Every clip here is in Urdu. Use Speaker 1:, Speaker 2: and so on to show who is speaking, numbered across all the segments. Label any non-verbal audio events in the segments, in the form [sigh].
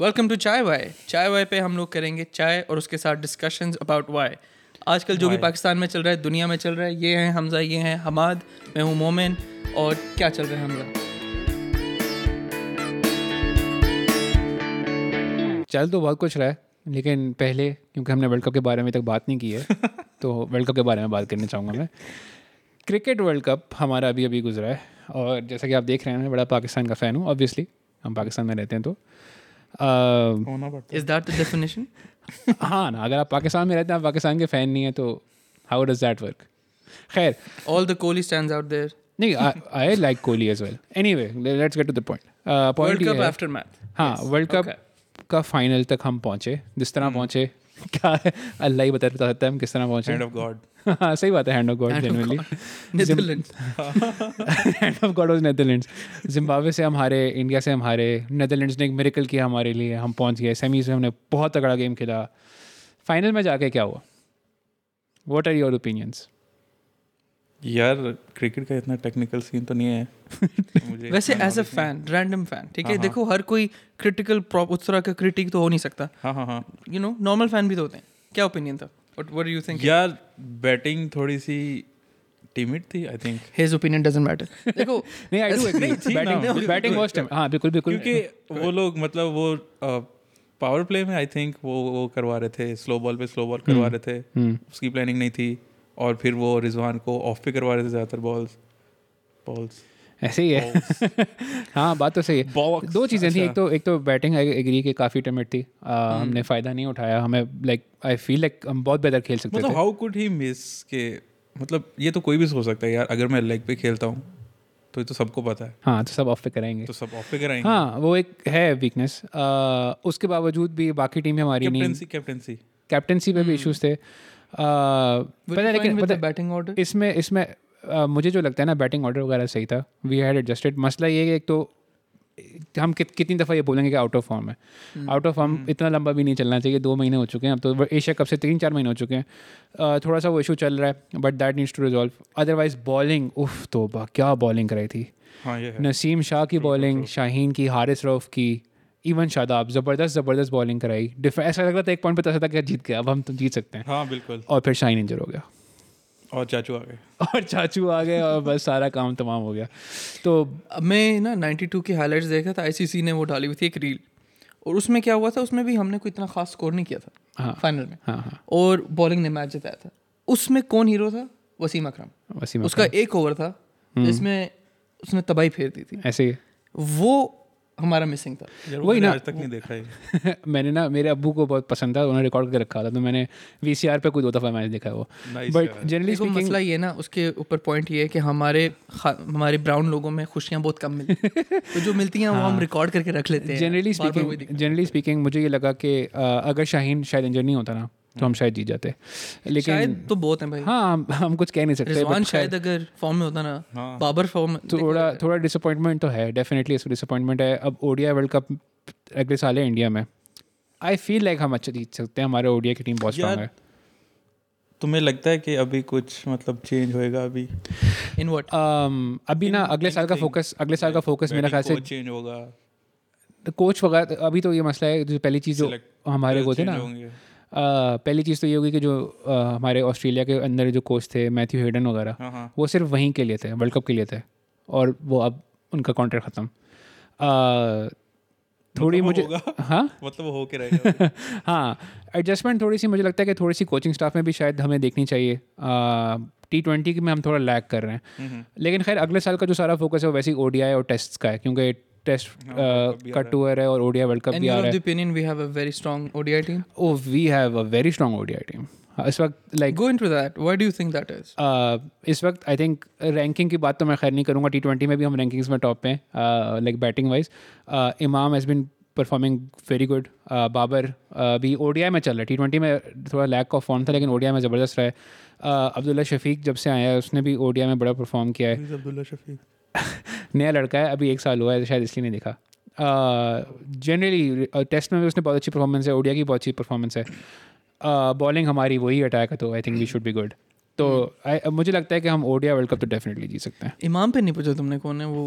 Speaker 1: Welcome to chai why chai why پہ ہم لوگ کریں گے چائے اور اس کے ساتھ ڈسکشنز اباؤٹ وائے آج کل جو بھی پاکستان میں چل رہا ہے دنیا میں چل رہا ہے یہ ہیں حمزہ یہ ہیں حماد میں ہوں مومن اور کیا چل رہا ہے حمزہ
Speaker 2: چل تو بہت کچھ رہا ہے لیکن پہلے کیونکہ ہم نے ورلڈ کپ کے بارے میں تک بات نہیں کی ہے تو ورلڈ کپ کے بارے میں بات کرنا چاہوں گا میں کرکٹ ورلڈ کپ ہمارا ابھی ابھی گزرا ہے اور جیسا کہ آپ دیکھ رہے ہیں میں بڑا پاکستان کا فین ہوں آبویسلی ہم پاکستان میں رہتے ہیں تو
Speaker 1: از دیٹ دا ڈیفینیشن
Speaker 2: ہاں نا اگر آپ پاکستان میں رہتے ہیں آپ پاکستان کے فین نہیں ہیں تو ہاؤ ڈز دیٹ ورک خیر
Speaker 1: all the Kohli stands out there
Speaker 2: نہیں I like Kohli as well anyway let's get to the point
Speaker 1: world cup
Speaker 2: point
Speaker 1: after match
Speaker 2: ہاں ورلڈ کپ کا فائنل تک ہم پہنچے جس طرح پہنچے کیا اللہ ہی بتا بتا سکتا ہے ہم کس طرح پہنچے
Speaker 3: آف گاڈ
Speaker 2: [laughs] ہاں صحیح بات ہے hand of God generally [laughs]
Speaker 1: Netherland
Speaker 2: hand of God was Netherlands Zimbabwe سے ہم ہارے انڈیا سے ہم ہارے نیدرلینڈس نے ایک میریکل کیا ہمارے لیے ہم پہنچ گئے سیمیز میں ہم نے بہت تگڑا گیم کھیلا فائنل میں جا کے کیا ہوا واٹ آر یور اوپینینس
Speaker 3: یار کرکٹ کا اتنا ٹیکنیکل سین تو نہیں [laughs] ہے مجھے
Speaker 1: ویسے as a fan random fan ٹھیک ہے دیکھو ہر کوئی کرٹیکل اس طرح کا کرٹیک تو ہو نہیں سکتا
Speaker 3: ہاں ہاں ہاں
Speaker 1: یو نو نارمل فین بھی تو ہوتے ہیں کیا اوپینین تھا وٹ وٹ یو تھنک
Speaker 3: یار بیٹنگ تھوڑی سی ٹیمٹ تھی I think
Speaker 1: his opinion doesn't matter دیکھو
Speaker 2: نہیں آئی ڈو
Speaker 1: تھی نا،
Speaker 2: بیٹنگ بیٹنگ واز ہاں بالکل بالکل
Speaker 3: کیونکہ وہ لوگ مطلب وہ پاور پلے میں آئی تھنک وہ وہ کروا رہے تھے سلو بال پہ سلو بال کروا رہے تھے اس کی پلاننگ نہیں تھی اور پھر وہ رضوان کو آف پہ کروا رہے تھے زیادہ تر بالز بالز
Speaker 2: ایسے ہی ہے ہاں بات تو صحیح ہے دو چیزیں
Speaker 3: اچھا۔
Speaker 2: تھیں ایک تو ایک تو بیٹنگ ایگری کی کافی ٹمٹ تھی ہم نے فائدہ نہیں اٹھایا ہمیں لائک آئی فیل لائک ہم بہت بہتر کھیل سکتے تھے
Speaker 3: مطلب ہاؤ کوڈ ہی مس کہ مطلب یہ تو کوئی بھی سوچ سکتا ہے یار اگر میں لیگ پہ کھیلتا ہوں تو یہ تو سب کو پتا ہے
Speaker 2: ہاں تو سب آف پہ کرائیں گے
Speaker 3: تو سب آف پہ کرائیں گے
Speaker 2: ہاں وہ ایک ہے ویکنیس اس کے باوجود بھی باقی ٹیم ہماری نہیں
Speaker 3: کیپٹنسی کیپٹنسی
Speaker 2: کیپٹنسی پہ بھی ایشوز تھے پتہ لیکن
Speaker 1: بیٹنگ آرڈر
Speaker 2: اس میں اس میں مجھے جو لگتا ہے نا بیٹنگ آرڈر وغیرہ صحیح تھا وی ہیڈ ایڈجسٹڈ مسئلہ یہ ہے کہ ایک تو ہم کتنی دفعہ یہ بولیں گے کہ آؤٹ آف فارم ہے آؤٹ آف فارم اتنا لمبا بھی نہیں چلنا چاہیے دو مہینے ہو چکے ہیں اب تو ایشیا کپ سے تین چار مہینے ہو چکے ہیں تھوڑا سا وہ ایشو چل رہا ہے but that needs to resolve otherwise bowling اف توبہ کیا بالنگ کرائی تھی
Speaker 3: ہاں یہ ہے
Speaker 2: نسیم شاہ کی بالنگ شاہین کی حارث روف کی ایون شاداب زبردست زبردست بالنگ کرائی ایسا لگ رہا تھا ایک پوائنٹ پہ ایسا تھا کہ جیت گیا اب ہم تو جیت سکتے ہیں
Speaker 3: ہاں بالکل
Speaker 2: اور پھر شاہین انجر ہو گیا
Speaker 3: اور چاچو آ گئے
Speaker 2: اور چاچو آ گئے اور بس سارا کام تمام ہو گیا تو
Speaker 1: میں نا نائنٹی ٹو کی ہائی لائٹس دیکھا تھا آئی سی سی نے وہ ڈالی ہوئی تھی ایک ریل اور اس میں کیا ہوا تھا اس میں بھی ہم نے کوئی اتنا خاص اسکور نہیں کیا تھا فائنل میں
Speaker 2: ہاں ہاں
Speaker 1: اور بالنگ نے میچ جتایا تھا اس میں کون ہیرو تھا وسیم اکرم
Speaker 2: وسیم
Speaker 1: اس کا ایک اوور تھا جس میں اس نے تباہی پھیر دی تھی
Speaker 2: ایسے ہی
Speaker 1: وہ ہمارا مسنگ تھا
Speaker 3: یار وہی نا آج تک نہیں دیکھا ہے
Speaker 2: [laughs] میں نے نا میرے ابو کو بہت پسند تھا انہوں نے ریکارڈ کر رکھا تھا تو میں نے وی سی آر پہ کوئی دو دفعہ میچ دیکھا ہے وہ بٹ جنرلی
Speaker 1: دیکھو مسئلہ یہ نا اس کے اوپر پوائنٹ یہ ہے کہ ہمارے ہمارے براؤن لوگوں میں خوشیاں بہت کم ملتی ہیں تو جو ملتی ہیں وہ ہم ریکارڈ کر کے رکھ لیتے ہیں
Speaker 2: جنرلی اسپیکنگ جنرلی اسپیکنگ مجھے یہ لگا کہ اگر شاہین شاید انجر نہیں ہوتا نا تو ہم شاید جیت جاتے لیکن
Speaker 1: شاید تو بہت ہیں بھائی
Speaker 2: ہاں ہم کچھ کہہ نہیں سکتے
Speaker 1: رضوان شاید اگر فارم میں ہوتا نا بابر فارم
Speaker 2: تھوڑا تھوڑا ڈس اپوائنٹمنٹ تو ہے ڈیفینیٹلی اس کو ڈس اپوائنٹمنٹ ہے اب O D I world cup اگلے سال ہے انڈیا میں آئی فیل لائک ہم اچھا جیت سکتے ہیں ہمارے او ڈی آئی کی ٹیم بہت اسٹرانگ ہے
Speaker 3: تمہیں لگتا ہے کہ ابھی کچھ مطلب چینج ہوئے گا ابھی
Speaker 1: ان واٹ
Speaker 2: ابھی نا اگلے سال کا فوکس اگلے سال کا فوکس میرا خیال سے
Speaker 3: چینج ہوگا
Speaker 2: کوچ وغیرہ ابھی تو یہ مسئلہ ہے جو پہلی چیز جو ہمارے وہ تھے نا پہلی چیز تو یہ ہوگی کہ جو ہمارے آسٹریلیا کے اندر جو کوچ تھے میتھیو ہیڈن وغیرہ وہ صرف وہیں کے لیے تھے ورلڈ کپ کے لیے تھے اور وہ اب ان کا کانٹریکٹ ختم تھوڑی مجھے ہاں
Speaker 3: مطلب ہو کے رہے گا
Speaker 2: [laughs] ہاں ایڈجسٹمنٹ تھوڑی سی مجھے لگتا ہے کہ تھوڑی سی کوچنگ اسٹاف میں بھی شاید ہمیں دیکھنی چاہیے ٹی ٹوینٹی میں ہم تھوڑا لیک کر رہے ہیں لیکن خیر اگلے سال کا جو سارا فوکس ہے وہ ویسے ہی او ڈی آئی اور ٹیسٹ کا ہے کیونکہ ٹیسٹ کا ٹور ہے اور O D I world cup بھی آ رہا ہے Oh,
Speaker 1: open we have a very strong O D I team
Speaker 2: oh we have a very strong O D I team اس وقت like
Speaker 1: go into that why do you think that is
Speaker 2: اس وقت آئی تھنک رینکنگ کی بات تو میں خیر نہیں کروں گا ٹی ٹوینٹی میں بھی ہم رینکنگس میں ٹاپ پہ ہیں like batting wise Imam has been performing very good Babar بھی او ڈی آئی میں چل رہا ہے ٹی ٹوینٹی میں تھوڑا لیک آف فارم تھا لیکن او ڈی آئی میں زبردست رہا ہے عبداللہ شفیق جب سے آیا ہے اس نے بھی او ڈی آئی میں بڑا پرفارم کیا ہے
Speaker 3: عبداللہ شفیق
Speaker 2: نیا لڑکا ہے ابھی ایک سال ہوا ہے شاید اس لیے نہیں دیکھا جنرلی ٹیسٹ میں بھی اس نے بہت اچھی پرفارمنس ہے اوڈیا کی بہت اچھی پرفارمنس ہے بالنگ ہماری وہی اٹیک ہے تو I think we should be good تو مجھے لگتا ہے کہ ہم اوڈیا ورلڈ کپ تو ڈیفینیٹلی جیت سکتے ہیں
Speaker 1: امام
Speaker 3: ہاں،
Speaker 2: [laughs]
Speaker 1: پہ نہیں پوچھا تم نے کون ہے وہ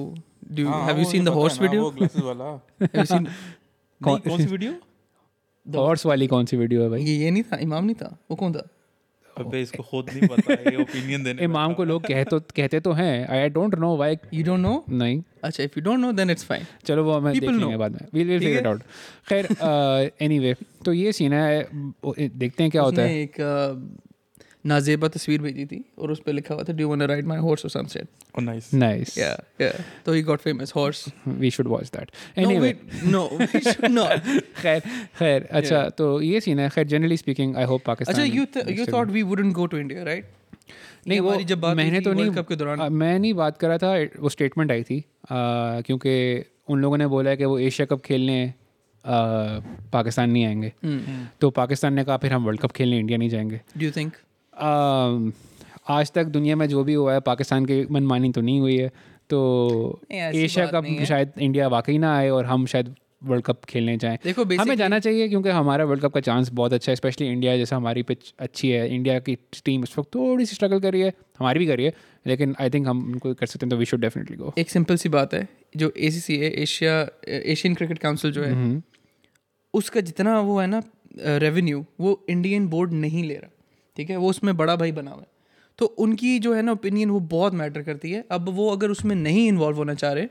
Speaker 1: have you seen the horse video
Speaker 3: glasses والا نہیں، کون سی ویڈیو
Speaker 2: Oh. ہارس والی کون سی ویڈیو ہے بھائی
Speaker 1: یہ نہیں تھا امام نہیں تھا وہ کون تھا
Speaker 3: ابے اس کو خود نہیں پتا یہ اوپینین دینے
Speaker 2: امام کو لوگ کہہ تو کہتے تو ہیں I don't know why
Speaker 1: you don't know
Speaker 2: نہیں
Speaker 1: اچھا if you don't know then it's fine
Speaker 2: چلو وہ ہمیں دیکھ لیں گے بعد میں ویل ویل فیگر آؤٹ خیر اینی وے تو یہ سین ہے دیکھتے ہیں کیا
Speaker 1: اس
Speaker 2: ہوتا
Speaker 1: نے
Speaker 2: ہے
Speaker 1: ایک uh, نازیبہ تصویر بھیجی تھی اور اس پہ لکھا ہوا تھا do want ride my horse اور سم سیٹ
Speaker 3: کو نائس
Speaker 2: نائس
Speaker 1: یا یا تو he got famous horse
Speaker 2: we should watch that
Speaker 1: no
Speaker 2: any way
Speaker 1: [laughs] know not
Speaker 2: خیر خیر اچھا تو یہ سین ہے خیر جنرلی اسپیکنگ آئی ہوپ
Speaker 1: اچھا
Speaker 2: Pakistan
Speaker 1: you you thought we wouldn't go to India right
Speaker 2: نہیں وہ
Speaker 1: جب بات
Speaker 2: میں نے تو نہیں
Speaker 1: کپ کے دوران
Speaker 2: میں نہیں بات کر رہا تھا وہ اسٹیٹمنٹ آئی تھی کیونکہ ان لوگوں نے بولا ہے کہ وہ ایشیا کپ کھیلنے پاکستان نہیں آئیں گے تو پاکستان نے کہا پھر ہم ورلڈ کپ کھیلنے انڈیا نہیں جائیں گے
Speaker 1: ڈو یو تھنک
Speaker 2: آج تک دنیا میں جو بھی ہوا ہے پاکستان کی منمانی تو نہیں ہوئی ہے تو ایشیا کپ شاید انڈیا واقعی نہ آئے اور ہم شاید ورلڈ کپ کھیلنے جائیں
Speaker 1: دیکھو
Speaker 2: ہمیں جانا چاہیے کیونکہ ہمارا ورلڈ کپ کا چانس بہت اچھا ہے اسپیشلی انڈیا جیسا ہماری پچ اچھی ہے انڈیا کی ٹیم اس وقت تھوڑی سی اسٹرگل کر رہی ہے ہماری بھی کر رہی ہے لیکن آئی تھنک ہم ان کو کر سکتے ہیں تو وی شوڈ ڈیفینیٹلی گو
Speaker 1: ایک سمپل سی بات ہے جو اے سی سی ہے ایشیا ایشین کرکٹ کاؤنسل جو ہے اس کا جتنا وہ ہے نا ریونیو وہ انڈین بورڈ نہیں لے رہا ٹھیک ہے وہ اس میں بڑا بھائی بنا ہوا ہے تو ان کی جو ہے نا اوپینین وہ بہت میٹر کرتی ہے اب وہ اگر اس میں نہیں انوالو ہونا چاہ رہے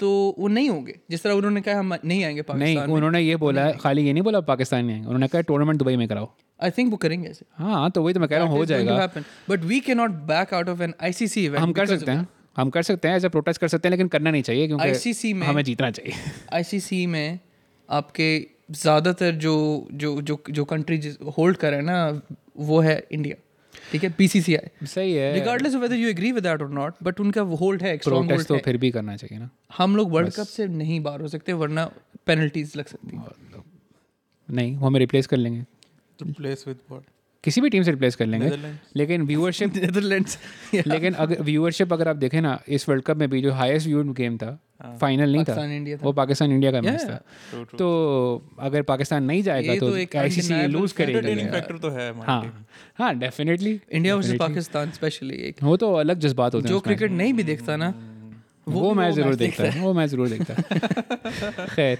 Speaker 1: تو وہ نہیں ہوں گے جس طرح انہوں نے کہا ہم نہیں آئیں گے
Speaker 2: نہیں
Speaker 1: پاکستان
Speaker 2: انہوں نے یہ بولا ہے خالی یہ نہیں بولا پاکستان نہیں انہوں نے کہا ٹورنامنٹ دبئی میں کراؤ
Speaker 1: آئی تھنک وہ کریں گے ایسے
Speaker 2: ہاں تو وہی تو میں کہہ رہا ہوں ہو جائے گا
Speaker 1: بٹ وی کی not back out of an I C C
Speaker 2: ہم کر سکتے ہیں ہم کر سکتے ہیں ایز اے پروٹیسٹ کر سکتے ہیں لیکن کرنا نہیں چاہیے
Speaker 1: آئی سی سی
Speaker 2: کیونکہ
Speaker 1: میں
Speaker 2: ہمیں جیتنا
Speaker 1: [laughs]
Speaker 2: چاہیے
Speaker 1: آئی سی سی میں آپ کے زیادہ تر جو جو جو جو کنٹری ہولڈ کر رہے ہیں نا وہ ہے انڈیا ٹھیک ہے پی سی سی آئی
Speaker 2: صحیح ہے
Speaker 1: regardless whether you agree with that اور ناٹ بٹ ان کا ہولڈ ہے اسٹرانگ
Speaker 2: پروٹیسٹ
Speaker 1: ہولڈ
Speaker 2: تو
Speaker 1: ہے
Speaker 2: پھر بھی کرنا چاہیے نا
Speaker 1: ہم لوگ ورلڈ کپ سے نہیں باہر ہو سکتے ورنہ پینلٹیز لگ سکتی
Speaker 2: نہیں وہ ہمیں ریپلیس کر لیں گے
Speaker 3: پلیس وتھ واٹ
Speaker 2: کسی بھی ٹیم سے ریپلیس کر لیں گے لیکن
Speaker 1: [laughs]
Speaker 2: ویورشپ
Speaker 1: نیدرلینڈس
Speaker 2: لیکن اگر ویورشپ اگر آپ دیکھیں نا اس ورلڈ کپ میں بھی جو ہائیسٹ ویوڈ گیم تھا فائنل نہیں تھا
Speaker 1: ہاں۔ پاکستان انڈیا
Speaker 2: وہ پاکستان انڈیا کا میچ تھا تو اگر پاکستان نہیں جائے گا تو آئی سی سی لوز کرے گا
Speaker 3: فیکٹر تو ہے
Speaker 2: ہاں ہاں definitely
Speaker 1: India versus Pakistan specially ایک
Speaker 2: وہ تو الگ جذبات ہوتے
Speaker 1: جو
Speaker 2: ہیں
Speaker 1: کرکٹ نہیں بھی دیکھتا نا
Speaker 2: وہ میں ضرور دیکھتا ہوں وہ میں ضرور دیکھتا [laughs] خیر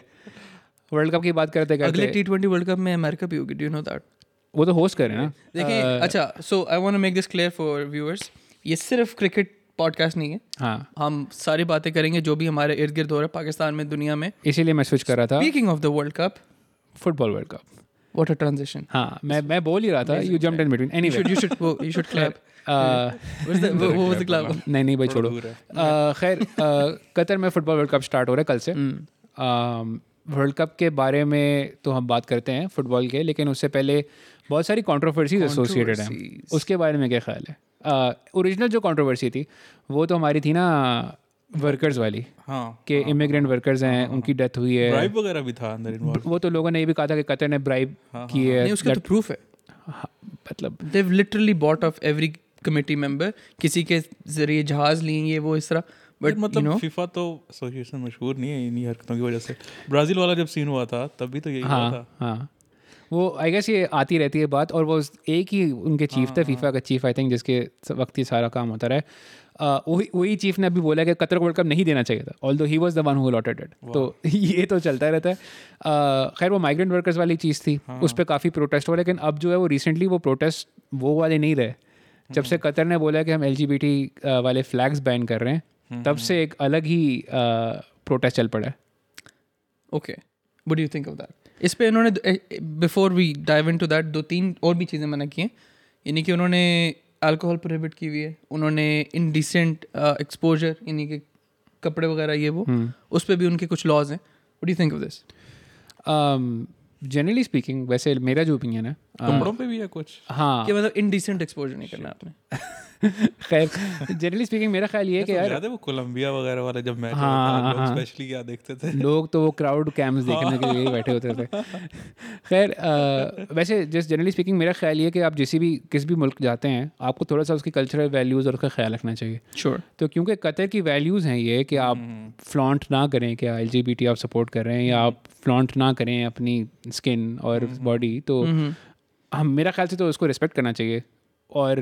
Speaker 2: ورلڈ کپ کی بات کرتے
Speaker 1: اگلے
Speaker 2: کرتے
Speaker 1: ٹی ٹوینٹی ورلڈ کپ میں امریکہ بھی ہوگی ڈو یو نو دیٹ
Speaker 2: وہ تو ہوسٹ کریں نا
Speaker 1: دیکھیں اچھا so I want make this clear for viewers یہ صرف کرکٹ پوڈ کاسٹ نہیں ہے
Speaker 2: ہاں
Speaker 1: ہم ساری باتیں کریں گے جو بھی ہمارے ارد گرد ہو رہا ہے پاکستان میں دنیا میں
Speaker 2: اسی لیے میں سوچ کر رہا تھا
Speaker 1: speaking of the world cup
Speaker 2: football world cup
Speaker 1: what a transition
Speaker 2: ہاں میں میں بول ہی رہا تھا you jump in between any ہاں۔ نہیں نہیں بھائی چھوڑو خیر قطر میں football world cup start ہو رہا ہے کل سے ورلڈ کپ کے بارے میں تو ہم بات کرتے ہیں فٹ بال کے لیکن اس سے پہلے بہت ساری کانٹروورسیز ایسوسیٹیڈ ہیں اس کے بارے میں کیا خیال ہے اوریجنل جو کانٹروورسی تھی وہ تو ہماری تھی نا ورکرز والی
Speaker 3: ہاں
Speaker 2: کہ امیگرینٹ ورکرز ہیں ان کی ڈیتھ ہوئی ہے
Speaker 3: ڈرائیو وغیرہ بھی تھا اندر انوالو
Speaker 2: وہ تو لوگوں نے یہ بھی کہا تھا کہ قطر نے برائب کی ہے مطلب
Speaker 1: کمیٹی ممبر کسی کے ذریعے جہاز لیں گے وہ اس طرح
Speaker 3: بٹ
Speaker 1: بٹ
Speaker 3: مطلب فیفا تو ایسوسیشن مشہور نہیں ہے انہیں حرکتوں کی وجہ سے برازیل والا جب سین ہوا تھا تب بھی تو یہی ہوا
Speaker 2: ہاں
Speaker 3: تھا
Speaker 2: ہاں وہ آئی گیس یہ آتی رہتی ہے بات اور وہ ایک ہی ان کے چیف تھے فیفا کا چیف آئی تھنک جس کے وقت یہ سارا کام ہوتا رہا وہی وہی چیف نے ابھی بولا کہ قطر کو ورلڈ کپ نہیں دینا چاہیے تھا although he was the one who allotted تو [laughs] یہ تو چلتا رہتا ہے خیر وہ مائیگرینٹ ورکرز والی چیز تھی
Speaker 3: ہاں۔
Speaker 2: اس پہ کافی پروٹیسٹ ہوا لیکن اب جو ہے وہ ریسنٹلی وہ پروٹیسٹ وہ والے نہیں رہے جب سے قطر نے بولا کہ ہم ایل جی بی ٹی والے فلیگس بین کر رہے ہیں تب سے ایک الگ ہی پروٹیسٹ چل پڑا ہے
Speaker 1: okay what you think of that اس پہ انہوں نے before we dive into that دو تین اور بھی چیزیں منع کی ہیں یعنی کہ انہوں نے الکوہول پروہیبٹ کی ہوئی ہے انہوں نے انڈیسنٹ ایکسپوجر یعنی کہ کپڑے وغیرہ یہ وہ اس پہ بھی ان کے کچھ لاز ہیں what you think of this
Speaker 2: ہاں. جنرلی اسپیکنگ Um, ویسے میرا جو اوپینین ہے uh,
Speaker 3: کپڑوں پہ بھی ہے کچھ
Speaker 2: ہاں
Speaker 1: کہ مطلب انڈیسنٹ ایکسپوجر نہیں کرنا آپ نے
Speaker 2: خیر جنرلی اسپیکنگ میرا خیال یہ ہے کہ یار
Speaker 3: یاد ہے وہ کولمبیا وغیرہ والا جب میچ ہوا تھا اسپیشلی کیا دیکھتے تھے
Speaker 2: لوگ تو وہ کراؤڈ کیمپس دیکھنے کے لیے بیٹھے ہوتے تھے خیر uh, ویسے جس جنرلی اسپیکنگ میرا خیال یہ ہے کہ آپ جس بھی کس بھی ملک جاتے ہیں آپ کو تھوڑا سا اس کی کلچرل ویلیوز اور اس کا خیال رکھنا چاہیے
Speaker 1: شیور
Speaker 2: تو کیونکہ قطر کی ویلیوز ہیں یہ کہ آپ فلانٹ نہ کریں کہ ایل جی بی ٹی آپ سپورٹ کر رہے ہیں یا آپ فلانٹ نہ کریں اپنی اسکن اور باڈی تو ہم میرا خیال سے تو اس کو ریسپیکٹ کرنا چاہیے اور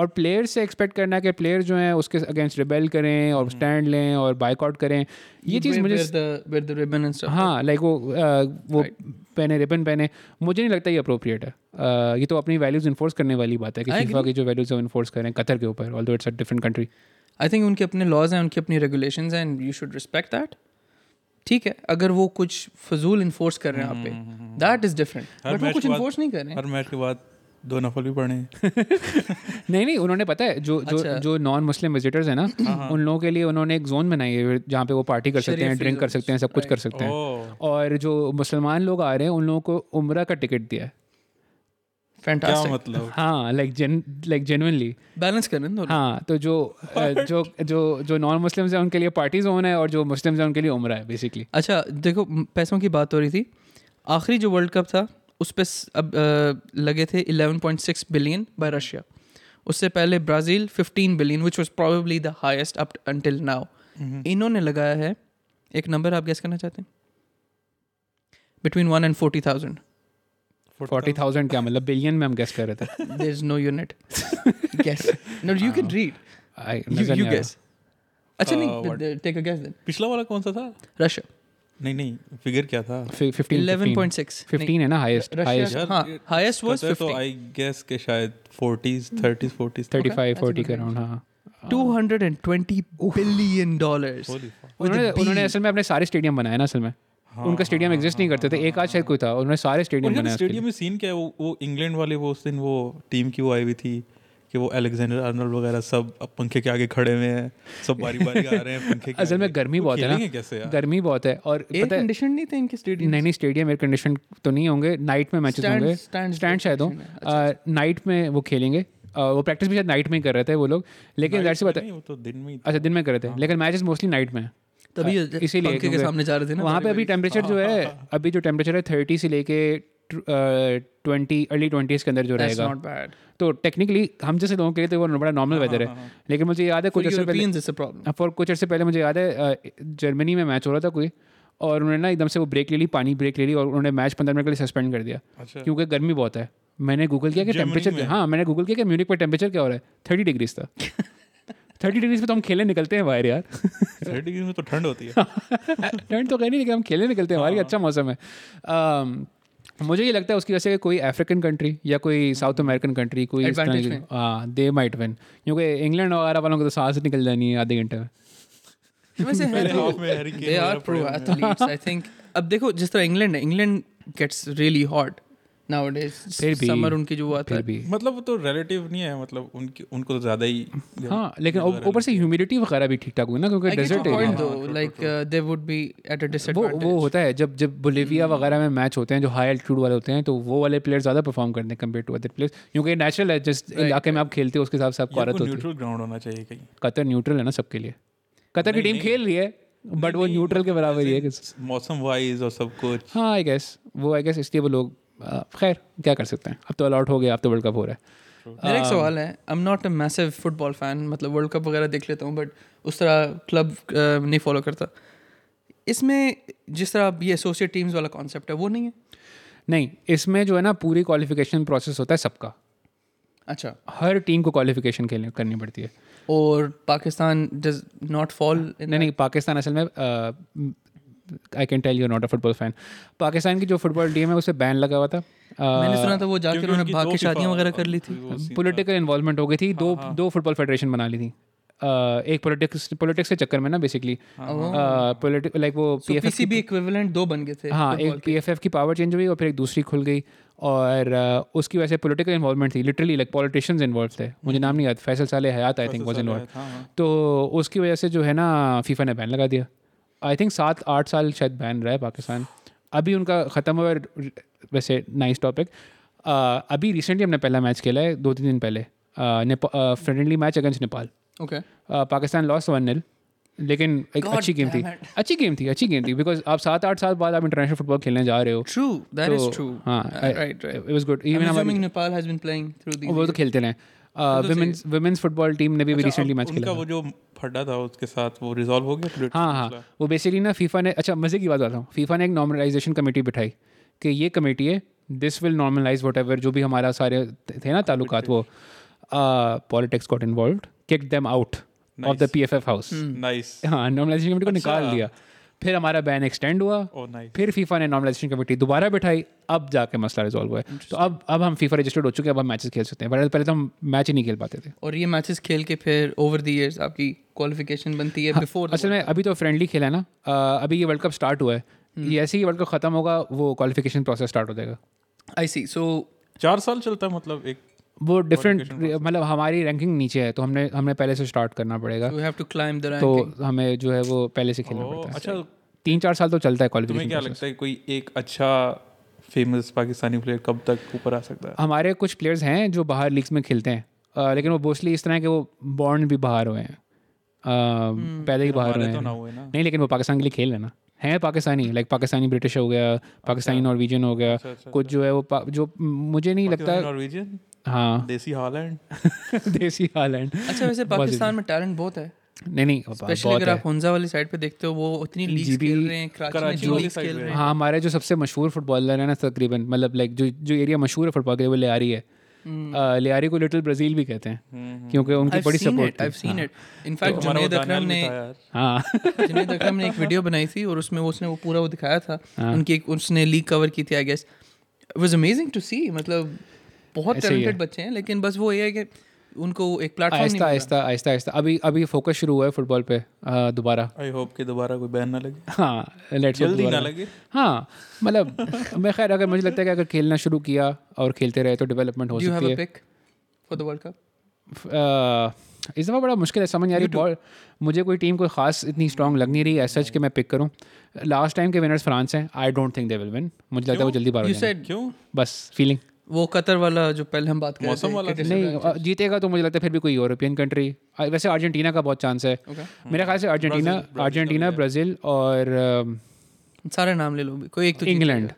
Speaker 2: اور پلیئر سے ایکسپیکٹ کرنا کہ پلیئر جو ہیں اس کے اگینسٹ ریبیل کریں اور اسٹینڈ لیں اور بائک آؤٹ کریں یہ چیز مجھے ہاں لائک وہ وہ پہنے ریبن پہنے مجھے نہیں لگتا یہ اپروپریٹ ہے یہ تو اپنی ویلیوز انفورس کرنے والی بات ہے کہ فیفا کی جو ویلیوز ہیں انفورس کریں قطر کے اوپر although it's a different country
Speaker 1: I think ان کے اپنے لاز ہیں ان کی اپنی ریگولیشنز ہیں یو شوڈ ریسپیکٹ دیٹ ٹھیک ہے اگر وہ کچھ فضول انفورس کر رہے ہیں آپ پہ دیٹ از ڈفرینٹ بٹ وہ کچھ انفورس نہیں کر رہے ہیں
Speaker 3: ہر میچ کے بعد دو نفل بھی پڑے
Speaker 2: نہیں نہیں انہوں نے پتہ ہے جو جو جو نان مسلم وزٹرز ہیں نا ان لوگوں کے لیے انہوں نے ایک زون بنائی ہے جہاں پہ وہ پارٹی کر سکتے ہیں ڈرنک کر سکتے ہیں سب کچھ کر سکتے
Speaker 3: Oh۔
Speaker 2: ہیں اور جو مسلمان لوگ آ رہے ہیں ان لوگوں کو عمرہ کا ٹکٹ دیا ہے
Speaker 3: کیا
Speaker 1: فینٹاسٹک
Speaker 3: مطلب
Speaker 2: ہاں لائک جن لائک جینونلی
Speaker 1: بیلنس کریں دونوں
Speaker 2: ہاں تو جو جو جو جو نان مسلمز ہیں ان کے لیے پارٹی زون ہے اور جو مسلمز ہیں ان کے لیے عمرہ ہے بیسکلی
Speaker 1: اچھا دیکھو پیسوں کی بات ہو رہی تھی آخری جو ورلڈ کپ تھا اس پہ اب لگے تھے eleven point six billion by Russia اس سے پہلے Brazil fifteen billion which was probably the highest up until now انہوں نے لگایا ہے ایک نمبر آپ گیس کرنا چاہتے ہیں between one and forty thousand
Speaker 2: forty thousand کیا مطلب بلین میں ہم گیس کر رہے تھے
Speaker 1: there is no unit guess no you can read you guess اچھا نہیں ٹیک اے گیس دین
Speaker 3: پچھلا والا کون سا تھا
Speaker 1: رشیا
Speaker 3: نہیں نہیں فگر کیا تھا
Speaker 1: الیون پوائنٹ سکس
Speaker 2: ففٹین ہے نا ہائیسٹ ہائیسٹ
Speaker 1: ہاں ہائیسٹ واز
Speaker 3: تو آئی گیس کہ شاید forties thirties forties
Speaker 2: thirty five forty کے اراؤنڈ ہاں
Speaker 1: two hundred and twenty billion dollars
Speaker 2: انہوں نے انہوں نے اصل میں اپنے سارے اسٹیڈیم بنائے نا اصل میں ان کا اسٹیڈیم ایگزسٹ نہیں کرتے تھے ایک آج شاید کوئی تھا انہوں نے سارے اسٹیڈیم
Speaker 1: یعنی
Speaker 2: بنائے اس کے لیے
Speaker 3: اسٹیڈیم میں سین کیا ہے وہ وہ انگلینڈ والے وہ اس دن وہ ٹیم کی وہ آئی ہوئی تھی کہ وہ الیگزینڈر آرنل وغیرہ سب اب پنکھے کے آگے کھڑے ہوئے ہیں سب باری باری آ
Speaker 2: [laughs]
Speaker 3: رہے ہیں پنکھے کے
Speaker 2: اصل میں
Speaker 3: آگے۔
Speaker 2: گرمی
Speaker 3: وہ
Speaker 2: بہت ہے
Speaker 3: کھیلیں گے کیسے
Speaker 2: نا
Speaker 3: یار
Speaker 2: گرمی بہت ہے اور
Speaker 1: ایئر کنڈیشن نہیں تھے ان کے اسٹیڈیم
Speaker 2: نہیں نہیں اسٹیڈیم ایئر کنڈیشن تو نہیں ہوں گے نائٹ میں میچز ہوں گے اسٹینڈ شاید ہوں
Speaker 1: اچھا،
Speaker 2: نائٹ میں وہ کھیلیں گے وہ پریکٹس بھی شاید نائٹ میں کر رہے تھے وہ لوگ لیکن ظاہر سی بات ہے
Speaker 3: نہیں، وہ تو دن میں ہی
Speaker 2: اچھا دن میں کر رہے تھے لیکن میچز موسٹلی نائٹ میں
Speaker 1: ہاں۔ تبھی
Speaker 2: اسی لیے
Speaker 1: کے سامنے جا رہے تھے نا ہاں،
Speaker 2: وہاں پہ ابھی ٹیمپریچر جو ہے ابھی جو ٹیمپریچر ہے تھرٹی سے لے کے ٹوینٹی ارلی ٹوینٹیز کے اندر جو رہے گا
Speaker 1: ناٹ بیڈ
Speaker 2: تو ٹیکنیکلی ہم جیسے لوگوں کے لیے تو وہ بڑا نارمل ویدر ہے لیکن مجھے یاد ہے کچھ عرصے پہلے
Speaker 1: [laughs]
Speaker 2: فور کچھ عرصے پہلے مجھے یاد ہے جرمنی میں میچ ہو رہا تھا کوئی اور انہوں نے نا ایک دم سے وہ بریک لے لی پانی بریک لے لی اور انہوں نے میچ پندرہ منٹ کے لیے سسپینڈ کر دیا
Speaker 3: اچھا
Speaker 2: کیونکہ گرمی بہت ہے میں نے گوگل کیا کہ ٹیمپریچر ہاں میں نے گوگل کیا کہ میونک پہ ٹیمپریچر کیا ہو رہا ہے تھرٹی ڈگریز تھا تھرٹی ڈگریز پہ تو ہم کھیلنے نکلتے ہیں باہر یار
Speaker 3: تھرٹی ڈگری میں تو ٹھنڈ
Speaker 2: [laughs]
Speaker 3: ہوتی ہے
Speaker 2: ٹرینڈ تو کہیں نہیں لیکن ہم کھیلنے نکلتے ہیں ہمارے اچھا موسم ہے Um, مجھے یہ لگتا ہے اس کی وجہ سے کوئی افریقن کنٹری یا کوئی ساؤتھ امیریکن کنٹری کوئی ہاں دے مائٹ ون کیونکہ انگلینڈ وغیرہ والوں کو تو سانس نکل جانی ہے آدھے گھنٹے میں
Speaker 1: اب دیکھو جس طرح انگلینڈ ہے England gets really hot nowadays summer ان کی جو ہوا تھا
Speaker 2: پھر بھی
Speaker 3: مطلب وہ تو ریلیٹو نہیں ہے مطلب ان کی ان کو تو زیادہ ہی
Speaker 2: [laughs] ہاں لیکن اوپر سے ہیومیڈیٹی وغیرہ بھی ٹھیک ٹھاک ہوئی نا کیونکہ desert area
Speaker 1: like they would be at a ڈس
Speaker 2: وہ وہ ہوتا ہے جب جب بولیویا وغیرہ میں میچ ہوتے ہیں جو ہائی الٹیٹیوڈ والے ہوتے ہیں تو وہ والے پلیئر زیادہ پرفارم کرتے ہیں کمپیئر ٹو ادر پلیئرس کیونکہ یہ نیچرل ہے جس علاقے میں آپ کھیلتے ہو اس کے حساب سے آپ کو عادت ہوتی ہے
Speaker 3: نیوٹرل گراؤنڈ ہونا چاہیے کہیں
Speaker 2: قطر نیوٹرل ہے نا سب کے لیے قطر کی ٹیم کھیل رہی ہے بٹ وہ نیوٹرل کے برابر ہی ہے
Speaker 3: موسم وائز اور سب کچھ
Speaker 2: ہاں آئی گیس وہ آئی گیس اس لیے وہ لوگ خیر کیا کر سکتے ہیں اب تو الاؤٹ ہو گیا اب تو ورلڈ کپ ہو رہا ہے
Speaker 1: میرا ایک سوال ہے I am not a massive football fan مطلب ورلڈ کپ وغیرہ دیکھ لیتا ہوں بٹ اس طرح کلب نہیں فالو کرتا اس میں جس طرح یہ ایسوسیٹ ٹیمز والا کانسیپٹ ہے وہ نہیں ہے
Speaker 2: نہیں اس میں جو ہے نا پوری کوالیفیکیشن پروسیس ہوتا ہے سب کا
Speaker 1: اچھا
Speaker 2: ہر ٹیم کو کوالیفیکیشن کرنی پڑتی ہے
Speaker 1: اور پاکستان ڈز ناٹ فال
Speaker 2: نہیں نہیں پاکستان اصل میں I can tell you not a football fan Pakistan کی جو فٹ بال ٹیم ہے اسے بین لگا ہوا تھا
Speaker 1: میں نے سنا تھا وہ جا کے انہوں نے بھاگ کے شادیاں وغیرہ کر لی تھی
Speaker 2: پولیٹیکل انوالومنٹ ہو گئی تھی دو دو فٹ بال فیڈریشن بنا لی تھی ایک پولیٹکس پولیٹکس کے چکر میں نا بیسکلی لائک وہ P F
Speaker 1: P C B equivalent دو بن گئے تھے
Speaker 2: ہاں ایک پی ایف ایف کی پاور چینج ہوئی اور پھر ایک دوسری کھل گئی اور اس کی وجہ سے پولیٹیکل انوالومنٹ تھی لٹرلی لائک پولیٹیشینز انوالو تھے مجھے نام نہیں یاد فیصل صالح حیات ہاں، آئی تھنک واز انوالو تو اس کی وجہ سے جو ہے نا فیفا نے بین لگا دیا آئی تھنک سات آٹھ سال شاید بین رہا ہے پاکستان ابھی ان کا ختم ہوا ہے ویسے نائس ٹاپک ابھی ریسنٹلی ہم نے پہلا میچ کھیلا ہے دو تین دن پہلے friendly match against Nepal
Speaker 1: okay
Speaker 2: Pakistan loss one nil لیکن ایک اچھی گیم تھی اچھی گیم تھی اچھی گیم تھی بیکاز آپ سات آٹھ سال بعد آپ انٹرنیشنل فٹ بال کھیلنے جا رہے ہو
Speaker 1: ٹرو دیٹ از ٹرو
Speaker 2: ہاں
Speaker 3: Uh,
Speaker 1: right right
Speaker 2: was good even ہمارے
Speaker 1: Nepal has been playing through the
Speaker 2: وہ تو کھیلتے رہے women's women's football team نے بھی ریسنٹلی میچ
Speaker 3: اچھا، ان کا
Speaker 2: کھیلا
Speaker 3: وہ جو پھڈا تھا اس کے ساتھ وہ ریزالو ہو گیا
Speaker 2: ہاں ہاں وہ بیسکلی نا فیفا نے اچھا مزے کی بات بتاتا ہوں فیفا نے ایک نارملائزیشن کمیٹی بٹھائی کہ یہ کمیٹی ہے this will normalise whatever جو بھی ہمارا سارے تھے نا تعلقات وہ politics got involved kick them out of the P F F
Speaker 3: Hmm۔
Speaker 2: How's
Speaker 3: nice
Speaker 2: ہاں نارملائزیشن کمیٹی کو نکال دیا پھر ہمارا بین ایکسٹینڈ ہوا
Speaker 3: اور نائس
Speaker 2: پھر فیفا نے نارملائزیشن کمیٹی دوبارہ بٹھائی اب جا کے مسئلہ ریزالو ہوا ہے تو اب اب ہم فیفا رجسٹرڈ ہو چکے ہیں اب ہم میچز کھیل سکتے ہیں پہلے پہلے تو ہم میچ ہی نہیں کھیل پاتے تھے
Speaker 1: اور یہ میچز کھیل کے پھر اوور دی ایئرس آپ کی کوالیفیکیشن بنتی ہے
Speaker 2: ہاں۔
Speaker 1: بفور
Speaker 2: اصل میں ابھی تو فرینڈلی کھیلا ہے نا ابھی یہ ورلڈ کپ اسٹارٹ ہوا ہے یہ ایسے ہی ورلڈ کپ ختم ہوگا وہ کوالیفیکیشن پروسیس اسٹارٹ ہو جائے گا اچھا۔
Speaker 1: آئی سی سو
Speaker 3: چار سال چلتا ہے مطلب ایک
Speaker 2: وہ ڈفرینٹ مطلب ہماری رینکنگ نیچے ہے تو ہم نے ہم نے پہلے سے اسٹارٹ کرنا پڑے گا
Speaker 1: you have to climb the
Speaker 2: تو ہمیں جو ہے وہ پہلے سے کھیلنا پڑتا ہے
Speaker 3: اچھا
Speaker 2: تین چار سال تو چلتا ہے
Speaker 3: تمہیں کیا
Speaker 2: کوالیفیکیشن
Speaker 3: لگتا ہے کوئی ایک اچھا فیمس پاکستانی پلیئر کب تک اوپر آ سکتا ہے
Speaker 2: ہمارے کچھ پلیئرز ہیں جو باہر لیگس میں کھیلتے ہیں لیکن وہ موسٹلی اس طرح ہے کہ وہ بانڈ بھی باہر ہوئے ہیں پہلے ہی باہر ہوئے
Speaker 3: تو
Speaker 2: ہیں
Speaker 3: نہ ہوئے نا
Speaker 2: نہیں لیکن وہ پاکستان کے لیے کھیل رہے نا ہیں پاکستانی لائک پاکستانی برٹش ہو گیا پاکستانی نارویجن ہو گیا کچھ جو ہے وہ جو مجھے نہیں لگتا
Speaker 3: نارویجن
Speaker 2: ہاں
Speaker 3: دیسی
Speaker 2: [laughs]
Speaker 3: ہالینڈ
Speaker 2: دیسی ہال اینڈ
Speaker 1: اچھا ویسے پاکستان میں ٹیلنٹ بہت ہے
Speaker 2: نہیں نہیں
Speaker 1: اسپیشلی اگر آپ ہنزا والی سائڈ پہ دیکھتے ہو وہ اتنی لیگز کھیل رہے ہیں کراچی میں کھیل رہے ہیں
Speaker 2: جی ہاں ہمارے جو سب سے مشہور فٹ بالر ہیں نا تقریباً مطلب لائک جو جو ایریا مشہور ہے فٹ بال کے لیے وہ لیاری ہے لیاری کو لٹل برازیل بھی کہتے ہیں کیونکہ ان کی بڑی سپورٹ
Speaker 1: جنید اکرم نے
Speaker 2: ہاں
Speaker 1: [laughs] جنید اکرم نے ایک ویڈیو بنائی تھی اور اس میں اس نے وہ پورا وہ دکھایا تھا
Speaker 2: ہاں۔
Speaker 1: ان کی اس نے لیگ کور کی تھی I guess was amazing to see مطلب بہت ٹیلنٹڈ بچے ہیں لیکن بس وہ یہ ہے کہ ان کو ایک پلیٹ
Speaker 2: آہستہ آہستہ آہستہ آہستہ ابھی ابھی فوکس شروع ہوا ہے فٹ بال پہ دوبارہ
Speaker 3: آئی ہوپ کہ دوبارہ کوئی بین نہ لگے
Speaker 2: ہاں لیٹس
Speaker 3: جلدی نہ لگے
Speaker 2: ہاں مطلب میں خیر اگر مجھے لگتا ہے کہ اگر کھیلنا شروع کیا اور کھیلتے رہے تو ڈیولپمنٹ ہو
Speaker 1: ڈو یو ہیو
Speaker 2: سکتی
Speaker 1: اے
Speaker 2: ہے
Speaker 1: pick for the world cup
Speaker 2: اس دفعہ بڑا مشکل ہے سمجھ آ رہی بال مجھے کوئی ٹیم کوئی خاص اتنی اسٹرانگ لگ نہیں رہی ہے سچ کہ میں پک کروں لاسٹ ٹائم کے ونرس فرانس ہیں I don't think they will win مجھے لگتا ہے وہ جلدی پار
Speaker 1: یو سیڈ
Speaker 3: کیوں
Speaker 2: بس فیلنگ
Speaker 1: وہ قطر والا جو پہلے ہم بات کر رہے تھے
Speaker 2: نہیں جیتے گا تو مجھے لگتا ہے پھر بھی کوئی یورپین کنٹری ویسے ارجنٹینا کا بہت چانس ہے میرے خیال سے ارجنٹینا ارجنٹینا برازیل اور
Speaker 1: سارے نام لے لو کوئی ایک تو
Speaker 2: انگلینڈ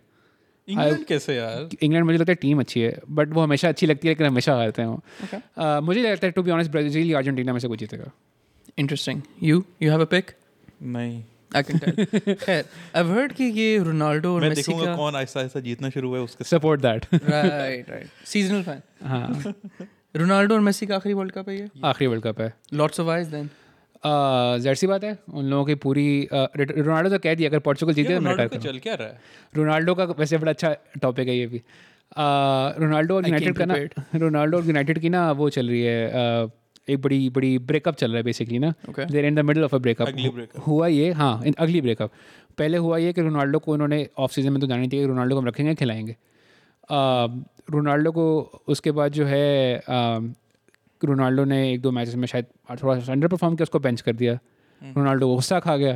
Speaker 3: انگلینڈ کیسے یار
Speaker 2: انگلینڈ مجھے لگتا ہے ٹیم اچھی ہے بٹ وہ ہمیشہ اچھی لگتی ہے لیکن ہمیشہ ہارتے ہیں وہ مجھے لگتا ہے ٹو بی آنس برازیل یا ارجنٹینا میں سے کوئی جیتے گا
Speaker 1: interesting you you have a pick
Speaker 3: نہیں
Speaker 1: خیر I've heard کہ یہ رونالڈو اور
Speaker 3: میں
Speaker 1: میسی
Speaker 3: دیکھوں گا
Speaker 1: کا
Speaker 3: کون آہستہ آہستہ جیتنا شروع ہوا ہے اس کے
Speaker 2: support [laughs] that
Speaker 1: right right seasonal fan
Speaker 2: ہاں
Speaker 1: رونالڈو اور میسی کا آخری ورلڈ کپ ہے یہ
Speaker 2: آخری ورلڈ کپ ہے
Speaker 1: لاٹس آف آئز دین
Speaker 2: سی بات ہے ان لوگوں کی پوری رونالڈو تو کہہ دیا اگر پورچوگل جیتے تو میں
Speaker 3: رونالڈو کا چل کیا رہا ہے
Speaker 2: رونالڈو کا ویسے بڑا اچھا ٹاپک ہے یہ بھی رونالڈو اور یونائٹیڈ کا نا رونالڈو اور یونائٹیڈ کی نا وہ چل رہی ہے ایک بڑی بڑی بریک اپ چل رہا ہے بیسکلی نا they're in the middle of a breakup ہوا یہ ہاں اگلی بریک اپ پہلے ہوا یہ کہ رونالڈو کو انہوں نے آف سیزن میں تو جانے دیا کہ رونالڈو کو ہم رکھیں گے کھلائیں گے رونالڈو کو اس کے بعد جو ہے رونالڈو نے ایک دو میچز میں شاید تھوڑا انڈر پرفارم کیا اس کو بینچ کر دیا رونالڈو کو غصہ کھا گیا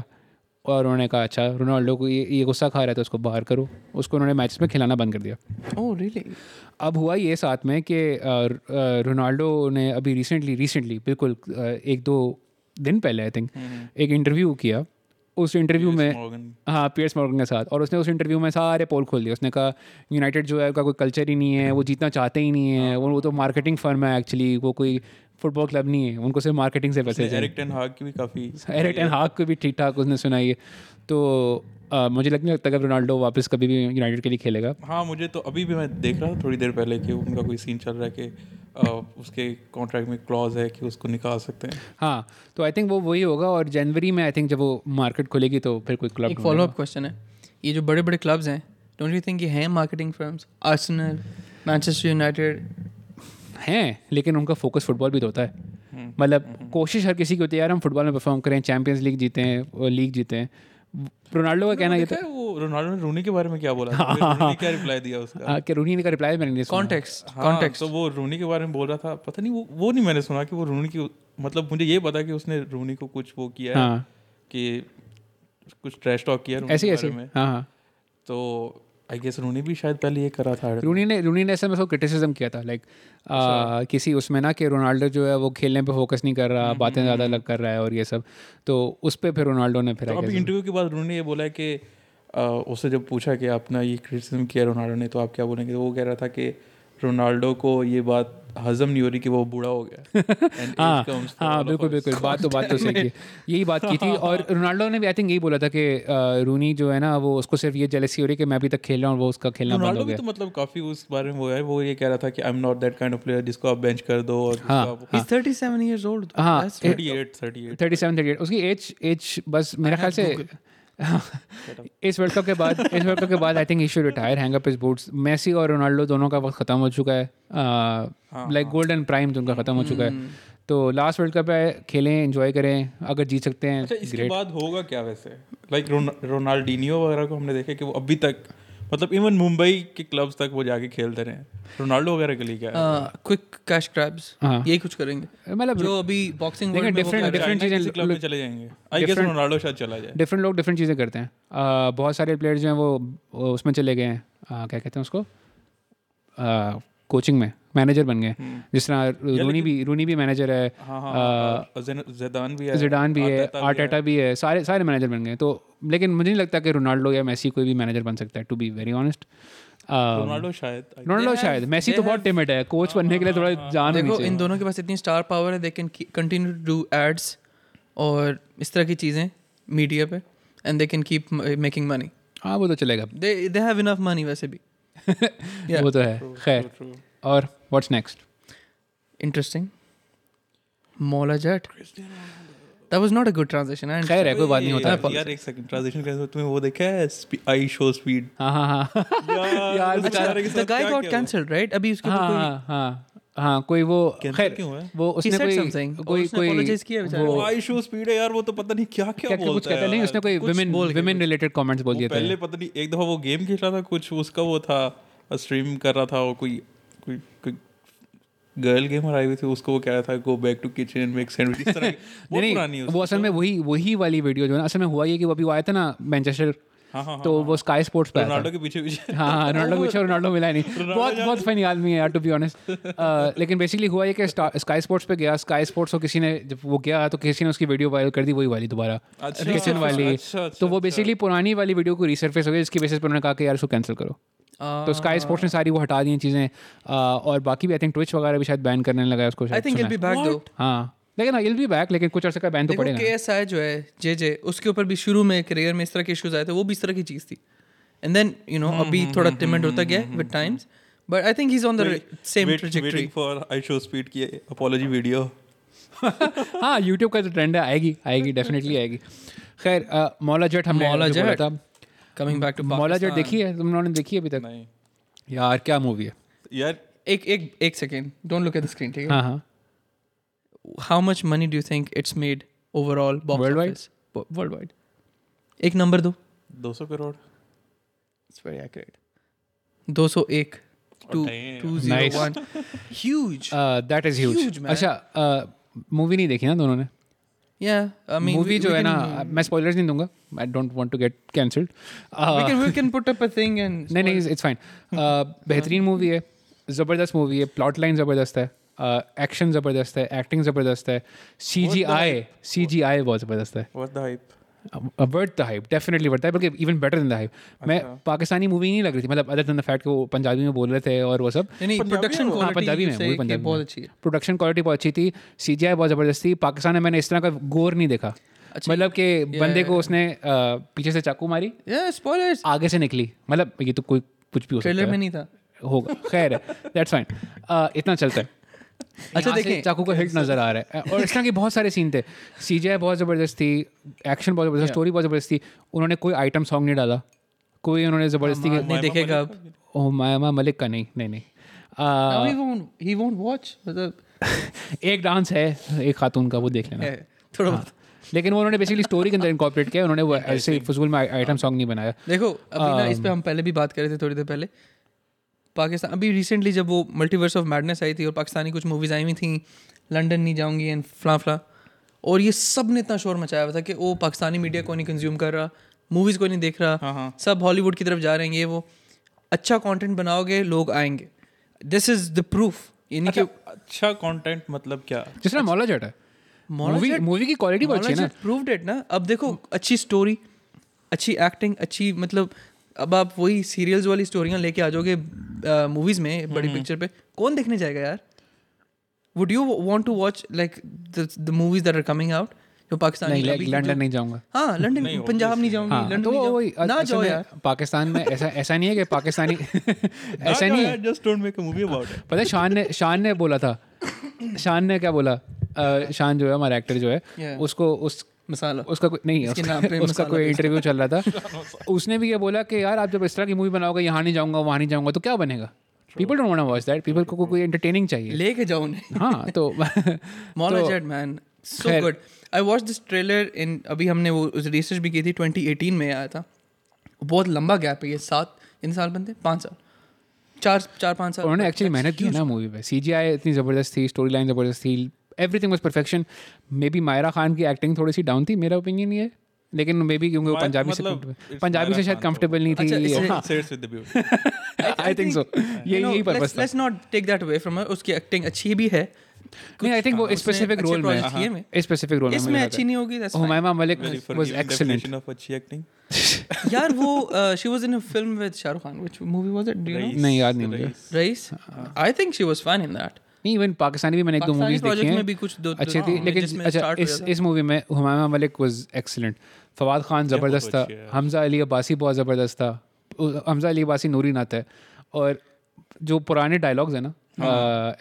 Speaker 2: اور انہوں نے کہا اچھا رونالڈو کو یہ یہ غصہ کھا رہا ہے تو اس کو باہر کرو اس کو انہوں نے میچز میں کھلانا بند کر دیا
Speaker 1: او ریلی
Speaker 2: اب ہوا یہ ساتھ میں کہ رونالڈو نے ابھی ریسنٹلی ریسنٹلی بالکل ایک دو دن پہلے آئی تھنک ایک انٹرویو کیا اس انٹرویو میں
Speaker 3: مورگن
Speaker 2: ہاں پیئرس مورگن کے ساتھ اور اس نے اس انٹرویو میں سارے پول کھول دیا اس نے کہا یونائٹیڈ جو ہے ان کا کوئی کلچر ہی نہیں ہے وہ جیتنا چاہتے ہی نہیں ہے وہ تو مارکیٹنگ فرم ہے ایکچولی وہ کوئی فٹ بال کلب نہیں ہے ان کو صرف مارکیٹنگ سے پیسے
Speaker 3: ایرک ٹین ہاگ کی بھی کافی
Speaker 2: ایرٹ اینڈ ہاک کو بھی ٹھیک ٹھاک اس نے سنائی ہے تو مجھے لگ نہیں لگتا کہ رونالڈو واپس کبھی بھی یونائٹیڈ کے لیے کھیلے گا
Speaker 3: ہاں مجھے تو ابھی بھی میں دیکھ رہا تھا تھوڑی دیر پہلے کہ ان کا کوئی سین چل رہا ہے کہ اس کے کانٹریکٹ میں کلوز ہے کہ اس کو نکال سکتے ہیں
Speaker 2: ہاں تو آئی تھنک وہ وہی ہوگا اور جنوری میں آئی تھنک جب وہ مارکیٹ کھلے گی تو پھر کوئی
Speaker 1: ایک
Speaker 2: کلب
Speaker 1: فالو اپ کوشچن ہے یہ جو بڑے بڑے کلبز ہیں ڈونٹ یو تھنک یہ ہیں marketing firms Arsenal Manchester United
Speaker 2: ہیں لیکن ان کا فوکس فٹ بال بھی تو ہوتا ہے مطلب کوشش ہر کسی کی ہوتی ہے یار ہم فٹ بال میں پرفارم کریں چیمپئنز لیگ جیتے ہیں لیگ جیتے ہیں رونالڈو کا کہنا یہ
Speaker 3: دیکھا ہے وہ رونالڈو نے رونی کے بارے میں کیا [laughs] بولا تھا رونی نے کیا رپلائی دیا اس کا
Speaker 2: تھا کہ رونی کا رپلائی میں نے
Speaker 1: کانٹیکس
Speaker 3: کانٹیکٹ ہاں، تو وہ رونی کے بارے میں بول رہا تھا پتہ نہیں وہ وہ نہیں میں نے سنا کہ وہ رونی کی مطلب مجھے یہ پتا کہ اس نے رونی کو کچھ وہ کیا ہے
Speaker 2: ہاں
Speaker 3: کہ کچھ ٹریش ٹاک کیا
Speaker 2: ایسے ایسے
Speaker 3: میں
Speaker 2: ہاں ہاں
Speaker 3: تو آئی گیس رونی بھی شاید پہلے یہ کرا تھا
Speaker 2: رونی نے رونی نے اصل میں اس کو کرٹیسزم کیا تھا لائک کسی اس میں نا کہ رونالڈو جو ہے وہ کھیلنے پہ فوکس نہیں کر رہا باتیں زیادہ لگ کر رہا ہے اور یہ سب تو اس پہ پھر رونالڈو نے پھر
Speaker 3: ابھی انٹرویو کے بعد رونی نے یہ بولا ہے کہ اس سے جب پوچھا کہ آپ نے یہ کرٹیسزم کیا رونالڈو نے تو آپ کیا بولیں گے وہ کہہ رہا تھا کہ رونالڈو کو یہ بات ہضم نہیں ہو رہی کہ وہ بوڑھا ہو
Speaker 2: [laughs]
Speaker 3: گیا And
Speaker 2: ہاں
Speaker 3: age comes for
Speaker 2: ہاں
Speaker 3: all of
Speaker 2: بالکل
Speaker 3: us.
Speaker 2: بالکل بات تو بات تو صحیح ہے یہی بات کی تھی اور رونالڈو نے بھی آئی تھنک یہی بولا تھا کہ رونی جو ہے نا وہ اس کو صرف یہ جیلسی ہو رہی ہے کہ میں ابھی تک کھیل رہا ہوں اور وہ اس کا کھیلنا بند
Speaker 3: رونالڈو
Speaker 2: ہو
Speaker 3: بھی
Speaker 2: گیا
Speaker 3: تو مطلب کافی اس بارے میں وہ ہے وہ یہ کہہ رہا تھا کہ I am not that kind of player جس کو آپ بینچ کر دو اور جس کو آپ- ہاں۔
Speaker 1: He's 37 years old.
Speaker 2: ہاں
Speaker 3: 38 38
Speaker 2: تھرٹی سیون تھرٹی ایٹ اس کی ایج ایج بس میرے خیال سے [laughs] اس ورلڈ کپ کے بعد اس ورلڈ کپ کے بعد I think issue retire hang up his boots Messi اور رونالڈو دونوں کا وقت ختم ہو چکا
Speaker 3: ہاں،
Speaker 2: ہے لائک گولڈن پرائم ان کا ختم ہو چکا ہے تو لاسٹ ورلڈ کپ ہے کھیلیں انجوائے کریں اگر جیت سکتے ہیں
Speaker 3: اچھا اس کے بعد ہوگا کیا ویسے لائک رونالڈینیو وغیرہ کو ہم نے دیکھا کہ وہ ابھی تک مطلب ایون ممبئی کے کلبس تک وہ جا کے کھیلتے رہے رونالڈو وغیرہ کے لیے کیا ہے
Speaker 1: کوئک کیش کرابس یہی کچھ کریں گے
Speaker 2: مطلب
Speaker 1: جو ابھی باکسنگ
Speaker 3: ڈفرینٹ چیزیں کلب میں چلے جائیں گے آئی گیس رونالڈو شاید چلا جائے
Speaker 2: ڈفرینٹ لوگ ڈفرینٹ چیزیں کرتے ہیں بہت سارے پلیئر جو ہیں وہ اس میں چلے گئے ہیں کیا کہتے ہیں اس کو کوچنگ میں مینیجر بن گئے جس طرح رونی بھی رونی بھی مینیجر ہے
Speaker 3: ہاں ہاں زیدان بھی ہے
Speaker 2: زیڈان بھی ہے آرٹیٹا بھی ہے سارے سارے مینیجر بن گئے تو لیکن مجھے نہیں لگتا کہ رونالڈو یا میسی کوئی بھی مینیجر بن سکتا ہے to be very honest
Speaker 3: Ronaldo شاید
Speaker 2: رونالڈو شاید میسی تو بہت ٹیمڈ ہے کوچ بننے کے لیے تھوڑا جان
Speaker 1: دیکھو ان دونوں کے پاس اتنی اسٹار پاور ہے they can continue to do ads اور اس طرح کی چیزیں میڈیا پہ and they can keep making money
Speaker 2: ہاں وہ تو چلے گا
Speaker 1: دے دے ہیو انف منی ویسے بھی
Speaker 2: وہ تو ہے خیر اور what's next
Speaker 1: interesting Maula Jatt that was not a good transaction
Speaker 2: خیر ہے کوئی بات نہیں ہوتا
Speaker 3: یار ایک سیکنڈ ٹرانزیشن کیسے تمہیں وہ دیکھا ہے آئی شو اسپیڈ
Speaker 2: [laughs] ہاں ہاں ہاں
Speaker 3: یار
Speaker 1: the guy got cancelled right ابھی اس کے اوپر کوئی-
Speaker 2: ہاں ہاں ہاں کوئی وہ خیر وہ اس نے کوئی کوئی
Speaker 3: آئی شو اسپیڈ ہے یار وہ تو پتہ نہیں کیا کیا
Speaker 2: کچھ
Speaker 3: بولتا
Speaker 2: کہتا
Speaker 3: ہے
Speaker 2: نہیں اس نے کوئی ویمن ویمن ریلیٹڈ کامنٹس بول دیے تھے
Speaker 3: پہلے پتہ نہیں ایک دفعہ وہ گیم کھیل رہا تھا کچھ اس کا وہ تھا اسٹریم کر رہا تھا وہ کوئی کوئی کوئی گرل گیمر آئی ہوئی تھی اس کو وہ کہہ رہا تھا go back to kitchen make sandwich
Speaker 2: [laughs]
Speaker 3: اس طرح وہ پرانی ہے
Speaker 2: نہیں وہ اصل میں وہی وہی والی ویڈیو جو ہے نا اصل میں ہوا یہ کہ وہ ابھی آیا تھا نا مینچسٹر تو وہ اسکائی اسپورٹس پہ آیا
Speaker 3: ہاں، رونالڈو کے پیچھے پیچھے
Speaker 2: ہاں رونالڈو پوچھا رونالڈو ملا نہیں بہت بہت فنی آدمی ہے یار ٹو بی آنیسٹ لیکن بیسکلی ہوا یہ کہ اسکائی اسپورٹس پہ گیا اسکائی اسپورٹس کو کسی نے جب وہ گیا تو کسی نے اس کی ویڈیو وائرل کر دی وہی والی دوبارہ کچن والی تو وہ بیسکلی پرانی والی ویڈیو کو ریسرفیس ہو گئی جس کی بیسس پہ انہوں نے کہا کہ یار اس کو کینسل کرو تو اسکائی اسپورٹس نے ساری وہ ہٹا دی چیزیں اور باقی بھی آئی تھنک ٹوئچ وغیرہ بھی شاید بین کرنے لگا ہے اس کو
Speaker 1: آئی تھنک بی بیک دو
Speaker 2: ہاں لیکن ول بی بیک لیکن کچھ عرصے کا بین تو
Speaker 1: دیکھو
Speaker 2: پڑے
Speaker 1: کے
Speaker 2: گا
Speaker 1: ایس آئی جو ہے جے جے اس کے اوپر بھی شروع میں کریئر میں اس طرح کے ایشوز آئے تھے وہ بھی اس طرح کی چیز تھی اینڈ دین یو نو ابھی تھوڑا ٹیمنٹ ہوتا گیا with times but I think he is on the same trajectory
Speaker 3: for I show speed کی اپالوجی ویڈیو
Speaker 2: ہاں یوٹیوب کا جو ٹرینڈ ہے آئے گی آئے گی ڈیفینیٹلی آئے گی خیر مولا جٹ ہم نے تھا
Speaker 1: coming back to
Speaker 2: Maula Jatt دیکھی ہے تم نے دیکھی ابھی تک
Speaker 3: نہیں
Speaker 2: یار کیا مووی ہے
Speaker 3: یار
Speaker 1: ایک ایک ایک second don't look at the screen ٹھیک ہے
Speaker 2: ہاں ہاں
Speaker 1: how much money do you think it's made overall
Speaker 2: World
Speaker 1: world
Speaker 2: wide?
Speaker 1: Wide world wide ایک نمبر دو
Speaker 3: دو سو کروڑ
Speaker 1: دو سو ایک two two
Speaker 2: Oh, Nice.
Speaker 1: Zero one
Speaker 2: [laughs]
Speaker 1: huge
Speaker 2: that is huge اچھا مووی نہیں دیکھی نا دونوں نے
Speaker 1: یا
Speaker 2: مووی جو ہے نا میں اسپوائلرز نہیں دوں گا I don't want to get cancelled
Speaker 1: نہیں
Speaker 2: ہاں۔ [laughs] نہیں نہیں اٹس فائن بہترین مووی ہے زبردست مووی ہے پلاٹ لائن زبردست ہے ایکشن زبردست ہے ایکٹنگ زبردست ہے سی جی آئی سی جی آئی بہت زبردست ہے
Speaker 3: what the hype
Speaker 2: worth the hype definitely worth ہے بلکہ even better than the hype میں
Speaker 1: اچھا۔
Speaker 2: پاکستانی مووی نہیں لگ رہی تھی مطلب ادر دین دا فیکٹ کہ وہ پنجابی میں بول رہے تھے اور وہ سب
Speaker 1: نہیں پروڈکشن
Speaker 2: ہاں پنجابی میں وہ
Speaker 1: کوالٹی
Speaker 2: پنجابی
Speaker 1: بہت اچھی ہے
Speaker 2: پروڈکشن کوالٹی بہت اچھی تھی سی جی آئی بہت زبردست تھی پاکستان میں میں نے اس طرح کا گور نہیں دیکھا
Speaker 1: اچھا،
Speaker 2: مطلب کہ بندے کو اس نے پیچھے سے چاقو ماری
Speaker 1: یا اسپوائلرز
Speaker 2: آگے سے نکلی مطلب یہ تو کوئی کچھ بھی ہو
Speaker 1: ٹریلر
Speaker 2: سکتا
Speaker 1: میں نہیں تھا
Speaker 2: ہے ہوگا خیر ہے دیٹس فائن اتنا چلتا ہے
Speaker 1: اچھا دیکھیں
Speaker 2: چاقو کا ہٹ نظر آ رہا ہے اور اس طرح کے بہت سارے سین تھے سی جی آئی بہت زبردست تھی ایکشن بہت زبردست اسٹوری بہت زبردست تھی انہوں نے کوئی آئٹم سانگ نہیں ڈالا کوئی انہوں نے زبردستی
Speaker 1: نہیں دیکھے گا
Speaker 2: او مایاما ملک کا نہیں نہیں نہیں
Speaker 1: اب ہی وونٹ واچ مطلب
Speaker 2: ایک ڈانس ہے ایک خاتون کا وہ دیکھ لینا
Speaker 1: تھوڑا بہت
Speaker 2: لیکن وہ انہوں نے بیسکلی اسٹوری کے اندر انکارپوریٹ کیا انہوں نے
Speaker 1: [laughs]
Speaker 2: وہ ایسے فضول میں آئٹم سانگ نہیں بنایا
Speaker 1: دیکھو ابھی نا اس پہ ہم پہلے بھی بات کر رہے تھے تھوڑی دیر پہلے پاکستان ابھی ریسنٹلی جب وہ ملٹی ورس آف میڈنس آئی تھی اور پاکستانی کچھ موویز آئی ہوئی تھیں لنڈن نہیں جاؤں گی اینڈ فلاں فلاں اور یہ سب نے اتنا شور مچایا ہوا تھا کہ وہ پاکستانی میڈیا کو نہیں کنزیوم کر رہا موویز کو نہیں دیکھ رہا سب ہالی ووڈ کی طرف جا رہے ہیں یہ وہ اچھا کانٹینٹ بناؤ گے لوگ آئیں گے دس از دا پروف یعنی کہ
Speaker 3: اچھا کانٹینٹ مطلب کیا
Speaker 2: جس طرح مولا جٹ ہے مووی مووی کی کوالٹی بہت اچھی ہے نا
Speaker 1: پرووڈ اٹ نا اب دیکھو اچھی اسٹوری اچھی ایکٹنگ اچھی مطلب اب آپ وہی سیریلز والی اسٹوریاں لے کے آ جاؤ گے موویز میں بڑی پکچر پہ کون دیکھنے جائے گا یار would you want to watch like the movies that are coming out جو پاکستان
Speaker 2: نہیں لنڈن نہیں جاؤں گا
Speaker 1: ہاں لنڈن پنجاب نہیں جاؤں گی لنڈن
Speaker 2: ہاں
Speaker 1: نہ جاؤ یار
Speaker 2: پاکستان میں ایسا ایسا نہیں ہے کہ
Speaker 1: [laughs]
Speaker 2: پاکستانی ایسا نہیں ہے
Speaker 3: just don't make a movie about
Speaker 2: [laughs] پتہ ہے شان نے شان نے بولا تھا شان نے کیا بولا شان جو ہے ہمارا ایکٹر جو ہے اس کو اس
Speaker 1: مسالہ
Speaker 2: اس کا کوئی نہیں [laughs] اس کا کوئی انٹرویو چل
Speaker 1: [laughs]
Speaker 2: رہا تھا اس نے بھی یہ بولا کہ یار آپ جب اس طرح کی مووی بناؤ گے یہاں نہیں جاؤں گا وہاں نہیں جاؤں گا تو کیا بنے گا people don't wanna watch that people کو کوئی انٹرٹیننگ
Speaker 1: [laughs]
Speaker 2: چاہیے
Speaker 1: لے کے جاؤ انہیں
Speaker 2: ہاں تو [laughs]
Speaker 1: Maula Jatt man so good I watch this trailer in ابھی ہم نے وہ ریسرچ بھی کی تھی ٹوئنٹی ایٹین میں آیا تھا بہت لمبا گیپ ہے یہ سات ان سال بنتے پانچ سال چار چار پانچ سال
Speaker 2: انہوں نے ایکچولی محنت کی نا مووی پہ سی جی آئی اتنی زبردست تھی اسٹوری لائن زبردست تھی everything was perfection maybe Maira Khan کی ایکٹنگ تھوڑی سی ڈاؤن تھی میرا اوپینین یہ لیکن مے بی کیونکہ وہ پنجابی
Speaker 1: مطلب
Speaker 2: سے پنجابی سے شاید کمفرٹیبل نہیں
Speaker 1: اچھا،
Speaker 2: تھی ہاں. [laughs] آئی تھنک سو یہی پرپز تھا
Speaker 1: let's not take that away from اس کی ایکٹنگ اچھی بھی ہے
Speaker 2: نہیں آئی تھنک
Speaker 1: ہاں،
Speaker 2: وہ اسپیسیفک رول میں اسپیسیفک رول
Speaker 1: اس میں اچھی نہیں ہوگی
Speaker 2: ہمایمہ ملک واز ایکسلنٹ
Speaker 3: اچھی ایکٹنگ
Speaker 1: یار وہ she was in film with Shah Rukh Khan which movie was it do نو
Speaker 2: نہیں یاد نہیں مجھے
Speaker 1: Raees I think she was fan in that
Speaker 2: نہیں ایون پاکستانی بھی میں نے ایک دو موویز دیکھی
Speaker 1: میں
Speaker 2: ہیں
Speaker 1: بھی کچھ دو ہاں،
Speaker 2: اچھے تھی لیکن اچھا اس اس مووی میں ہمایمہ ملک واز ایکسلنٹ فواد خان زبردست تھا حمزہ علی عباسی بہت زبردست تھا حمزہ علی عباسی نوری نعت ہے اور جو پرانے ڈائلاگز ہیں نا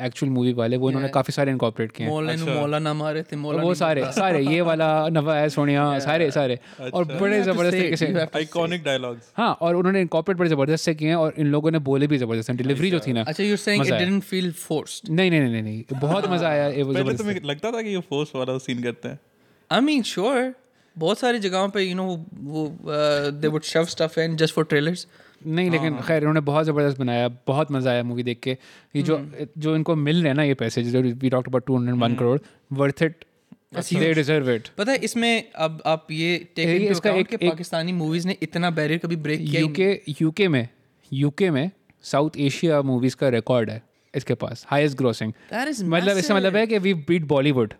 Speaker 2: ایکچوئل مووی والے وہ انہوں نے کافی سارے انکارپریٹ کیے ہیں
Speaker 1: ہاں۔ مولانا مولانا مارے تھے مولانا
Speaker 2: وہ سارے سارے یہ والا نوا ہے سونیا سارے سارے
Speaker 3: اچھا۔
Speaker 2: اور بڑے زبردست طریقے سے
Speaker 3: آئیکونک ڈائلاگس
Speaker 2: ہاں اور انہوں نے انکارپریٹ بڑے زبردست سے کیے ہیں اور ان لوگوں نے بولے بھی زبردست ہیں ڈلیوری جو تھی نا
Speaker 1: اچھا you seeing it didn't feel forced
Speaker 2: نہیں نہیں نہیں نہیں بہت مزہ آیا یہ
Speaker 3: پہلے تو مجھے لگتا تھا کہ یہ فورس والا سین کرتے ہیں
Speaker 1: آئی مین شیور بہت ساری جگہوں پہ یو نو وہ uh, they would show stuff and just for trailers
Speaker 2: نہیں لیکن خیر انہوں نے بہت زبردست بنایا بہت مزہ آیا مووی دیکھ کے یہ جو جو ان کو مل رہے ہیں نا یہ پیسے جو we talk about two hundred one crore worth it they deserve it
Speaker 1: پتہ ہے اس میں اب آپ یہ ٹیک اس کا ایک کہ پاکستانی موویز نے اتنا بیریئر کبھی بریک کیا
Speaker 2: یو کے یو کے میں یو کے میں ساؤتھ ایشیا موویز کا ریکارڈ ہے اس کے پاس ہائیسٹ گروسنگ مطلب اس کا مطلب ہے کہ وی بیٹ بالی ووڈ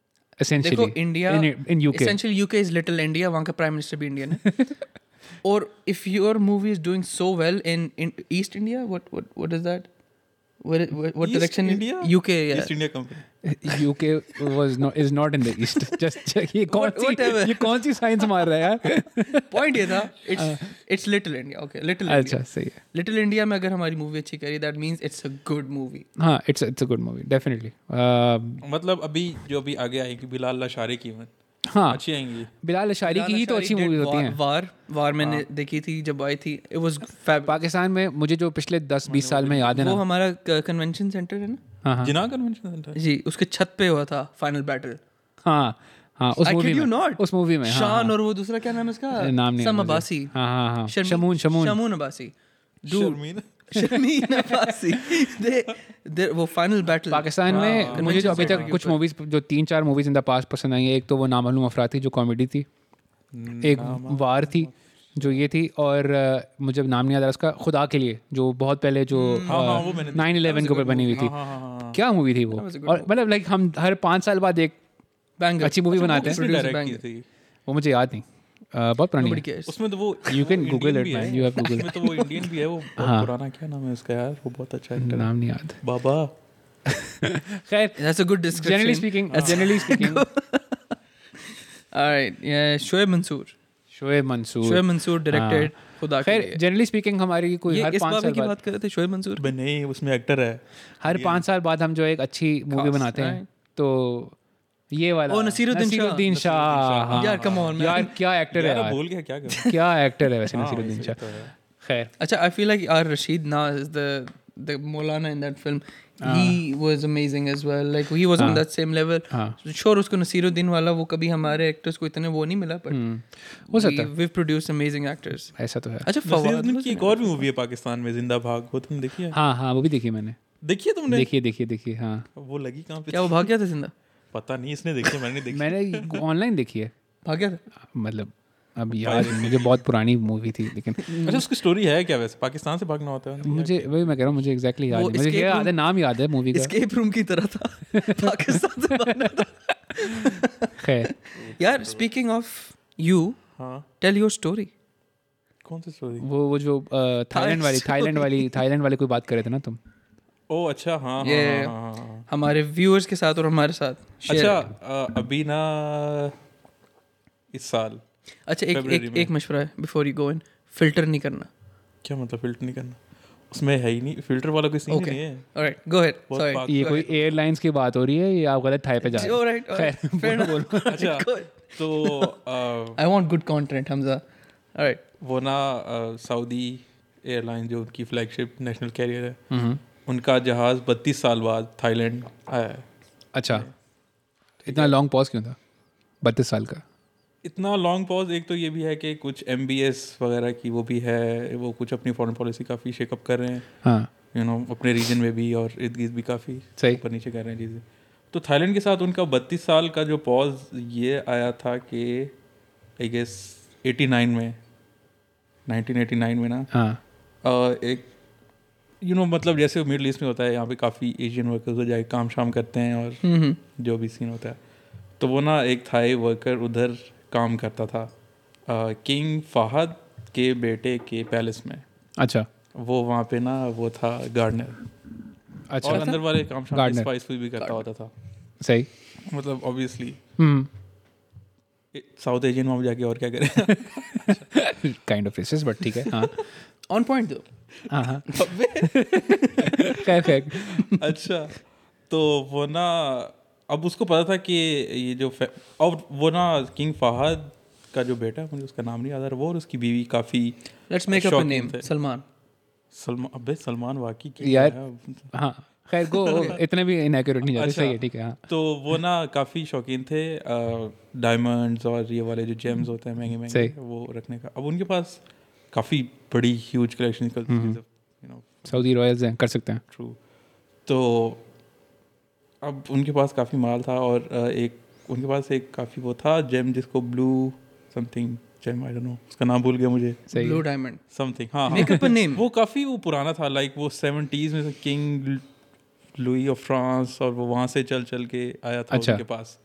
Speaker 1: دیکھو
Speaker 2: essentially
Speaker 1: India
Speaker 2: in U K
Speaker 1: essentially U K is little India وہاں کا پرائم منسٹر بھی انڈین
Speaker 2: [laughs]
Speaker 1: ہے اور if your movie is doing so well in East India what what is that what direction U K
Speaker 3: East India company
Speaker 2: U K was is not in the asset just یہ کون سی یہ کون سی سائنس مار رہا ہے یار
Speaker 1: پوائنٹ یہ
Speaker 2: [laughs]
Speaker 1: تھا
Speaker 2: Uh.
Speaker 1: It's little India okay little
Speaker 2: اچھا صحیح ہے
Speaker 1: لٹل انڈیا میں اگر ہماری مووی اچھی کری that means it's a good movie
Speaker 2: ہاں it's it's a good movie definitely
Speaker 3: مطلب ابھی جو ابھی آگے آئے گی بلال لاشارے کی ایون
Speaker 2: ہاں
Speaker 3: اچھی آئیں گی
Speaker 1: اچھا۔
Speaker 2: بلال اشاری کی ہی تو اچھی موویز ہوتی ہیں ہاں۔
Speaker 1: وار وار میں نے دیکھی تھی جب آئی تھی اٹ واز
Speaker 2: پاکستان میں مجھے جو پچھلے دس بیس سال میں یاد ہے نا
Speaker 1: وہ ہمارا کنونشن سینٹر ہے نا
Speaker 2: ہاں
Speaker 3: جنا کنونشن سینٹر
Speaker 1: جی اس کے چھت پہ ہوا تھا فائنل بیٹل
Speaker 2: ہاں ہاں اس مووی میں اس مووی میں ہاں،
Speaker 1: شان اور وہ دوسرا کیا نام ہے اس کا
Speaker 2: نام نہیں
Speaker 1: سم عباسی
Speaker 2: ہاں ہاں ہاں شمون شمون
Speaker 1: شمون عباسی
Speaker 3: شرمین
Speaker 2: [laughs]
Speaker 1: شمین عباسی وہ فائنل بیٹل
Speaker 2: پاکستان میں مجھے جو ابھی تک کچھ موویز جو تین چار موویز ان دا پاس پسند آئی ہیں ایک تو وہ نامعلوم افراد تھی جو کامیڈی تھی ایک وار تھی جو یہ تھی اور مجھے نام نہیں یاد آ رہا اس کا خدا کے لیے جو بہت پہلے جو
Speaker 1: ہاں،
Speaker 2: نائن الیون کے اوپر بنی ہوئی تھی کیا مووی تھی وہ اور مطلب لائک ہم ہر پانچ سال بعد ایک
Speaker 1: بینگ
Speaker 2: اچھی مووی بناتے ہیں
Speaker 3: ڈائریکٹ کی تھی
Speaker 2: وہ مجھے یاد نہیں بہت پرانی
Speaker 3: اس میں تو وہ
Speaker 2: You can Google it, man. You have Google.
Speaker 3: میں تو وہ انڈین بھی ہے وہ پرانا کیا نام ہے اس کا یار وہ بہت اچھا ایکٹر
Speaker 2: نام نہیں یاد
Speaker 3: بابا
Speaker 2: خیر
Speaker 1: that's a good
Speaker 2: generally
Speaker 1: description
Speaker 2: speaking generally speaking
Speaker 1: [laughs] Shoaib Mansoor
Speaker 2: Shoaib Mansoor ہاں.
Speaker 1: شعیب منصور ڈائریکٹڈ خدا
Speaker 2: خیر جنرلی اسپیکنگ ہماری کوئی ہر
Speaker 1: اس
Speaker 2: پانچ
Speaker 1: بابے
Speaker 2: سال
Speaker 1: کی
Speaker 2: بعد
Speaker 1: بات کر رہے تھے شعیب منصور
Speaker 3: نہیں اس میں ایکٹر ہے
Speaker 2: ہر پانچ سال بعد ہم جو ایک اچھی مووی بناتے ہیں تو یہ والا نصیر الدین شاہ ہاں،
Speaker 1: یار کم آن
Speaker 2: یار کیا ایکٹر ہے
Speaker 3: بول گیا کیا کر
Speaker 2: کیا ایکٹر ہے ویسے نصیر الدین شاہ خیر
Speaker 1: اچھا I feel like are Rashid نا از the the Maulana in that film
Speaker 2: ہاں.
Speaker 1: He was amazing as well like he was on that same level
Speaker 2: ہاں.
Speaker 1: شور اس کو نصیر الدین والا وہ کبھی ہمارے ایکٹرس کو اتنے وہ نہیں ملا بٹ
Speaker 2: ہو سکتا ہے
Speaker 1: وی پروڈیوس امیزنگ ایکٹرس
Speaker 2: ایسا تو ہے
Speaker 1: اچھا فواد
Speaker 3: کی ایک اور بھی مووی ہے پاکستان میں زندہ بھاگ وہ تم دیکھیے
Speaker 2: ہاں ہاں وہ بھی دیکھی میں نے
Speaker 3: دیکھیے تم نے
Speaker 2: دیکھیے دیکھیے دیکھیے ہاں
Speaker 3: وہ لگی کہاں پہ
Speaker 1: کیا وہ بھاگ گیا تھا زندہ
Speaker 3: پتا نہیں اس نے دیکھی میں نے دیکھی
Speaker 2: میں نے آن لائن دیکھی ہے
Speaker 1: بھاگ گیا تھا
Speaker 2: مطلب اب یار مجھے بہت پرانی مووی تھی لیکن
Speaker 3: اچھا اس کی اسٹوری ہے کیا ویسے پاکستان سے بھاگنا ہوتا ہے
Speaker 2: مجھے وہی میں کہہ رہا ہوں مجھے ایگزیکٹلی یاد مجھے یہ یاد ہے نام یاد ہے مووی کا
Speaker 1: اسکیپ روم کی طرح تھا پاکستان سے بھاگنا تھا
Speaker 2: خیر
Speaker 1: یار اسپیکنگ آف یو
Speaker 3: ہاں
Speaker 1: ٹیل یور اسٹوری
Speaker 3: کون سی اسٹوری
Speaker 2: وہ وہ جو تھائی لینڈ
Speaker 3: [laughs]
Speaker 2: والی تھائی لینڈ والی تھائی لینڈ والی کوئی بات کرے تھے نا تم
Speaker 3: او اچھا ہاں
Speaker 1: یہ ہمارے ویورز کے ساتھ اور ہمارے ساتھ
Speaker 3: اچھا ابھی نا اس سال
Speaker 1: اچھا ایک ایک مشورہ ہے before you go in filter نہیں کرنا
Speaker 3: کیا مطلب فلٹر نہیں کرنا اس میں ہے ہی نہیں فلٹر والا کوئی سین نہیں ہے
Speaker 1: Alright, go ahead.
Speaker 3: بہت
Speaker 1: Sorry.
Speaker 3: پاک-
Speaker 2: یہ کوئی ایئر لائنس کی بات ہو رہی ہے یہ آپ غلط تھائی پہ جا رہے
Speaker 1: Alright, alright. Fair enough. [laughs]
Speaker 3: اچھا تو
Speaker 1: I want good content, Hamza. Alright.
Speaker 3: وہ نا سعودی ایئر لائن جو ان کی فلیگ شپ نیشنل کیریئر ہے ان کا جہاز بتیس سال بعد تھائی لینڈ آیا ہے
Speaker 2: اچھا اتنا لانگ پاز کیوں تھا بتیس سال کا
Speaker 3: اتنا لانگ پاز ایک تو یہ بھی ہے کہ کچھ ایم بی ایس وغیرہ کی وہ بھی ہے وہ کچھ اپنی فارن پالیسی کافی شیک اپ کر رہے ہیں
Speaker 2: ہاں
Speaker 3: یو نو اپنے ریجن میں بھی اور ارد گرد بھی کافی
Speaker 2: صحیح
Speaker 3: اوپر نیچے کر رہے ہیں چیزیں تو تھائی لینڈ کے ساتھ ان کا بتیس سال کا جو پاز یہ آیا تھا کہ آئی گیس ایٹی نائن میں نائنٹین ایٹی نائن میں نا
Speaker 2: ہاں
Speaker 3: ایک یو نو مطلب جیسے مڈل ایسٹ میں ہوتا ہے یہاں پہ کافی ایشین ورکرز ہو جائے کام شام کرتے ہیں اور
Speaker 1: Mm-hmm.
Speaker 3: جو بھی سین ہوتا ہے تو وہ نا ایک تھائی ورکر ادھر کام کرتا تھا کنگ فہد کے بیٹے کے پیلس میں
Speaker 2: اچھا
Speaker 3: وہ وہاں پہ نا وہ تھا گارڈنر
Speaker 2: اچھا
Speaker 3: اور اندر والے کام شام
Speaker 2: Gardener.
Speaker 3: اسپائس بھی کرتا ہوتا تھا
Speaker 2: صحیح
Speaker 3: مطلب آبویسلی
Speaker 2: ہوں
Speaker 3: ساؤتھ ایشین میں جا کے اور کیا کریں
Speaker 2: کائنڈ آف ریسز بٹ ٹھیک ہے ہاں
Speaker 1: On point, though.
Speaker 2: ہاں ہاں خیر خیر
Speaker 3: [laughs] اچھا تو وہ نا اب اس کو پتا تھا کہ یہ جو اور وہ نا کنگ فہد کا جو بیٹا ہے مجھے اس کا نام نہیں یاد آ رہا وہ اور اس کی بیوی کافی
Speaker 1: Let's make up a
Speaker 3: Shocking
Speaker 1: name.
Speaker 3: thing.
Speaker 1: Salman.
Speaker 3: Salman اب سلمان واقعی
Speaker 2: یار ہاں خیر گو اتنے بھی انیکوریٹ نہیں
Speaker 3: اچھا۔
Speaker 2: جاتے صحیح ہے ٹھیک ہے ہاں
Speaker 3: تو وہ نا کافی شوقین تھے ڈائمنڈز اور یہ والے جو جیمز ہوتے ہیں مہنگے مہنگے وہ رکھنے کا اب ان کے پاس کافی بڑی ہیوج کلیکشن
Speaker 2: سعودی رائلز ہیں کر سکتے ہیں
Speaker 3: ٹرو تو اب ان کے پاس کافی مال تھا اور آ، ایک ان کے پاس ایک کافی وہ تھا جیم جس کو blue something gem I don't know اس کا نام بھول گیا مجھے
Speaker 2: صحیح
Speaker 1: Blue Diamond.
Speaker 3: سم تھنگ ہاں
Speaker 1: Make up a name.
Speaker 3: وہ کافی وہ پرانا تھا لائک وہ سیونٹیز میں سے کنگ لوئی آف فرانس اور وہ وہاں سے چل چل کے آیا تھا ان کے پاس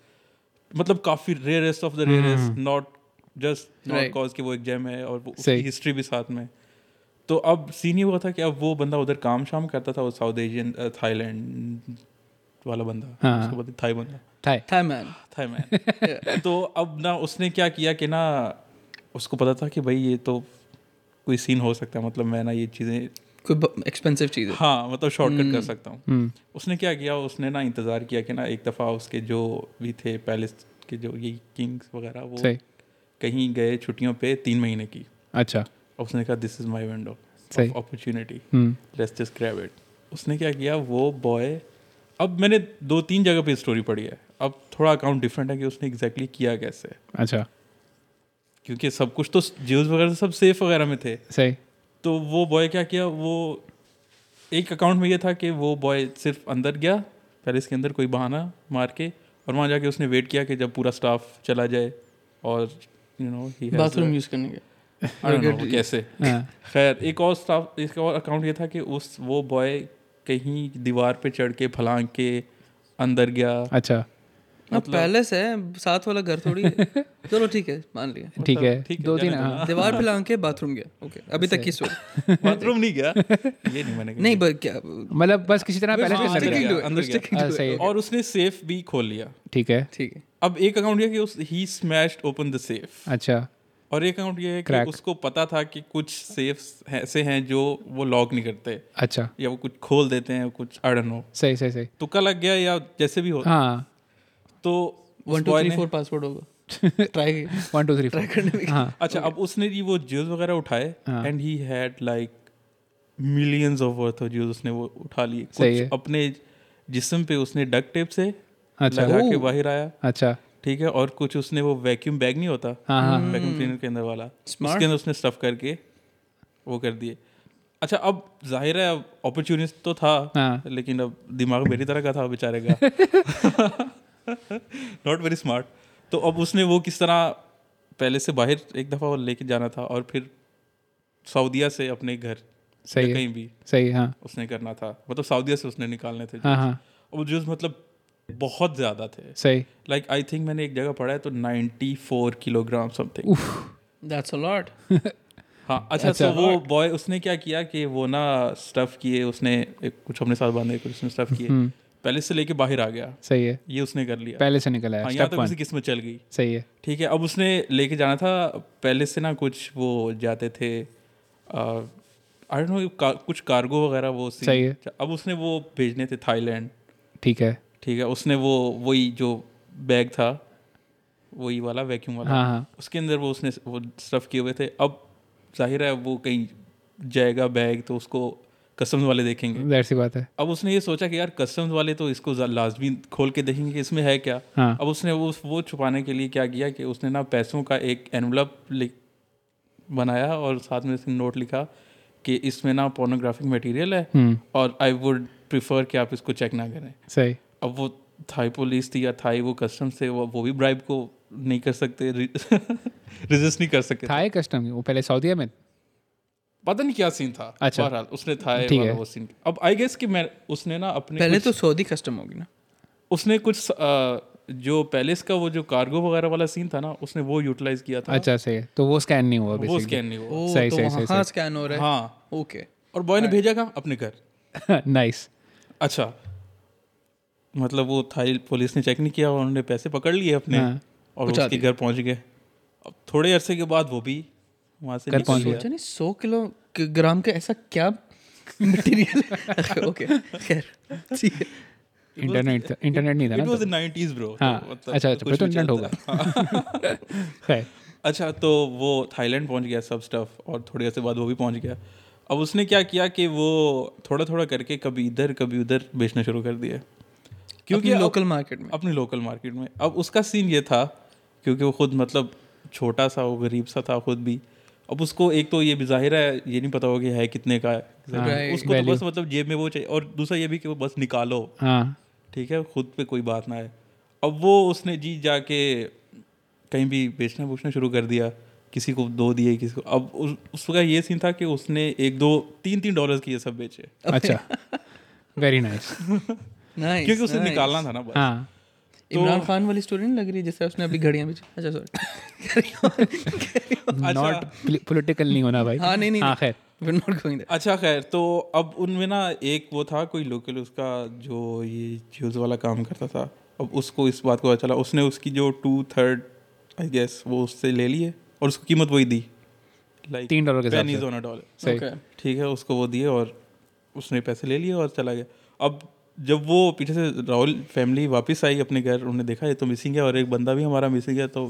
Speaker 3: مطلب کافی rarest of the rarest not just not cause کہ وہ ایک جیم ہے اور ہسٹری بھی ساتھ میں تو اب سین یہ ہوا تھا کہ اب وہ بندہ ادھر کام شام کرتا تھا وہ ساؤتھ ایشین تھائی لینڈ والا بندہ تھائی بندہ
Speaker 2: تھائے
Speaker 1: Thai man.
Speaker 3: تھا میں تو اب نا اس نے کیا کیا کہ نا اس کو پتا تھا کہ بھائی یہ تو کوئی سین ہو سکتا ہے مطلب میں نا یہ چیزیں
Speaker 1: کوئی ب- expensive چیز ہے.
Speaker 3: ہاں مطلب شارٹ کٹ کر سکتا ہوں اس نے کیا کیا اس نے نا انتظار کیا کہ نا ایک دفعہ اس کے جو بھی تھے پیلس کے جو یہ کنگس وغیرہ وہ
Speaker 2: صحیح
Speaker 3: کہیں گئے چھٹیوں پہ تین مہینے کی
Speaker 2: اچھا
Speaker 3: اس نے کہا this is my window opportunity
Speaker 2: ہوں
Speaker 3: لیس جسٹ گریب اٹ اس نے کیا کیا وہ بوائے اب میں نے دو تین جگہ پہ اسٹوری پڑھی ہے اب تھوڑا اکاؤنٹ ڈفرینٹ ہے کہ اس نے ایگزیکٹلی کیا کیسے
Speaker 2: اچھا
Speaker 3: کیونکہ سب کچھ تو جیلز وغیرہ سب سیف وغیرہ میں تھے
Speaker 2: صحیح
Speaker 3: تو وہ بوائے کیا کیا وہ ایک اکاؤنٹ میں یہ تھا کہ وہ بوائے صرف اندر گیا پہلے اس کے اندر کوئی بہانہ مار کے اور وہاں جا کے اس نے ویٹ کیا کہ جب پورا اسٹاف چلا جائے اور یو نو
Speaker 1: Bathroom use کرنے کے.
Speaker 3: کیسے
Speaker 2: ہاں
Speaker 3: خیر ایک اور اسٹاف اس کا اور اکاؤنٹ یہ تھا کہ اس وہ بوائے کہیں دیوار پہ چڑھ کے پھلانگ کے اندر
Speaker 1: [laughs]
Speaker 3: گیا
Speaker 2: اچھا
Speaker 1: نا، ہاں،
Speaker 3: مطلب-
Speaker 1: palace ہے ساتھ والا گھر تھوڑی
Speaker 2: [laughs]
Speaker 1: ہے چلو ٹھیک ہے مان لیا
Speaker 2: ٹھیک ہے دو تین ہاں
Speaker 1: دیوار پہ لانگ کے باتھ روم گیا اوکے ابھی تک کی سو
Speaker 3: باتھ روم نہیں گیا یہ نہیں میں نے
Speaker 1: نہیں بس کیا
Speaker 2: مطلب بس کسی طرح پہلے
Speaker 3: ہاں،
Speaker 2: سے
Speaker 3: اندر گیا، اندر گیا۔
Speaker 2: صحیح
Speaker 3: اور اس نے سیف بھی کھول لیا
Speaker 2: ٹھیک ہے
Speaker 1: ٹھیک ہے
Speaker 3: اب ایک اکاؤنٹ یہ کہ اس ہی اسمیشڈ اوپن دا سیف
Speaker 2: اچھا
Speaker 3: اور ایک اکاؤنٹ یہ ہے کہ اس کو پتا تھا کہ کچھ سیفس ایسے ہیں جو وہ لاک نہیں کرتے
Speaker 2: اچھا
Speaker 3: یا وہ کچھ کھول دیتے ہیں کچھ اڑن ہو
Speaker 2: صحیح صحیح صحیح
Speaker 3: تکا لگ گیا یا جیسے بھی ہو
Speaker 2: ہاں
Speaker 3: تو
Speaker 1: one two three four password ہوگا ٹرائی
Speaker 2: ون ٹو تھری ہاں
Speaker 3: اچھا اب اس نے وہ جیوز وغیرہ اٹھائے and he had like millions of worth of جیوز اس نے وہ اٹھا لیے کچھ اپنے جسم پہ اس نے ڈک ٹیپ سے
Speaker 2: اچھا
Speaker 3: لگا کے باہر آیا
Speaker 2: اچھا
Speaker 3: ٹھیک ہے اور کچھ اس نے وہ ویکیوم بیگ نہیں ہوتا
Speaker 2: ہاں ہاں
Speaker 3: ویکیوم کلینر کے اندر والا اس کے اندر اس نے اسٹف کر کے وہ کر دیے اچھا اب ظاہر ہے اب اپرچونسٹ تو تھا
Speaker 2: ہاں
Speaker 3: لیکن اب دماغ میری طرح کا تھا بیچارے کا [laughs] ناٹ ویری اسمارٹ تو اب اس نے وہ کس طرح پہلے سے باہر ایک دفعہ وہ لے کے جانا تھا اور پھر سعودیہ سے اپنے گھر یا
Speaker 2: صحیح
Speaker 3: کہیں بھی
Speaker 2: صحیح ہاں
Speaker 3: اس نے کرنا تھا مطلب سعودیہ سے اس نے نکالنے تھے
Speaker 2: ہاں ہاں
Speaker 3: اور جوز مطلب بہت زیادہ تھے
Speaker 2: صحیح
Speaker 3: لائک آئی تھنک میں نے ایک جگہ پڑھا ہے تو ninety four kilogram something
Speaker 1: that's a lot
Speaker 3: ہاں اچھا تو وہ بوائے اس نے کیا کیا کہ وہ نا اسٹف کیے اس نے کچھ اپنے ساتھ باندھے کچھ اس نے اسٹف کیے پہلے سے لے کے باہر آ گیا
Speaker 2: صحیح ہے
Speaker 3: یہ اس نے کر لیا
Speaker 2: پہلے سے نکلا
Speaker 3: ہاں
Speaker 2: ہے
Speaker 3: یہاں
Speaker 2: اسٹیپ
Speaker 3: تک
Speaker 2: ون
Speaker 3: اسی قسمت چل گئی
Speaker 2: صحیح ہے
Speaker 3: ٹھیک ہے اب اس نے لے کے جانا تھا پہلے سے نا کچھ وہ جاتے تھے نو کچھ کارگو وغیرہ وہ
Speaker 2: صحیح ہے
Speaker 3: اب اس نے وہ بھیجنے تھے تھائی لینڈ
Speaker 2: ٹھیک ہے
Speaker 3: ٹھیک ہے اس نے وہ وہی جو بیگ تھا وہی والا ویکیوم والا
Speaker 2: ہاں ہاں
Speaker 3: اس کے اندر وہ اس نے وہ اسٹف کیے ہوئے تھے اب ظاہر ہے وہ کہیں جائے گا بیگ تو اس کو کسٹمز والے دیکھیں گے
Speaker 2: ظاہر سی بات ہے
Speaker 3: اب اس نے یہ سوچا کہ یار کسٹمز والے تو اس کو لازمی کھول کے دیکھیں گے کہ اس میں ہے کیا
Speaker 2: ہاں
Speaker 3: اب اس نے وہ وہ چھپانے کے لیے کیا کیا کہ اس نے نا پیسوں کا ایک انولپ بنایا اور ساتھ میں اس نے نوٹ لکھا کہ اس میں نا پورنوگرافک میٹیریل ہے اور آئی وڈ پریفر کہ آپ اس کو چیک نہ کریں
Speaker 2: صحیح
Speaker 3: اب وہ تھائی پولیس تھی یا تھائی وہ کسٹم سے وہ بھی برائب کو نہیں کر سکتے [laughs] رجسٹ نہیں کر سکتے
Speaker 2: تھا کسٹم وہ پہلے سعودیہ میں
Speaker 3: پتہ نہیں کیا سین تھا بہرحال اس نے تھائی وہ سین اب آئی گیس کہ میں اس نے نا اپنے
Speaker 1: پہلے تو سعودی کسٹم ہوگی نا
Speaker 3: اس نے کچھ جو پیلس کا وہ جو کارگو وغیرہ والا سین تھا نا اس نے وہ یوٹیلائز کیا تھا
Speaker 2: اچھا صحیح ہے تو وہ اسکین نہیں ہوا
Speaker 3: وہ اسکین نہیں ہوا
Speaker 1: او
Speaker 2: صحیح،
Speaker 1: تو
Speaker 2: صحیح، صحیح،
Speaker 1: وہاں سکین ہو رہا
Speaker 3: ہاں
Speaker 1: ہے اوکے
Speaker 3: اور بوائے نے بھیجا کہاں اپنے
Speaker 2: [laughs]
Speaker 3: گھر
Speaker 2: بیسکلی نائس
Speaker 3: اچھا مطلب وہ تھائی پولیس نے چیک نہیں کیا اور انہوں نے پیسے پکڑ لیے اپنے
Speaker 2: ہاں۔
Speaker 3: اور اس کے گھر پہنچ گئے اب تھوڑے عرصے کے بعد وہ بھی وہاں سے نکل گیا
Speaker 1: سوچا نہیں سو کلو گرام کا ایسا کیا مٹیریل [laughs] اوکے خیر ٹھیک ہے
Speaker 2: انٹرنیٹ
Speaker 3: [laughs]
Speaker 2: انٹرنیٹ نہیں تھا
Speaker 3: It
Speaker 2: نا
Speaker 3: was the 90s bro.
Speaker 2: ہاں
Speaker 3: تو مطلب
Speaker 2: اچھا اچھا
Speaker 3: کچھ
Speaker 2: پھر تو انٹرنیٹ
Speaker 3: بھی چلتا
Speaker 2: ہوگا
Speaker 3: ہے.
Speaker 2: خیر
Speaker 3: اچھا تو وہ تھائی لینڈ پہنچ گیا سب اسٹف اور تھوڑی عرصے بعد وہ بھی پہنچ گیا اب اس نے کیا کیا کہ وہ تھوڑا تھوڑا کر کے کبھی ادھر کبھی ادھر بیچنا شروع کر دیا
Speaker 1: کیونکہ
Speaker 3: کیونکہ
Speaker 1: لوکل مارکیٹ میں
Speaker 3: اپنی لوکل مارکیٹ میں اب اس کا سین یہ تھا کیونکہ وہ خود مطلب چھوٹا سا وہ غریب سا تھا خود بھی اب اس کو ایک تو یہ بھی ظاہر ہے یہ نہیں پتا ہو کہ ہے کتنے کا ہے اس کو تو بس مطلب جیب میں وہ چاہیے اور دوسرا یہ بھی کہ وہ بس نکالو
Speaker 2: ہاں
Speaker 3: ٹھیک ہے خود پہ کوئی بات نہ ہے اب وہ اس نے جی جا کے کہیں بھی بیچنا بوچنا شروع کر دیا کسی کو دو دیے کسی کو اب اس کا یہ سین تھا کہ اس نے ایک دو تین تین ڈالرز کی یہ سب بیچے
Speaker 2: اچھا ویری نائس
Speaker 3: کیونکہ اسے نکالنا تھا نا بس
Speaker 2: ہاں
Speaker 1: عمران خان والی اسٹوری نہیں لگ رہی جیسے اس نے ابھی گھڑیاں بیچی اچھا سوری
Speaker 2: ناٹ پولیٹیکل نہیں ہونا بھائی
Speaker 1: ہاں نہیں نہیں
Speaker 2: ہاں خیر
Speaker 1: [laughs] we're not going there
Speaker 3: اچھا خیر تو اب ان میں نا ایک وہ تھا کوئی لوکل اس کا جو یہ جیوز والا کام کرتا تھا اب اس کو اس بات کو پتا چلا اس نے اس کی جو ٹو تھرڈ آئی گیس وہ اس سے لے لیے اور اس کو قیمت وہی دی لائک
Speaker 2: تین ڈالر کے ساتھ
Speaker 3: پینیز آن ڈالر
Speaker 2: صحیح
Speaker 3: ٹھیک ہے اس کو وہ دیے اور اس نے پیسے لے لیے اور چلا گیا اب جب وہ پیچھے سے راہل فیملی واپس آئی اپنے گھر انہوں نے دیکھا یہ تو مسنگ ہے اور ایک بندہ بھی ہمارا مسنگ ہے تو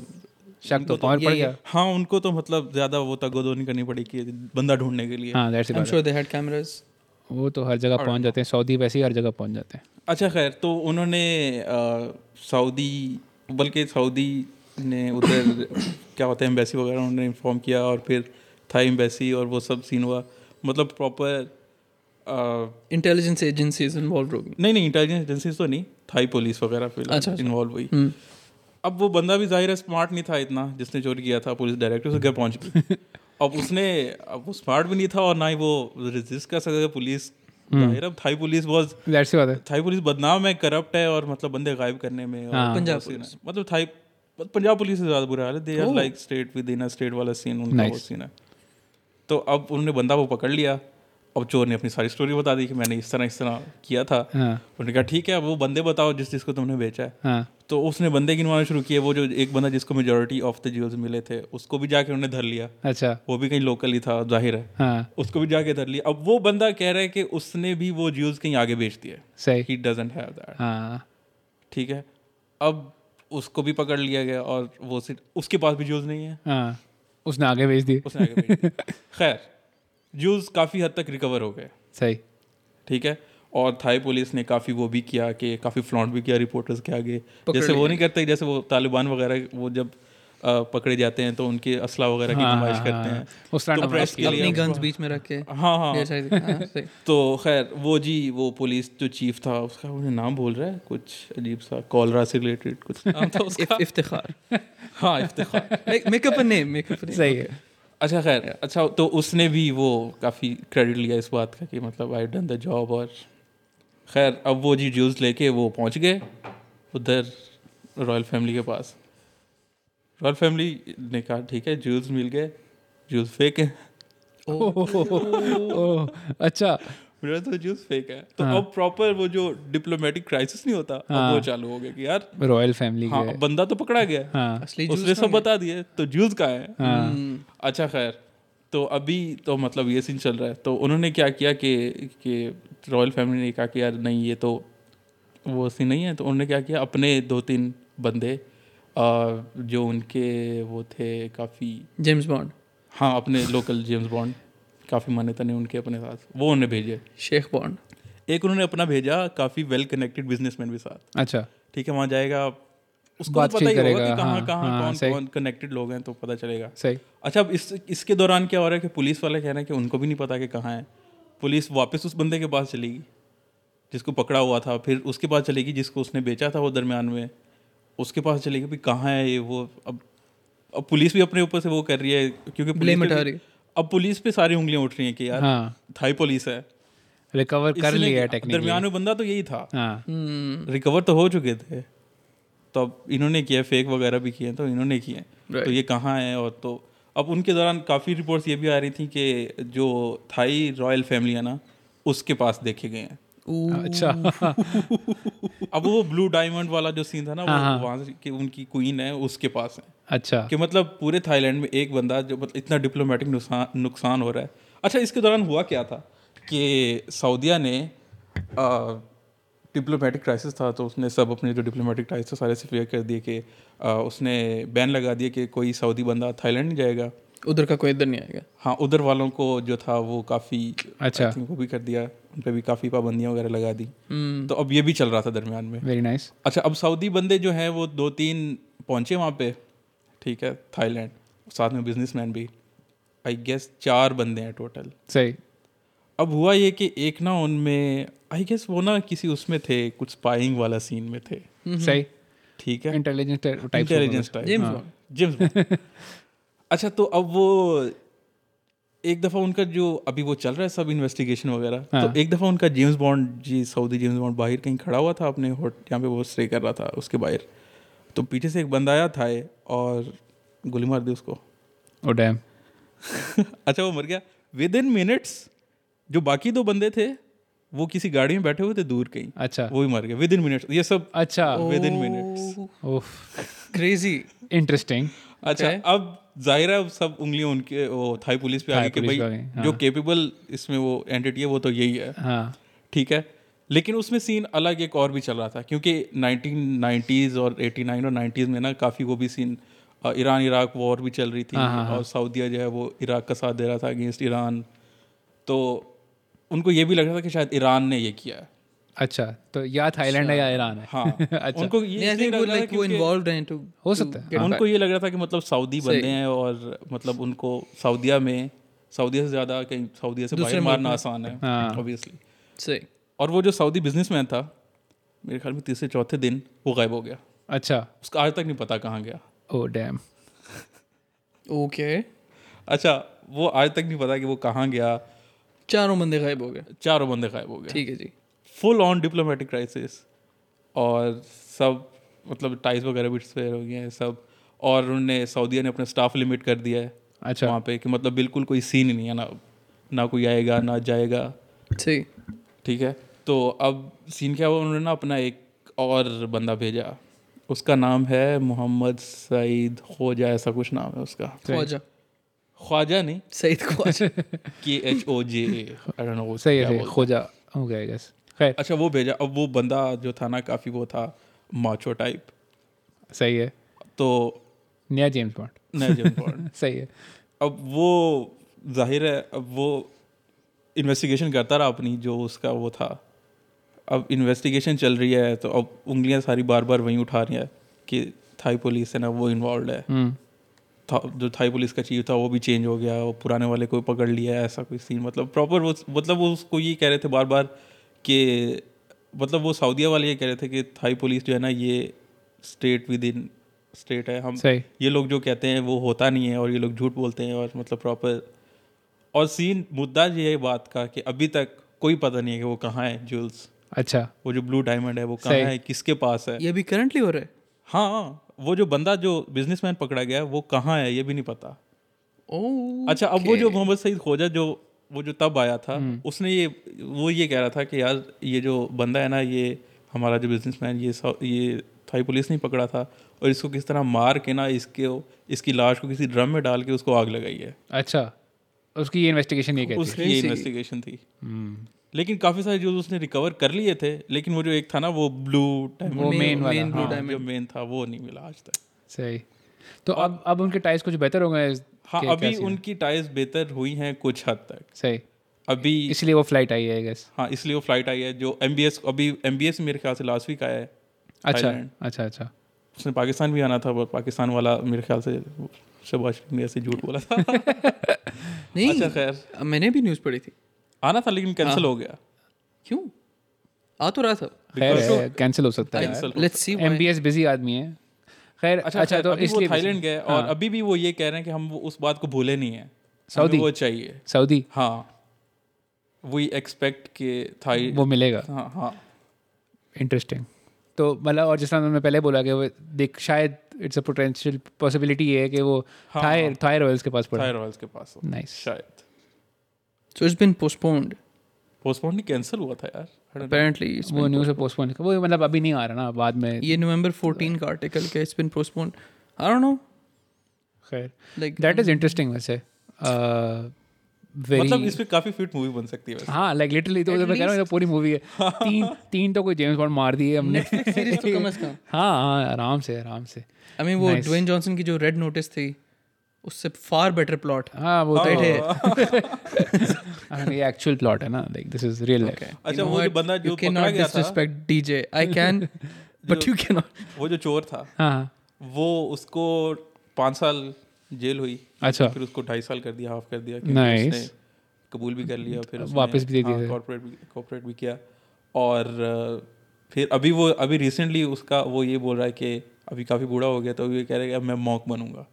Speaker 2: شک تو پہنچ پڑ گیا
Speaker 3: ہاں ان کو تو مطلب زیادہ وہ تگ و دو نہیں کرنی پڑی کہ بندہ ڈھونڈنے کے لیے
Speaker 2: ہاں ظاہر سی
Speaker 1: i'm
Speaker 2: بات
Speaker 1: sure they had cameras
Speaker 2: وہ تو ہر جگہ پہنچ جاتے ہیں سعودی ویسے ہی ہر جگہ پہنچ جاتے ہیں
Speaker 3: اچھا خیر تو انہوں نے سعودی بلکہ سعودی نے ادھر [coughs] کیا ہوتا ہے امبیسی وغیرہ انہوں نے انفارم کیا اور پھر تھا امبیسی اور وہ سب سین ہوا مطلب پراپر
Speaker 1: intelligence agencies involved ہوگی
Speaker 3: نہیں نہیں انٹیلیجنس ایجنسیز تو نہیں تھائی پولیس وغیرہ پھر انوالو ہوئی
Speaker 1: ہم
Speaker 3: اب وہ بندہ بھی ظاہر ہے اسمارٹ نہیں تھا اتنا جس نے چوری کیا تھا پولیس ڈائریکٹر اس گھر پہنچ گئی اب اس نے اب وہ اسمارٹ بھی نہیں تھا اور نہ ہی وہ رجسٹ کر سکتا پولیس ظاہر ہے تھائی پولیس واز
Speaker 2: ظاہر سی بات ہے
Speaker 3: تھائی پولیس بدنام ہے کرپٹ ہے اور مطلب بندے غائب کرنے میں اور پنجاب پولیس Oh. مطلب تھائی پنجاب پولیس سے زیادہ برا حال ہے they are like state within state والا سین ان کا وہ سین ہے تو اب انہوں نے بندہ وہ پکڑ لیا اب چور نے اپنی ساری اسٹوری بتا دی کہ میں نے اس طرح اس طرح کیا تھا
Speaker 2: ہاں
Speaker 3: انہوں نے کہا ٹھیک ہے اب وہ بندے بتاؤ جس جس کو تم نے بیچا ہے
Speaker 2: ہاں
Speaker 3: تو اس نے بندے گنوانا شروع کیے وہ جو ایک بندہ جس کو میجورٹی آف دا جیولز ملے تھے اس کو بھی جا کے انہوں نے دھر لیا
Speaker 2: اچھا
Speaker 3: وہ بھی کہیں لوکل ہی تھا ظاہر ہے
Speaker 2: ہاں
Speaker 3: اس کو بھی جا کے دھر لیا اب وہ بندہ کہہ رہا ہے کہ اس نے بھی وہ جیوز کہیں آگے بیچ دیے
Speaker 2: صحیح
Speaker 3: ہی ڈزنٹ ہیو دیٹ
Speaker 2: ہاں
Speaker 3: ٹھیک ہے اب اس کو بھی پکڑ لیا گیا اور وہ صرف اس کے پاس بھی جوز نہیں ہے
Speaker 2: ہاں اس نے آگے بھیج دی
Speaker 3: اس نے آگے بھیج دیا۔ خیر جوز کافی حد تک ریکور ہو گئے
Speaker 2: صحیح
Speaker 3: ٹھیک ہے اور تھائی پولیس نے کافی وہ بھی کیا کہ کافی فلانٹ بھی کیا رپورٹرز کے آگے جیسے وہ نہیں کرتے جیسے وہ طالبان وغیرہ وہ جب پکڑے جاتے ہیں تو ان کے اسلحہ وغیرہ کی نمائش کرتے ہیں
Speaker 2: اس طرح
Speaker 3: پریس کے لیے
Speaker 1: اپنی گنز بیچ میں رکھ کے
Speaker 3: ہاں ہاں
Speaker 1: یہ ساری ہاں صحیح
Speaker 3: تو خیر وہ جی وہ پولیس جو چیف تھا اس کا مجھے نام بول رہا ہے کچھ عجیب سا کالرا سے ریلیٹڈ کچھ نام تھا اس کا
Speaker 1: افتخار
Speaker 3: ہاں Iftikhar
Speaker 1: make up name make up
Speaker 2: صحیح ہے
Speaker 3: اچھا خیر اچھا تو اس نے بھی وہ کافی کریڈٹ لیا اس بات کا کہ مطلب آئی ڈن دا جاب اور خیر اب وہ جی جیوز لے کے وہ پہنچ گئے ادھر رائل فیملی کے پاس رائل فیملی نے کہا ٹھیک ہے جیوز مل گئے جیوز فیک ہیں
Speaker 2: [laughs] اوہ، اچھا
Speaker 3: میرا تو جوس فیک ہے تو اب پراپر وہ جو ڈپلومیٹک کرائسس نہیں ہوتا اب وہ چالو ہو گیا کہ یار
Speaker 2: رائل فیملی
Speaker 3: ہاں
Speaker 2: کے
Speaker 3: بندہ تو پکڑا گیا ہے
Speaker 2: ہاں
Speaker 1: اصلی
Speaker 3: اس نے سب بتا دیے تو جوز کا ہے
Speaker 1: ہاں۔ Hmm.
Speaker 3: اچھا خیر تو ابھی تو مطلب یہ سین چل رہا ہے تو انہوں نے کیا کیا کہ کہ رائل فیملی نے کہا کہ یار نہیں یہ تو وہ سین نہیں ہے تو انہوں نے کیا کیا اپنے دو تین بندے جو ان کے وہ تھے کافی
Speaker 1: جیمس بانڈ
Speaker 3: ہاں اپنے لوکل جیمز بانڈ کافی مانیتا نے ان کے اپنے ساتھ وہ انہوں نے بھیجے
Speaker 1: شیخ بانڈ
Speaker 3: ایک انہوں نے اپنا بھیجا کافی ویل کنیکٹڈ بزنس مین کے ساتھ
Speaker 2: اچھا
Speaker 3: ٹھیک ہے وہاں جائے گا اس کو
Speaker 2: بات
Speaker 3: پتہ
Speaker 2: چیت
Speaker 3: ہی
Speaker 2: کرے
Speaker 3: ہوگا
Speaker 2: گا،
Speaker 3: کہ کہاں
Speaker 2: ہاں،
Speaker 3: کہاں
Speaker 2: ہاں،
Speaker 3: کون
Speaker 2: صحیح۔
Speaker 3: کون کنیکٹڈ لوگ ہیں تو پتہ چلے گا
Speaker 2: صحیح
Speaker 3: اچھا اب اس اس کے دوران کیا ہو رہا ہے کہ پولیس والا کہہ رہا ہے کہ ان کو بھی نہیں پتا کہ کہاں ہے پولیس واپس اس بندے کے پاس چلے گی جس کو پکڑا ہوا تھا پھر اس کے پاس چلے گی جس کو اس نے بیچا تھا وہ درمیان میں اس کے پاس چلے گی بھی کہاں ہے یہ وہ اب اب پولیس بھی اپنے اوپر سے وہ کر رہی ہے کیونکہ پولیس
Speaker 1: Blame
Speaker 3: پہ
Speaker 1: ہٹا
Speaker 3: بھی-
Speaker 1: رہی ہے۔
Speaker 3: اب پولیس پہ ساری انگلیاں اٹھ رہی ہیں کہ یار
Speaker 2: ہاں
Speaker 3: تھائی پولیس ہے
Speaker 2: ریکور
Speaker 3: اس
Speaker 2: کر
Speaker 3: لیے
Speaker 2: لیا
Speaker 3: کہ
Speaker 2: ٹیکنیکلی
Speaker 3: درمیان میں بندہ تو یہی تھا
Speaker 2: ہاں
Speaker 1: Hmm.
Speaker 3: Recover Hmm. تو ہو چکے تھے تو اب انہوں نے کیا فیک وغیرہ بھی کیے ہیں تو انہوں نے کیے ہیں تو یہ کہاں ہے اور تو اب ان کے دوران کافی رپورٹس یہ بھی آ رہی تھیں کہ جو تھائی رائل فیملی ہے نا اس کے پاس دیکھے گئے ہیں
Speaker 2: اچھا
Speaker 3: اب وہ بلو ڈائمنڈ والا جو سین تھا نا وہ وہاں کہ ان کی کوئین ہے اس کے پاس ہے
Speaker 2: اچھا
Speaker 3: کہ مطلب پورے تھائی لینڈ میں ایک بندہ جو مطلب اتنا ڈپلومیٹک نقصان نقصان ہو رہا ہے اچھا اس کے دوران ہوا کیا تھا کہ سعودیہ نے ڈپلومیٹک کرائسس تھا تو اس نے سب اپنے جو ڈپلومیٹک کرائسس سارے سے کلیئر کر دیے کہ اس نے بین لگا دیا کہ کوئی سعودی بندہ تھائی لینڈ نہیں جائے گا
Speaker 1: ادھر کا کوئی ادھر نہیں آئے گا
Speaker 3: ہاں ادھر والوں کو جو تھا وہ کافی
Speaker 2: اچھا
Speaker 3: وہ بھی کر دیا ان پہ بھی کافی پابندیاں وغیرہ لگا دی تو اب یہ بھی چل رہا تھا درمیان میں
Speaker 2: ویری نائس
Speaker 3: اچھا اب سعودی بندے جو ہیں وہ دو تین پہنچے وہاں پہ ٹھیک ہے تھائی لینڈ ساتھ میں بزنس مین بھی آئی گیس چار بندے ہیں ٹوٹل
Speaker 2: صحیح
Speaker 3: اب ہوا یہ کہ ایک نا ان میں آئی گیس وہ نا کسی اس میں تھے کچھ اسپائنگ والا سین میں تھے
Speaker 2: صحیح
Speaker 3: ٹھیک ہے
Speaker 2: انٹیلیجنس ٹائپ
Speaker 3: انٹیلیجنس جیمس [laughs] اچھا تو اب وہ ایک دفعہ ان کا جو ابھی وہ چل رہا ہے سب انویسٹیگیشن وغیرہ تو ایک دفعہ ان کا جیمس بانڈ جی سعودی جیمس بانڈ باہر کہیں کھڑا ہوا تھا اپنے ہوٹ یہاں پہ وہ اسٹے کر رہا تھا اس کے باہر تو پیچھے سے ایک بندہ آیا تھا اور گولی مار دی اس [laughs] کو
Speaker 2: او ڈیم
Speaker 3: اچھا وہ مر گیا ود ان منٹس جو باقی دو بندے تھے وہ کسی گاڑی میں بیٹھے ہوئے تھے دور کہیں
Speaker 2: اچھا
Speaker 3: وہ بھی مر گیا ود ان منٹس یہ سب
Speaker 2: اچھا
Speaker 3: within minutes
Speaker 1: crazy
Speaker 2: interesting
Speaker 3: اچھا اب ظاہر ہے سب انگلیاں ان کے وہ تھائی پولیس پہ ہاں۔ آگے کہ بھائی جو کیپیبل اس میں وہ اینٹی ہے وہ تو یہی ہے
Speaker 2: ہاں
Speaker 3: ٹھیک ہے لیکن اس میں سین الگ ایک اور بھی چل رہا تھا کیونکہ نائنٹین نائنٹیز اور ایٹی نائن اور نائنٹیز میں نا کافی وہ بھی سین ایران عراق وار بھی چل رہی تھی اور سعودیہ جو ہے وہ عراق کا ساتھ دے رہا تھا اگینسٹ ایران تو ان کو یہ بھی لگ رہا تھا کہ شاید ایران نے یہ کیا ہے
Speaker 2: اچھا تو یا تھائی لینڈ ہے یا ایران ہے [laughs]
Speaker 3: ہاں ان کو یہ
Speaker 1: آئی تھنک وہ لائک وہ انوالوڈ ہیں ٹو
Speaker 2: ہو سکتا ہے
Speaker 3: ان کو یہ لگ رہا تھا کہ مطلب سعودی بندے ہیں اور مطلب ان کو سعودیہ میں سعودیہ سے زیادہ کہیں سعودیہ سے باہر مارنا آسان ہے اوبیسلی
Speaker 1: سے
Speaker 3: اور وہ جو سعودی بزنس مین تھا میرے خیال میں تیسرے چوتھے دن وہ غائب ہو گیا
Speaker 2: اچھا
Speaker 3: اس کا آج تک نہیں پتا کہاں گیا
Speaker 2: او ڈیم
Speaker 1: اوکے
Speaker 3: اچھا وہ آج تک نہیں پتا کہ وہ کہاں گیا
Speaker 1: چاروں بندے غائب ہو گئے
Speaker 3: چاروں بندے غائب ہو گئے
Speaker 1: ٹھیک ہے جی
Speaker 3: فل آن ڈپلومیٹک کرائسس اور سب مطلب ٹائز وغیرہ بھی ڈسپیئر ہو گئے ہیں سب اور انہوں نے سعودیہ نے اپنا اسٹاف لمٹ کر دیا ہے
Speaker 2: اچھا
Speaker 3: وہاں پہ کہ مطلب بالکل کوئی سین ہی نہیں ہے نا نہ کوئی آئے گا نہ جائے گا
Speaker 1: صحیح
Speaker 3: ٹھیک ہے تو اب سین کیا ہوا انہوں نے نا اپنا ایک اور بندہ بھیجا اس کا نام ہے محمد سعید خواجہ ایسا کچھ نام ہے اس کا
Speaker 1: خواجہ
Speaker 3: خواجہ نہیں
Speaker 1: سعید خواجہ
Speaker 3: کے ایچ او جے
Speaker 2: صحیح ہے خوجا ہو گیا گیس خیر
Speaker 3: اچھا وہ بھیجا اب وہ بندہ جو تھا نا کافی وہ تھا ماچو ٹائپ
Speaker 2: صحیح ہے
Speaker 3: تو
Speaker 2: نیا جیمس [laughs] بانڈ صحیح ہے
Speaker 3: اب وہ ظاہر ہے اب وہ انویسٹیگیشن کرتا رہا اپنی جو اس کا وہ تھا اب انویسٹیگیشن چل رہی ہے تو اب انگلیاں ساری بار بار وہیں اٹھا رہی ہیں کہ تھائی پولیس ہے نا وہ انوالوڈ ہے
Speaker 2: ہوں
Speaker 3: تھا- جو تھائی پولیس کا چیف تھا وہ بھی چینج ہو گیا وہ پرانے والے کو بھی پکڑ لیا ہے، ایسا کوئی سین مطلب پراپر وہ مطلب وہ اس کو یہ کہہ رہے تھے بار بار کہ مطلب وہ سعودیہ والے یہ کہہ رہے تھے کہ تھائی پولیس جو ہے نا یہ اسٹیٹ ود ان اسٹیٹ ہے ہم
Speaker 2: صحیح
Speaker 3: یہ لوگ جو کہتے ہیں وہ ہوتا نہیں ہے اور یہ لوگ جھوٹ بولتے ہیں اور مطلب پراپر اور سین مدعا یہ ہے بات کا کہ ابھی تک کوئی پتہ نہیں ہے کہ وہ کہاں ہے جولس
Speaker 2: اچھا
Speaker 3: وہ جو بلو ڈائمنڈ ہے وہ کہاں ہے کس کے پاس ہے
Speaker 1: یہ بھی کرنٹلی ہو رہا ہے
Speaker 3: ہاں وہ جو بندہ جو بزنس مین پکڑا گیا ہے وہ کہاں ہے یہ بھی نہیں پتا
Speaker 1: Oh.
Speaker 3: اچھا اب وہ جو محمد سعید خواجہ جو وہ جو تب آیا تھا اس نے یہ وہ یہ کہہ رہا تھا کہ یار یہ جو بندہ ہے نا یہ ہمارا جو بزنس مین یہ سا- یہ تھائی پولیس نہیں پکڑا تھا اور اس کو کس طرح مار کے نا اس کے اس کی لاش کو کسی ڈرم میں ڈال کے اس کو آگ لگائی ہے
Speaker 2: اچھا اس کی یہ انویسٹیگیشن یہ کہتی
Speaker 3: اس کی یہ انویسٹیگیشن تھی لیکن کافی سارے جو اس نے ریکور کر لیے تھے لیکن وہ جو ایک تھا نا وہ بلو
Speaker 2: وہ مین والا ہاں،
Speaker 3: جو مین تھا وہ نہیں ملا آج تک
Speaker 2: صحیح تو اب اب ان کے ٹائز کچھ بہتر ہو گئے
Speaker 3: ہاں ابھی ان کی ٹائز بہتر ہوئی ہیں کچھ حد تک
Speaker 2: صحیح
Speaker 3: ابھی
Speaker 2: اس لیے وہ فلائٹ آئی ہے گیس
Speaker 3: ہاں اس لیے وہ فلائٹ آئی ہے جو ایم بی ایس ابھی ایم بی ایس میرے خیال سے لاسٹ ویک آیا ہے
Speaker 2: اچھا اچھا اچھا
Speaker 3: اس نے پاکستان بھی آنا تھا وہ پاکستان والا میرے خیال سے شباش نے ایسے جھوٹ بولا
Speaker 2: [laughs]
Speaker 3: تھا
Speaker 1: نہیں
Speaker 3: اچھا خیر
Speaker 1: میں نے بھی نیوز پڑھی تھی
Speaker 3: آنا تھا لیکن کینسل
Speaker 2: ہاں۔
Speaker 3: ہو گیا
Speaker 2: اچھا،
Speaker 1: کیوں آ تو رہا تھا
Speaker 2: خیر کینسل ہو سکتا ہے
Speaker 1: لیٹس
Speaker 3: جی،
Speaker 1: see
Speaker 2: M B S busy آدمی ہے خیر اچھا تو اس لیے ہاں۔
Speaker 3: تھائی لینڈ گئے اور ابھی بھی وہ یہ کہہ رہے ہیں کہ ہم اس بات کو بھولے نہیں ہیں سعودی وہ چاہیے
Speaker 2: سعودی
Speaker 3: ہاں وی ایکسپیکٹ کہ تھائی
Speaker 2: وہ ملے گا
Speaker 3: ہاں ہاں
Speaker 2: انٹرسٹنگ تو مطلب اور جس طرح میں نے پہلے بولا کہ وہ دیکھ شاید اٹس اے پوٹینشیل پاسبلٹی یہ ہے کہ وہ
Speaker 3: ہاں،
Speaker 2: تھائر تھائر آئلس کے پاس پڑا
Speaker 3: تھائی رائلس کے پاس
Speaker 2: نائس
Speaker 3: شاید
Speaker 1: so it's been postponed
Speaker 3: postpone نہیں کینسل ہوا تھا یار
Speaker 1: اپیرنٹلی
Speaker 2: وہ نیوز پوسٹپون وہ مطلب ابھی نہیں آ رہا نا بعد میں
Speaker 1: یہ نومبر فورٹین کا آرٹیکل کا it's been postponed I don't know
Speaker 2: خیر
Speaker 1: لائک
Speaker 2: دیٹ از انٹرسٹنگ ویسے
Speaker 3: مطلب
Speaker 2: ویری
Speaker 3: اس پہ کافی فٹ مووی بن سکتی ہے
Speaker 2: ہاں لائک لٹرلی تو میں کہہ رہا ہوں پوری مووی ہے
Speaker 3: [laughs]
Speaker 2: تین تین تو کوئی جیمس بانڈ مار دیے ہم نے
Speaker 1: سیریز تو کم از کم
Speaker 2: ہاں ہاں آرام سے آرام سے
Speaker 1: آئی مین وہ ڈوین جانسن کی جو ریڈ نوٹس تھی اس سے فار بیٹر پلاٹ
Speaker 2: ہاں وہ ہاں،
Speaker 1: رائٹ ہے
Speaker 2: یہ ایکچوئل پلاٹ ہے نا لائک دس از ریئل
Speaker 3: اچھا وہ جو بندہ جو
Speaker 1: یو کین
Speaker 3: پکڑا
Speaker 1: ناٹ
Speaker 3: گیا
Speaker 1: ڈس
Speaker 3: تھا
Speaker 1: respect D J
Speaker 3: [laughs]
Speaker 1: I can but you can not
Speaker 3: وہ جو چور تھا
Speaker 2: ہاں
Speaker 3: وہ اس کو پانچ سال جیل ہوئی
Speaker 2: اچھا
Speaker 3: پھر اس کو ڈھائی سال کر دیا ہاف کر دیا قبول بھی کر لیا پھر کارپوریٹ بھی کارپوریٹ بھی کیا اور پھر ابھی وہ ابھی ریسنٹلی اس کا وہ یہ بول رہا ہے کہ ابھی کافی بوڑھا ہو گیا تو یہ کہہ رہا ہے کہ اب میں مونک بنوں گا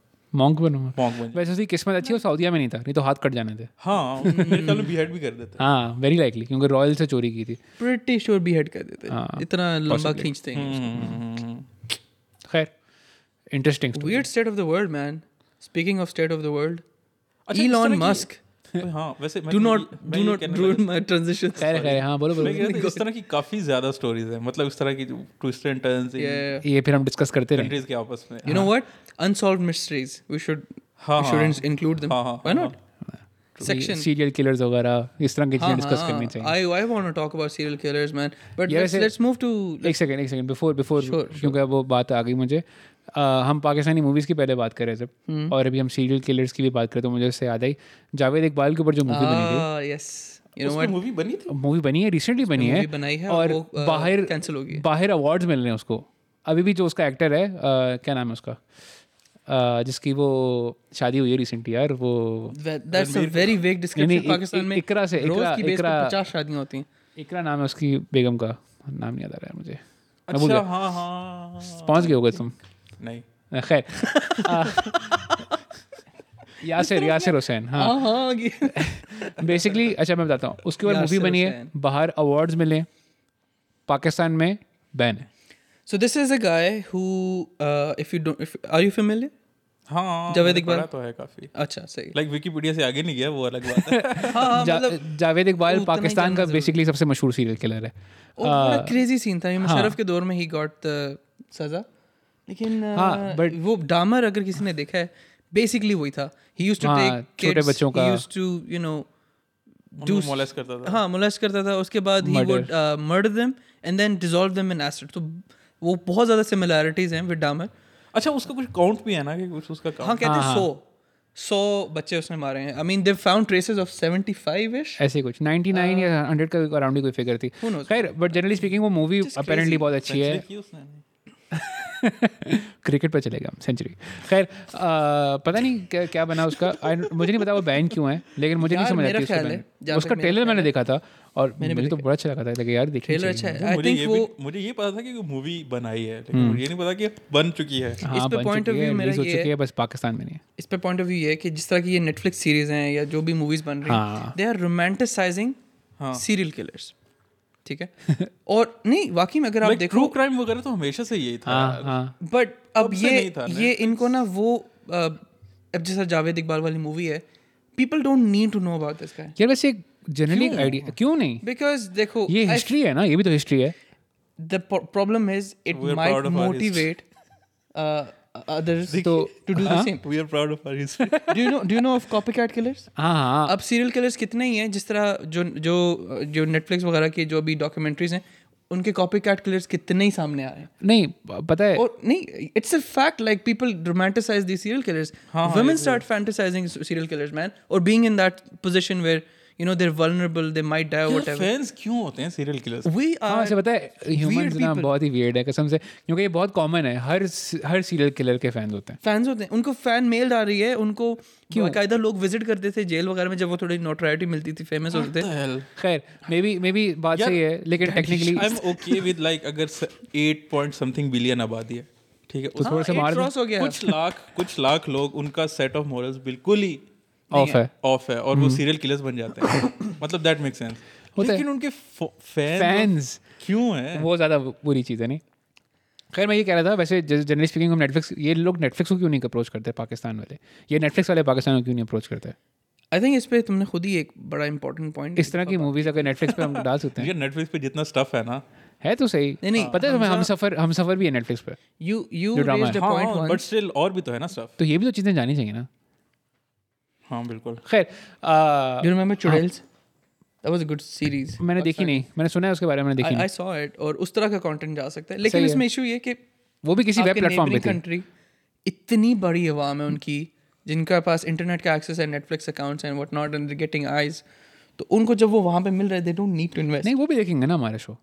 Speaker 2: مونک بنوں گا
Speaker 3: مونک بن
Speaker 2: ویسے اس کی قسمت اچھی ہو سعودیہ میں نہیں تھا نہیں تو ہاتھ کٹ جانے تھے
Speaker 3: ہاں میرے خیال میں بی ہیڈ بھی کر دیتا
Speaker 2: ہاں ویری لائکلی کیونکہ رائل سے چوری کی تھی
Speaker 1: پریٹی شور بھی ہیڈ کر دیتے اتنا لمبا کھینچتے ہیں
Speaker 2: ہاں۔ خیر interesting
Speaker 3: Hmm.
Speaker 1: Where state of the world man speaking of state of the world
Speaker 3: اچھا،
Speaker 1: ایلان مسک
Speaker 3: ہاں ویسے
Speaker 1: do not do not roll my transition
Speaker 2: خیر خیر ہاں بولو بولو
Speaker 3: اس طرح کی کافی زیادہ سٹوریز ہیں مطلب اس طرح کی ٹویسٹ اینڈ ٹرنز
Speaker 2: یہ پھر ہم ڈسکس کرتے رہیں
Speaker 3: کنٹریز کے آپس میں
Speaker 1: you know what unsolved mysteries we should
Speaker 3: ہاں
Speaker 1: انکلوڈ دم
Speaker 3: ہاں ہاں
Speaker 1: why not section
Speaker 2: serial killers وغیرہ اس طرح کی چیزیں
Speaker 1: ہاں۔
Speaker 2: ڈسکس کرنی چاہیے
Speaker 1: Ah, I, I want to talk about serial killers, man. But let's, let's move to.
Speaker 2: ایک سیکنڈ ایک سیکنڈ بفور بفور کیونکہ وہ بات آ گئی مجھے ہم پاکستانی موویز کی پہلے بات کر رہے جب اور ابھی ہم سیریل کلرس کی بھی بات کریں تو مجھے اس سے یاد آئی جاوید اقبال کے اوپر جو مووی بنی
Speaker 1: Ah, yes. You know what?
Speaker 3: Movie بنی تھی
Speaker 2: مووی بنی ہے ریسنٹلی بنی ہے
Speaker 1: movie بنائی ہے
Speaker 2: اور
Speaker 1: وہ
Speaker 2: باہر
Speaker 1: کینسل ہوگی
Speaker 2: باہر ایوارڈز مل رہے ہیں اس کو ابھی بھی جو اس کا ایکٹر ہے uh, کیا نام ہے اس کا جس کی وہ شادی ہوئی ہے ریسنٹلی یار وہ
Speaker 1: That's a very vague description. Pakistan میں
Speaker 2: اقرا سے
Speaker 1: روز
Speaker 2: اقرا
Speaker 1: کی بیس
Speaker 2: اقرا
Speaker 1: پر پچاس شادیاں ہوتی ہیں
Speaker 2: اقرا نام ہے اس کی بیگم کا نام نہیں یاد آ رہا ہے مجھے
Speaker 3: اچھا ہاں ہاں
Speaker 2: پہنچ گئے ہو گئے تم Uh,
Speaker 3: نہیں
Speaker 2: خیر یاسر یاسر حسین ہاں
Speaker 1: ہاں ہاں
Speaker 2: بیسکلی اچھا میں بتاتا ہوں اس کے بعد مووی بنی ہے باہر ایوارڈز ملے پاکستان میں بین ہے
Speaker 1: so this is a guy who uh, if you don't are you familiar
Speaker 3: ہاں
Speaker 1: جاوید
Speaker 3: میں نے
Speaker 1: اقبال؟
Speaker 3: پڑھا تو ہے کافی
Speaker 1: اچھا صحیح
Speaker 3: لائک وکیپیڈیا سے آگے نہیں گیا وہ الگ
Speaker 1: [laughs]
Speaker 3: بات ہے
Speaker 1: ہاں
Speaker 2: جاوید اقبال پاکستان کا بیسکلی سب سے مشہور سیریل کلر ہے
Speaker 1: مطلب کریزی سین تھا یہ مشرف کے دور میں ہی گاٹ سزا لیکن وہ ڈامر اگر کسی نے دیکھا ہے بیسکلی وہی تھا he used to take used to you know
Speaker 3: malls کرتا تھا
Speaker 1: ہاں ملش کرتا تھا اس کے بعد ہی would murder them and then dissolve them in acid تو وہ بہت زیادہ سملیرٹیز ہیں ود ڈامر
Speaker 3: اچھا اس کا کچھ کاؤنٹ بھی ہے نا کہ کچھ اس کا
Speaker 1: ہاں کہتے ہیں سو سو بچے اس نے مارے ہیں I mean they found traces of seventy five ish
Speaker 2: ایسے کچھ نائنٹی نائن یا ہنڈریڈ کا اراؤنڈ ہی کوئی فگر تھی خیر بٹ جنرلی اسپیکنگ وہ مووی اپیرنٹلی بہت اچھی ہے
Speaker 3: اس نے
Speaker 2: کرکٹ پہ چلے گا سینچری خیر پتہ نہیں کیا بنا اس کا مجھے نہیں پتا وہ بین کیوں ہے لیکن مجھے نہیں سمجھ آتی اس کا ٹریلر میں نے دیکھا تھا اور مجھے تو بڑا اچھا لگا تھا یار دیکھیے
Speaker 1: ٹریلر اچھا ہے آئی
Speaker 3: مجھے
Speaker 1: تھنک
Speaker 3: یہ
Speaker 1: وہ
Speaker 3: بھی- مجھے یہ پتا تھا کہ مووی بنائی ہے لیکن مجھے یہ نہیں پتا کہ بن چکی ہے
Speaker 2: ہاں پوائنٹ آف ویو میرا یہ ہے بس پاکستان میں نہیں
Speaker 1: اس پہ پوائنٹ آف ویو یہ ہے کہ جس طرح کی یہ نیٹ فلکس سیریز ہیں یا جو بھی موویز بن رہی
Speaker 3: ہاں۔
Speaker 1: ہیں دے آر رومانٹسائزنگ سیریل کلرس ٹھیک ہے اور نہیں واقعی میں اگر آپ دیکھو
Speaker 3: ٹرو کرائم وغیرہ تو ہمیشہ سے یہی تھا
Speaker 2: ہاں
Speaker 1: بٹ اب یہ یہ ان کو نا وہ اب جیسا جاوید اقبال والی مووی ہے people don't need to know about this guy
Speaker 2: یار ویسے جنرلی ایک آئیڈیا کیوں نہیں
Speaker 1: بیکاز دیکھو
Speaker 2: یہ ہسٹری ہے نا یہ بھی تو ہسٹری ہے
Speaker 1: the problem is it
Speaker 3: We are
Speaker 1: might
Speaker 3: proud of our
Speaker 1: motivate uh, others
Speaker 2: تو
Speaker 1: to do the same
Speaker 3: we are proud of our
Speaker 1: [laughs] do you know do you know of copycat killers
Speaker 2: ہاں ہاں
Speaker 1: اب سیریل کلرس کتنے ہی ہیں جس طرح جو جو جو نیٹ فلکس وغیرہ کی جو بھی ڈاکیومنٹریز ہیں ان کے کاپی کیٹ کلرس کتنے ہی سامنے آ رہے ہیں
Speaker 2: نہیں پتہ ہے
Speaker 1: اور نہیں it's a fact like people romanticise the serial killers women start فینٹیسائزنگ serial killers مین اور being in that position where you know they're vulnerable they might die whatever
Speaker 3: fans کیوں ہوتے ہیں سیریل کلرز
Speaker 1: وی
Speaker 2: ہاں
Speaker 1: آر
Speaker 2: ویسے پتہ ہے ہیومنز نا بہت ہی ویئرڈ ہے قسم سے کیونکہ یہ بہت کامن ہے ہر ہر سیریل کلر کے فینز ہوتے ہیں
Speaker 1: فینس ہوتے ہیں ان کو فین میل آ رہی ہے ان کو باقاعدہ لوگ وزٹ کرتے تھے جیل وغیرہ میں جب وہ تھوڑی نوٹرائٹی ملتی تھی فیمس ہوتے
Speaker 3: ہاں،
Speaker 1: تھے
Speaker 2: خیر مے بی مے بی بات صحیح ہے لیکن technically
Speaker 3: I'm okay with like اگر 8.something something billion آبادی ہے ٹھیک ہے اس
Speaker 2: تھوڑا سا مار
Speaker 1: کراس ہو گیا
Speaker 3: کچھ لاکھ کچھ لاکھ لوگ ان کا سیٹ آف مورلز بالکل ہی
Speaker 2: آف ہے
Speaker 3: آف ہے اور وہ سیریل کلرز بن جاتے
Speaker 2: [coughs]
Speaker 3: ہیں مطلب دیٹ میک سینس لیکن ان کے فین
Speaker 2: فینز
Speaker 3: کیوں ہیں
Speaker 2: وہ زیادہ بری چیز ہے نہیں خیر میں یہ کہہ رہا تھا ویسے جنرلی اسپیکنگ ہم نیٹ فلکس یہ لوگ نیٹ فلکس کو کیوں نہیں اپروچ کرتے پاکستان والے یہ نیٹ فلکس والے پاکستان کو کیوں نہیں اپروچ کرتے
Speaker 1: آئی تھنک اس پہ تم نے خود ہی ایک بڑا امپورٹنٹ پوائنٹ
Speaker 2: اس طرح کی موویز اگر نیٹ فلکس پہ [laughs] ہم ڈال سکتے ہیں
Speaker 3: یہ نیٹ فلکس پہ جتنا اسٹف ہے نا
Speaker 2: ہے تو صحیح نہیں پتہ ہے ہم سفر ہم سفر بھی ہے نیٹ فلکس پہ
Speaker 1: یو یو
Speaker 2: جو drama
Speaker 1: raised a point
Speaker 3: but still ہاں، اور بھی تو ہے نا اسٹف
Speaker 2: تو یہ بھی تو چیزیں جانی چاہیے نا
Speaker 3: ہاں بالکل
Speaker 2: خیر
Speaker 1: do remember Churails that was a good series
Speaker 2: میں نے دیکھی نہیں میں نے سنا ہے اس کے بارے میں نے دیکھی
Speaker 1: آئی سو اٹ اور اس طرح کا کانٹینٹ جا سکتا ہے لیکن اس میں ایشو یہ کہ
Speaker 2: وہ بھی کسی ویب پلیٹ فارم پہ تھی
Speaker 1: کنٹری اتنی بڑی عوام ہے ان کی جن کے پاس انٹرنیٹ کا ایکسیس ہے نیٹ فلکس اکاؤنٹس ہیں what not and getting eyes تو ان کو جب وہ وہاں پہ مل رہے they don't need to invest
Speaker 2: نہیں وہ بھی دیکھیں گے نا ہمارا شو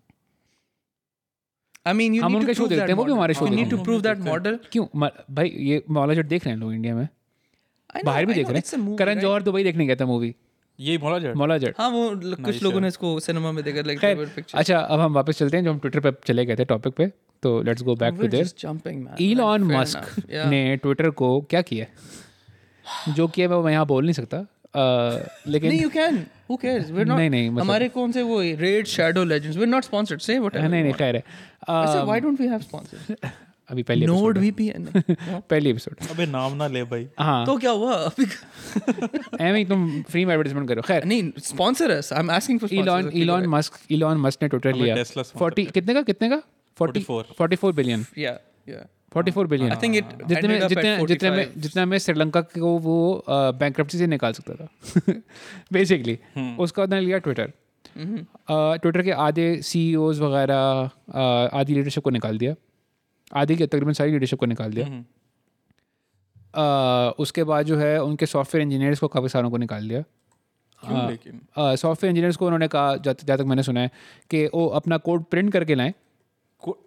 Speaker 1: آئی مین یو
Speaker 2: ہم ان
Speaker 1: نیڈ
Speaker 2: کا شو
Speaker 1: ٹو
Speaker 2: دیکھتے ہیں وہ بھی ہمارے show
Speaker 1: need to prove that model
Speaker 2: کیوں بھائی یہ مولا جو دیکھ رہے ہیں لوگ انڈیا میں باہر بھی دیکھ رہے ہیں کرن جوہر دبئی دیکھنے گیا تھا مووی
Speaker 3: یہ مولا جٹ
Speaker 2: مولا جٹ
Speaker 1: ہاں وہ کچھ لوگوں نے اس کو سنیما میں دیکھا لائک پکچر
Speaker 2: اچھا اب ہم واپس چلتے ہیں جو ہم ٹویٹر پہ چلے گئے تھے ٹاپک پہ تو let's go back to there
Speaker 1: jumping
Speaker 2: Elon Musk نے ٹویٹر کو کیا کیا جو کیا ہے میں یہاں بول نہیں سکتا لیکن
Speaker 1: نہیں you can who cares we
Speaker 2: نہیں
Speaker 1: نہیں
Speaker 2: نہیں مطلب-
Speaker 1: ہمارے کون سے وہ red Shadow Legends we not sponsored سے واٹ
Speaker 2: نہیں نہیں خیر ہے
Speaker 1: why don't we have sponsor
Speaker 2: ابھی پہلی
Speaker 1: نوڈ وی پی این
Speaker 2: [laughs] پہلی ایپیسوڈ
Speaker 3: ابھی نام نہ لے بھائی
Speaker 2: ہاں
Speaker 1: تو کیا ہوا
Speaker 2: [laughs] ایم تم فری میں ایڈورٹیزمنٹ کرو خیر
Speaker 1: نہیں سپانسر ہے I am asking for
Speaker 2: Elon
Speaker 1: sponsors.
Speaker 2: Elon Musk Elon Musk نے ٹویٹر لیا فورٹی کتنے کا کتنے کا forty forty four billion
Speaker 1: yeah yeah
Speaker 2: forty four billion
Speaker 1: I think it
Speaker 2: جتنے میں
Speaker 1: ended up at
Speaker 2: جتنے جتنے میں
Speaker 1: 45.
Speaker 2: جتنا میں سری لنکا کو وہ بینک کرپسی سے نکال سکتا [laughs] تھا بیسکلی
Speaker 1: Hmm.
Speaker 2: اس کا نے لیا ٹویٹر ٹویٹر کے آدھے سی ای اوز وغیرہ آدھی لیڈرشپ کو نکال دیا آدھی کی تقریباً ساری لیڈرشپ کو نکال
Speaker 1: Hmm.
Speaker 2: دیا اس کے بعد جو ہے ان کے سافٹ ویئر انجینئرس کو کافی ساروں کو نکال دیا ہاں۔
Speaker 3: لیکن
Speaker 2: سافٹ ویئر انجینئرس کو انہوں نے کہا جہاں تک میں نے سنا ہے کہ وہ اپنا کوڈ پرنٹ کر کے لائیں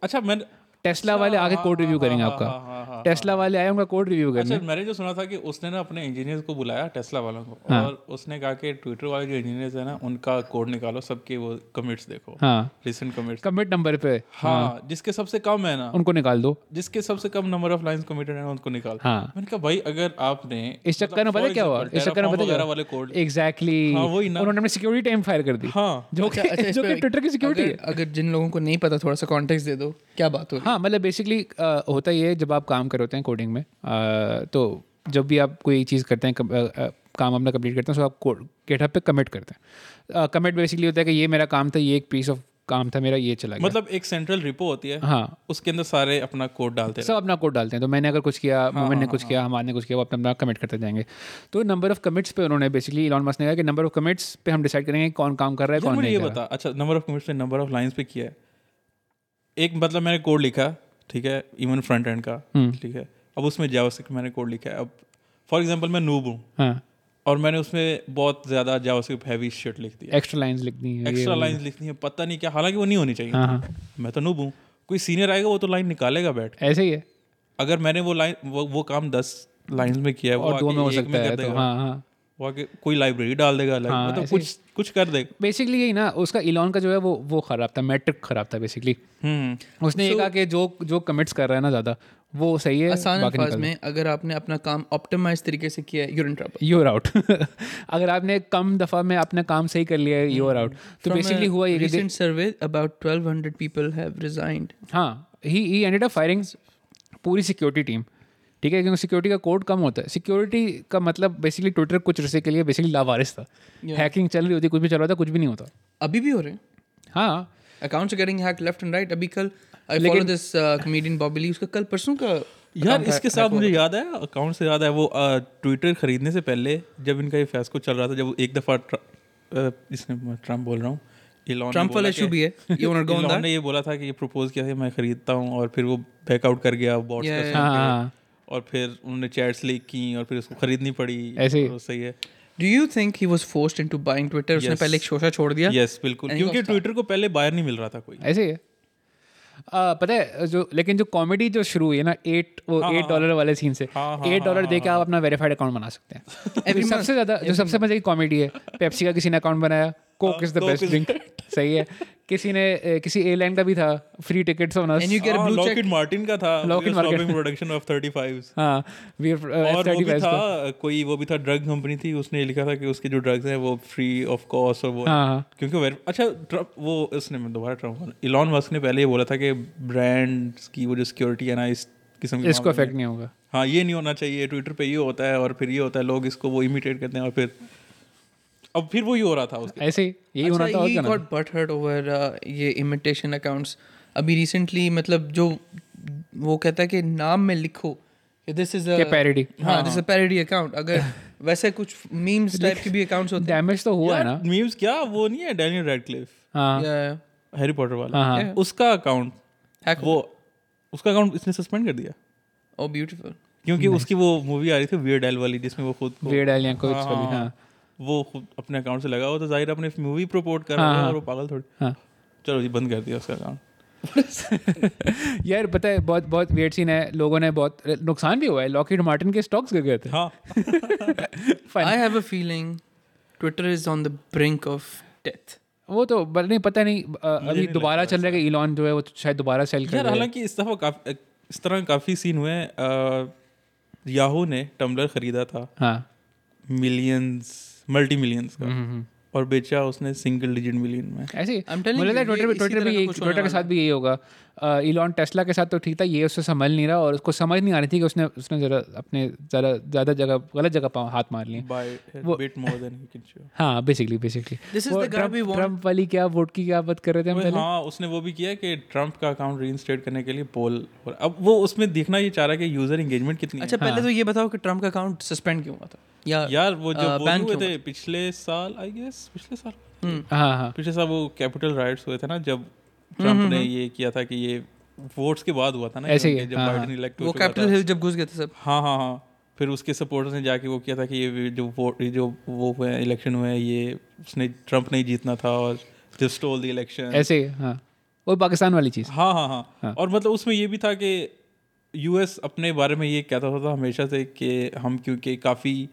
Speaker 3: اچھا ہاں، میں
Speaker 2: ٹیسلا والے آ کے کوڈ ریویو کریں گے آپ
Speaker 3: ہاں،
Speaker 2: کا ٹیسلا والے آئے ان کا کوڈ ریویو کریں
Speaker 3: اچھا میں نے جو سنا تھا کہ اس نے نا اپنے انجینئر کو بلایا ٹیسلا والوں کو
Speaker 2: ہاں۔
Speaker 3: اور اس نے کہا کہ ٹویٹر والے جو انجینئرز ہیں نا ان کا کوڈ نکالو سب کے وہ کمٹس دیکھو
Speaker 2: ہاں
Speaker 3: ریسنٹ کمٹس
Speaker 2: کمٹ نمبر پہ
Speaker 3: ہاں جس کے سب سے کم ہے نا
Speaker 2: ان کو نکال دو
Speaker 3: جس کے سب سے کم نمبر آف لائنس کمیٹڈ ہیں ان کو نکال
Speaker 2: ہاں
Speaker 3: میں نے کہا بھائی اگر آپ نے
Speaker 2: اس چکر میں پتہ کیا ہوا اس چکر میں
Speaker 3: وغیرہ
Speaker 2: پتہ
Speaker 3: والے کوڈ
Speaker 2: ایگزیکٹلی انہوں نے سیکورٹی ٹائم فائر کر دی
Speaker 3: ہاں
Speaker 2: جو [laughs] کہ جو کہ ٹویٹر کی سیکورٹی ہے
Speaker 1: اگر جن لوگوں کو نہیں پتا تھوڑا سا کانٹیکس دے دو کیا بات ہو
Speaker 2: ہاں مطلب بیسکلی ہوتا یہ ہے جب آپ کام کر ہوتے ہیں کوڈنگ میں تو جب بھی آپ کوئی چیز کرتے ہیں کام اپنا کمپلیٹ کرتے ہیں تو آپ کوڈ گیٹ ہب پہ کمٹ کرتے ہیں کمٹ بیسکلی ہوتا ہے کہ یہ میرا کام تھا یہ ایک پیس آف کام تھا میرا یہ چلا گیا
Speaker 3: مطلب ایک سینٹرل ریپو ہوتی ہے
Speaker 2: ہاں
Speaker 3: اس کے اندر سارے اپنا کوڈ ڈالتے ہیں
Speaker 2: سب اپنا کوڈ ڈالتے ہیں تو میں نے اگر کچھ
Speaker 3: ہاں،
Speaker 2: کیا مومن نے کچھ کیا ہماد نے کچھ کیا وہ اپنا اپنا کمٹ کرتے جائیں گے تو نمبر آف کمٹس پہ انہوں نے بیسکلی ایلان مس نے کہا کہ نمبر آف کمٹس پہ ہم ڈیسائڈ کریں گے کون کام کر رہا ہے کون
Speaker 3: مجھے
Speaker 2: نہیں
Speaker 3: یہ
Speaker 2: کر رہا
Speaker 3: بتا اچھا نمبر آف کمٹس پہ نمبر آف لائنس پہ کیا ہے ایک مطلب میں نے کوڈ لکھا ٹھیک ہے ایون فرنٹ اینڈ کا ٹھیک ہے اب اس میں جاوا اسکرپٹ میں نے کوڈ لکھا ہے اب فار ایگزامپل میں نوب ہوں
Speaker 2: ہاں
Speaker 3: اور میں نے اس میں بہت زیادہ جاوا اسکرپٹ ہیوی شٹ لکھ دی
Speaker 2: ایکسٹرا لائنس لکھنی ہے
Speaker 3: ایکسٹرا لائنس لکھنی ہے پتہ نہیں کیا حالانکہ وہ نہیں ہونی
Speaker 2: ہاں
Speaker 3: چاہیے
Speaker 2: ہاں
Speaker 3: میں تو نوب ہوں کوئی سینئر آئے گا وہ تو لائن نکالے گا بیٹھ
Speaker 2: ایسے ہی ہے
Speaker 3: اگر میں نے وہ لائن وہ کام دس لائن میں کیا ہے
Speaker 2: اور دو میں ہو سکتا ہے تو ہاں ہاں
Speaker 3: وہ کوئی لائبریری ڈال دے گا مطلب کچھ کچھ کر دے گا
Speaker 2: بیسکلی یہی نا اس کا ایلان کا جو ہے وہ وہ خراب تھا میٹرک خراب تھا بیسکلی اس نے یہ کہا کہ جو جو کمٹس کر رہا ہے نا زیادہ وہ صحیح ہے
Speaker 1: آسان الفاظ میں اگر آپ نے اپنا کام آپٹیمائز طریقے سے کیا ہے you're in trouble
Speaker 2: you are out [laughs] اگر آپ نے کم دفعہ میں اپنا کام صحیح کر لیا ہے یو آر آؤٹ تو بیسکلی ہوا یہ کہ
Speaker 1: recent survey about 1200 people have resigned
Speaker 2: ہاں ہی ہی اینڈ اپ فائرنگ پوری سیکورٹی ٹیم ٹھیک ہے کیونکہ سیکورٹی کا کوڈ کم ہوتا ہے سیکورٹی کا مطلب بیسکلی ٹویٹر کچھ عرصے کے لیے بیسکلی لاوارث تھا ہیکنگ چل رہی ہوتی کچھ بھی چل رہا تھا کچھ بھی نہیں ہوتا
Speaker 1: ابھی بھی ہو رہے ہیں
Speaker 2: ہاں
Speaker 1: accounts getting hack left and right ابھی کل آئی فالو دس کمیڈین بابلی اس کا کل پرسوں کا
Speaker 3: یار اس کے ساتھ مجھے یاد ہے اکاؤنٹ سے یاد ہے وہ ٹویٹر خریدنے سے پہلے جب ان کا یہ فیسکو چل رہا تھا جب ایک دفعہ اس نے میں ٹرمپ بول رہا ہوں
Speaker 1: ٹرمپ والا ایشو بھی ہے یہ اونر گون
Speaker 3: نے یہ بولا تھا کہ یہ پروپوز کیا ہے میں خریدتا ہوں اور پھر وہ بیک آؤٹ کر گیا باٹس
Speaker 1: Yeah, yeah.
Speaker 2: ہاں
Speaker 3: اور پھر انہوں نے چیٹس لیک کی اور پھر اس کو خریدنی پڑی
Speaker 2: ایسے ہی۔
Speaker 3: وہ صحیح ہے
Speaker 1: do you think he was forced into buying Twitter اس نے پہلے ایک شوشہ چھوڑ دیا
Speaker 3: یس بالکل کیونکہ ٹویٹر کو پہلے باہر نہیں مل رہا تھا کوئی
Speaker 2: ایسے ہی ہے پتہ ہے جو لیکن جو کامیڈی جو شروع ہوئی ہے نا ایٹ وہ
Speaker 3: ہاں،
Speaker 2: ایٹ ڈالر والے سین سے ایٹ ڈالر دے کے آپ اپنا ویریفائڈ اکاؤنٹ بنا سکتے
Speaker 3: [laughs]
Speaker 2: ہیں سب سے زیادہ جو سب سے مزے کی کامیڈی ہے پیپسی کا کسی نے اکاؤنٹ بنایا کوک
Speaker 3: ہاں،
Speaker 2: از دا بیسٹ ڈرنک [laughs] صحیح ہے کسی نے کسی ایئر لائن کا بھی تھا فری ٹکٹس ہونا
Speaker 1: And you get a
Speaker 3: Ah,
Speaker 1: blue check.
Speaker 3: Lockheed Martin ہاں، کا تھا پروڈکشن آف تھرٹی فائیو
Speaker 2: ہاں وی
Speaker 3: اور وہ بھی
Speaker 2: ہاں
Speaker 3: تھا کوئی وہ بھی تھا ڈرگ کمپنی تھی اس نے لکھا تھا کہ اس کے جو ڈرگز ہیں وہ فری آف کاسٹ اور وہ
Speaker 2: ہاں
Speaker 3: کیونکہ اچھا ٹرمپ وہ اس نے دوبارہ ٹرمپ ایلان ماسک نے پہلے یہ بولا تھا کہ برانڈس کی وہ جو سیکورٹی ہے نا اس قسم
Speaker 2: اس کو افیکٹ نہیں ہوگا
Speaker 3: ہاں یہ نہیں ہونا چاہیے ٹویٹر پہ یہ ہوتا ہے اور پھر یہ ہوتا ہے لوگ اس کو وہ امیٹیٹ کرتے ہیں اور پھر اب پھر وہ یہ ہو رہا تھا اس کے
Speaker 2: ایسے ہی
Speaker 1: اچھا،
Speaker 2: یہی ہونا تھا اور کیا
Speaker 1: گاٹ بٹ ہرٹ اوور یہ امیٹیشن اکاؤنٹس ابھی ریسنٹلی مطلب جو وہ کہتا ہے کہ نام میں لکھو کہ دس از
Speaker 2: پیریڈی
Speaker 1: ہاں دس از پیریڈی اکاؤنٹ اگر ویسے کچھ میمز ٹائپ کے بھی اکاؤنٹس ہوتے
Speaker 2: ڈیمیج تو ہوا ہے نا
Speaker 3: میمز کیا وہ نہیں ہے ڈینیل ریڈ کلف
Speaker 2: ہاں
Speaker 1: ہیں
Speaker 3: ہیری پوٹر والا اس کا اکاؤنٹ وہ اس کا اکاؤنٹ اس نے سسپینڈ کر دیا
Speaker 1: او بیوٹیفل
Speaker 3: کیونکہ اس کی وہ مووی آ رہی تھی ویئر ڈیل والی جس میں وہ خود
Speaker 2: ویڈ ایلیا کو ہاں
Speaker 3: وہ خود اپنے اکاؤنٹ سے لگا ہوا تو ظاہر اپنے مووی پروپورٹ کر رہا ہے اور وہ پاگل تھوڑی
Speaker 2: ہاں
Speaker 3: چلو جی بند کر دیا اس کا اکاؤنٹ
Speaker 2: یار پتہ ہے بہت بہت ویٹ سین ہے لوگوں نے بہت نقصان بھی ہوا ہے لاکیڈ مارٹن کے اسٹاکس گر گئے تھے
Speaker 3: ہاں
Speaker 1: I have a feeling Twitter is on the brink of death
Speaker 2: وہ تو بل نہیں پتہ نہیں ابھی دوبارہ چل رہا ہے کہ ایلان جو ہے وہ شاید دوبارہ سیل
Speaker 3: یار
Speaker 2: کر
Speaker 3: حالانکہ اس دفعہ کافی اس طرح کافی سین ہوئے یاہو نے ٹمبلر خریدا تھا
Speaker 2: ہاں
Speaker 3: ملینز ملٹی ملینز کا اور بیچا اس نے سنگل ڈیجٹ ملین میں
Speaker 2: ایسے ٹویٹر بھی ٹویٹر کے ساتھ بھی یہی ہوگا ایلان ٹیسلا کے ساتھ تو ٹھیک تھا یہ اس سے سنبھل نہیں رہا اور اس کو سمجھ نہیں آ رہی تھی کہ اس نے اس نے ذرا اپنے ذرا زیادہ جگہ غلط جگہ ہاتھ مار لیے
Speaker 3: bite more than you can chew
Speaker 2: ہاں basically basically
Speaker 1: this is the got we
Speaker 2: Trump والی کیا ووٹ کی کیا بات کر رہے تھے ہم پہلے
Speaker 3: ہاں اس نے وہ بھی کیا کہ ٹرمپ کا اکاؤنٹ ری انسٹیٹ کرنے کے لیے پول اب وہ اس میں دیکھنا یہ چاہ رہا ہے کہ یوزر انگیجمنٹ کتنی ہے ہاں۔
Speaker 1: اچھا پہلے تو یہ بتاؤ کہ ٹرمپ کا اکاؤنٹ سسپینڈ کیوں ہوا تھا یا
Speaker 3: یار وہ جو وہ ہوئے تھے پچھلے سال آئی گیس پچھلے سال
Speaker 2: ہاں ہاں
Speaker 3: پچھلے سال وہ کیپٹل رائٹس ہوئے تھے نا جب ٹرمپ نے یہ کیا تھا کہ یہ ووٹس کے بعد ہوا تھا نا جب بائیڈن الیکٹ
Speaker 1: ہاں، وہ کیپٹل ہل جب گھس گئے تھے سب
Speaker 3: ہاں ہاں ہاں پھر اس کے سپورٹرز نے جا کے وہ کیا تھا کہ یہ جو ووٹ جو وہ ہوئے الیکشن ہوئے یہ اس نے ٹرمپ نہیں جیتنا تھا اور اسٹول دی الیکشن
Speaker 2: ایسے ہاں وہ پاکستان والی چیز
Speaker 3: ہاں ہاں ہاں اور مطلب اس میں یہ بھی تھا کہ یو ایس اپنے بارے میں یہ کہتا ہوتا تھا ہمیشہ سے کہ ہم کیونکہ کافی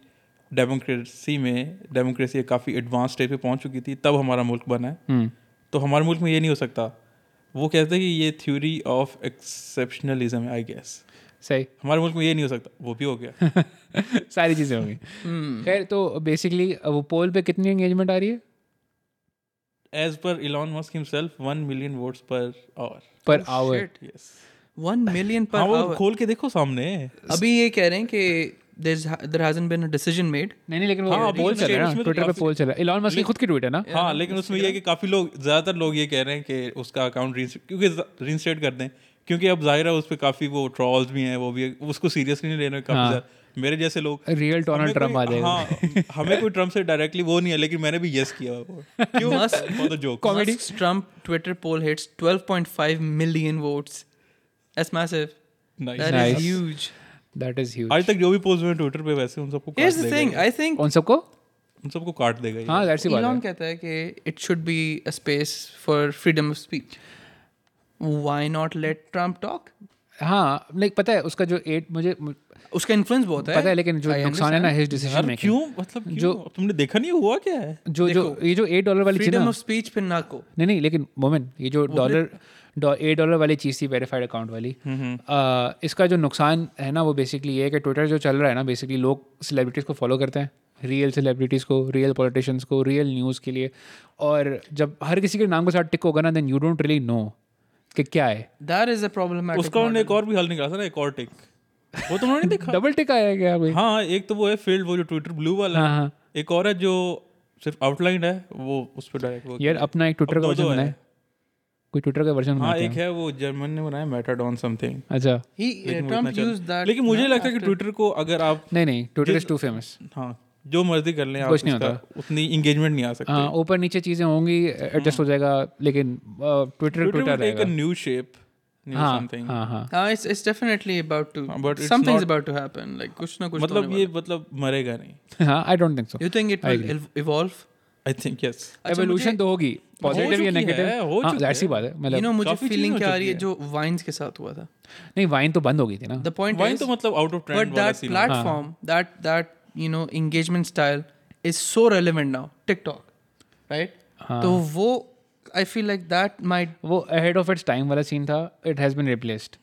Speaker 3: ڈیموکریسی میں ڈیموکریسی کافی ایڈوانس اسٹیج پہ پہنچ چکی تھی تب ہمارا ملک بنا ہے تو ہمارے ملک میں یہ نہیں ہو سکتا وہ کہتے ہیں کہ یہ تھیوری آف ایکسیپشنلزم ہے آئی گیس
Speaker 2: صحیح
Speaker 3: ہمارے ملک میں یہ نہیں ہو سکتا وہ بھی ہو گیا
Speaker 2: ساری چیزیں ہوں گی خیر تو بیسکلی وہ پول پہ کتنی انگیجمنٹ آ رہی ہے
Speaker 3: as per Elon Musk himself one million votes per hour
Speaker 1: Oh,
Speaker 2: per hour
Speaker 3: yes
Speaker 1: one million per
Speaker 3: ہاں وہ کھول کے دیکھو سامنے
Speaker 1: ابھی یہ کہہ رہے ہیں کہ there has been a decision made
Speaker 2: نہیں نہیں لیکن وہ پول چل رہا ہے ٹویٹر پہ پول چل رہا ہے ایلان مسک کی خود کی ٹویٹ ہے نا
Speaker 3: ہاں لیکن اس میں یہ ہے کہ کافی لوگ زیادہ تر لوگ یہ کہہ رہے ہیں کہ اس کا اکاؤنٹ کیونکہ رینسٹیٹ کر دیں کیونکہ اب ظاہر ہے اس پہ کافی وہ ٹرالز بھی ہیں وہ بھی اس کو سیریسلی نہیں لے رہے کافی
Speaker 2: ہاں۔
Speaker 3: زیادہ میرے جیسے لوگ
Speaker 2: ریئل ڈونلڈ ٹرمپ آ جائے گا
Speaker 3: ہاں ہمیں کوئی ٹرمپ سے ڈائریکٹلی وہ نہیں ہے لیکن میں نے بھی یس کیا
Speaker 1: [laughs]
Speaker 3: کیوں joke
Speaker 1: comedy Trump Twitter poll hits 12.5 million votes That's massive. That is huge.
Speaker 2: That is huge
Speaker 3: آج تک جو بھی پوز ہوئے ٹویٹر پہ ویسے ان سب کو
Speaker 1: Here's the thing. I think
Speaker 2: ان سب کو
Speaker 3: ان سب کو کاٹ دے گا
Speaker 2: ہاں ظاہر سی بات ہے
Speaker 1: Elon کہتا ہے کہ it should be a space for freedom of speech. Why not let Trump talk?
Speaker 2: ہاں لیکن پتہ ہے اس کا جو ایٹ مجھے
Speaker 1: اس کا influence بہت ہے.
Speaker 2: پتہ ہے لیکن جو نقصان ہے نا ہز ڈیسیزن میں
Speaker 3: کیوں مطلب جو تم نے دیکھا نہیں ہوا کیا ہے
Speaker 2: جو جو یہ جو ایٹ ڈالر والی چیز
Speaker 1: Freedom of speech پہ نہ کو.
Speaker 2: نہیں نہیں لیکن مومن یہ جو ڈالر ایٹ ڈالر والی چیز تھی ویریفائڈ اکاؤنٹ والی اس کا جو نقصان ہے نا وہ بیسکلی یہ ہے کہ ٹویٹر جو چل رہا ہے نا بیسکلی لوگ سیلیبریٹیز کو فالو کرتے ہیں ریئل سیلیبریٹیز کو ریئل پولیٹیشینس کو ریئل نیوز کے لیے اور جب ہر کسی کے نام کے ساتھ ٹک ہوگا نا then you don't really know کہ کیا ہے
Speaker 1: That is a problematic
Speaker 3: اس کا انہوں نے ایک اور بھی حل نکالا تھا نا ایک اور ٹک وہ تم نے دیکھا
Speaker 2: ڈبل ٹک آیا گیا کوئی
Speaker 3: ہاں ایک تو وہ ہے فیلڈ وہ جو ٹویٹر بلو والا
Speaker 2: ہاں ہاں
Speaker 3: ایک اور ہے جو صرف آؤٹ لائن ہے وہ اس پہ ڈائریکٹ
Speaker 2: یار اپنا ایک ٹویٹر کا ورژن بنایا کوئی ٹویٹر کا ورژن
Speaker 3: ہاں ایک ہے وہ جرمن نے بنایا میٹاڈون سم تھنگ
Speaker 2: اچھا
Speaker 1: uh,
Speaker 3: لیکن مجھے لگتا ہے کہ ٹویٹر کو اگر آپ
Speaker 2: نہیں نہیں ٹویٹر از ٹو فیمس
Speaker 3: ہاں جو مرضی کر لیں آپ
Speaker 2: نہیں
Speaker 3: اس کا اتنی انگیجمنٹ نہیں آ سکتی
Speaker 2: ہاں اوپر نیچے چیزیں ہوں گی ایڈجسٹ ہو جائے گا لیکن ٹویٹر ٹویٹر رہے گا
Speaker 3: نیو شیپ
Speaker 2: ہاں ہاں ہاں
Speaker 3: مطلب یہ مطلب مرے گا نہیں
Speaker 2: ہاں I don't think so
Speaker 3: I think yes
Speaker 2: evolution تو ہوگی پازیٹیو یا نیگیٹو ہاں ایسی بات ہے مطلب
Speaker 1: جو وائنس کے ساتھ ہوا تھا
Speaker 2: نہیں وائن تو بند ہو گئی تھی نا
Speaker 1: دا پوائنٹ
Speaker 3: وائن تو مطلب out of trend
Speaker 1: but that platform that that you know engagement style is so relevant now TikTok right تو وہ I feel like that my
Speaker 2: وہ ہیڈ آف اٹس ٹائم والا سین تھا اٹ ہیز بن ریپلیسڈ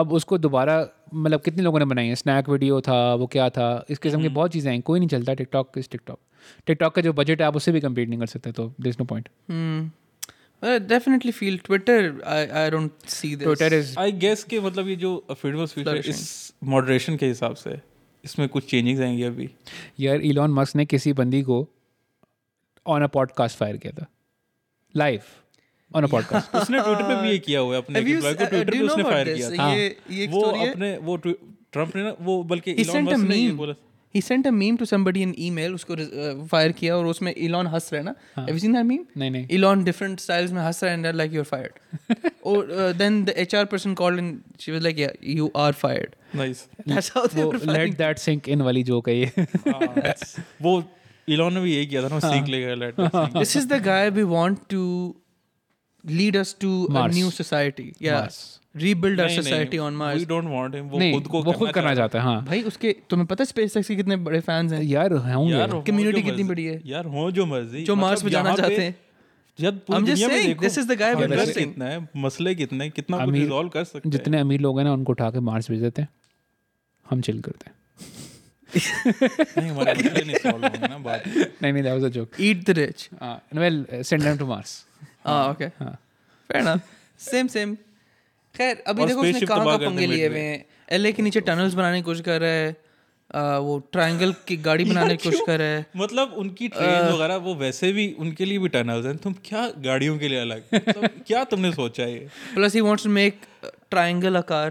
Speaker 2: اب اس کو دوبارہ مطلب کتنے لوگوں نے بنائی ہے اسنیک ویڈیو تھا وہ کیا تھا اس قسم کی بہت چیزیں ہیں کوئی نہیں چلتا ٹک ٹاک اس ٹک ٹاک ٹک ٹاک کا جو بجٹ ہے آپ اس سے بھی کمپیٹ نہیں کر سکتے تو there is no point
Speaker 1: uh, definitely fail Twitter I don't see
Speaker 2: Twitter is
Speaker 3: I guess کہ مطلب یہ جو فیڈورس فیوچر اس ماڈریشن کے حساب سے اس میں کچھ چینجنگز آئیں گی ابھی
Speaker 2: یار ایلون مسک نے کسی بندی کو on a podcast fire کیا تھا live on a podcast
Speaker 3: اس نے ٹویٹر پہ بھی یہ کیا ہوا ہے اپنے ایک
Speaker 1: uh,
Speaker 3: employee کو ٹویٹر پہ اس نے فائر کیا تھا وہ
Speaker 1: یہ
Speaker 3: اپنے وہ ٹرمپ نے نا وہ بلکہ ایلون مسک نے یہ بولا
Speaker 1: he sent a meme to somebody in email اس کو فائر کیا اور اس میں ایلون ہنس رہا ہے نا ایو سین دیٹ میم
Speaker 2: نہیں نہیں
Speaker 1: ایلون ڈفرنٹ اسٹائلز میں ہنس رہا ہے لائک یو آر [laughs] فائرڈ اور uh, then the H R person call in she was like you are fired [laughs]
Speaker 3: nice
Speaker 2: وہ لیٹ دیٹ سنک ان والی جو ہے
Speaker 3: Ah, وہ ایلون نے بھی یہ کیا تھا نا سیکھ لے گا let
Speaker 1: this is the guy we want to lead us to new society یا rebuild our society on Mars
Speaker 3: we don't want ہم وہ
Speaker 2: نہیں
Speaker 3: خود کو
Speaker 2: وہ خود کرنا چاہتا ہے ہاں
Speaker 1: بھئی اس کے تمہیں پتہ اسپیس ایکس کے کتنے بڑے فینس ہیں
Speaker 2: یار ہوں گے
Speaker 3: یار
Speaker 1: کمیونٹی کتنی بڑی ہے
Speaker 3: یار ہوں جو مرضی مطلب
Speaker 1: جو مارس پہ جانا چاہتے ہیں
Speaker 3: جب
Speaker 1: I'm
Speaker 3: پوری
Speaker 1: just
Speaker 3: دنیا میں
Speaker 1: saying,
Speaker 3: دیکھو
Speaker 1: this is the guy with
Speaker 3: حل
Speaker 1: blessing.
Speaker 3: کتنا ہے مسئلے کتنے ہیں کتنا کچھ
Speaker 2: امیر-
Speaker 3: ریزالو کر سکتے ہیں
Speaker 2: جتنے امیر لوگ ہیں نا ان کو اٹھا کے مارس بھیج دیتے ہیں ہم چل کرتے ہیں
Speaker 3: [laughs] نہیں ہمارے مسئلے نہیں سالو ہوں گے نا بات
Speaker 2: نہیں نہیں that was a joke
Speaker 1: at the [laughs] rich
Speaker 2: will send them to [laughs] مارس
Speaker 1: ہاں اوکے فیئر نا سیم سیم خیر ابھی
Speaker 3: اور
Speaker 1: دیکھو
Speaker 3: space
Speaker 1: اس نے
Speaker 3: ship
Speaker 1: کہاں
Speaker 3: تباہ
Speaker 1: کہاں
Speaker 3: کر
Speaker 1: پنگے
Speaker 3: دیں
Speaker 1: لیے ہوئے ہیں ایل اے کے نیچے ٹنلز بنانے کی کوشش کر رہا ہے وہ ٹرائنگل کی گاڑی بنانے کی کوشش کر رہا ہے
Speaker 3: مطلب ان کی ٹرین وغیرہ وہ ویسے بھی ان کے لیے بھی ٹنلز ہیں تم کیا گاڑیوں کے لیے الگ مطلب کیا تم نے سوچا ہے
Speaker 1: plus he wants to make triangle a car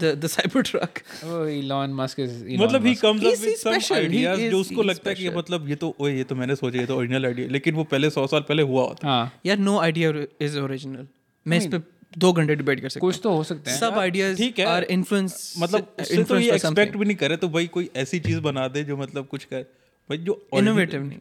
Speaker 1: the the Cybertruck
Speaker 2: Elon Musk
Speaker 3: مطلب he comes
Speaker 1: He's-
Speaker 3: up with
Speaker 1: he's
Speaker 3: some
Speaker 1: special. He
Speaker 3: ideas
Speaker 1: is-
Speaker 3: جو اس کو
Speaker 1: he's
Speaker 3: لگتا ہے کہ مطلب یہ تو اوئے یہ تو میں نے سوچا یہ تو اوریجنل آئیڈیا لیکن وہ پہلے سو سال پہلے ہوا ہوتا
Speaker 2: ہاں
Speaker 1: یار نو آئیڈیا از اوریجنل میں اس پہ دو گھنٹے ڈبیٹ کر سکتا
Speaker 2: کچھ تو ہو سکتے
Speaker 1: ہوں
Speaker 2: ہیں
Speaker 1: سب آئیڈیاز آر انفلوئنس
Speaker 3: مطلب اس سے تو یہ ایکسپیکٹ بھی نہیں کرے تو بھائی کوئی ایسی چیز بنا دے جو مطلب کچھ کرے بھائی جو
Speaker 1: انوویٹو نہیں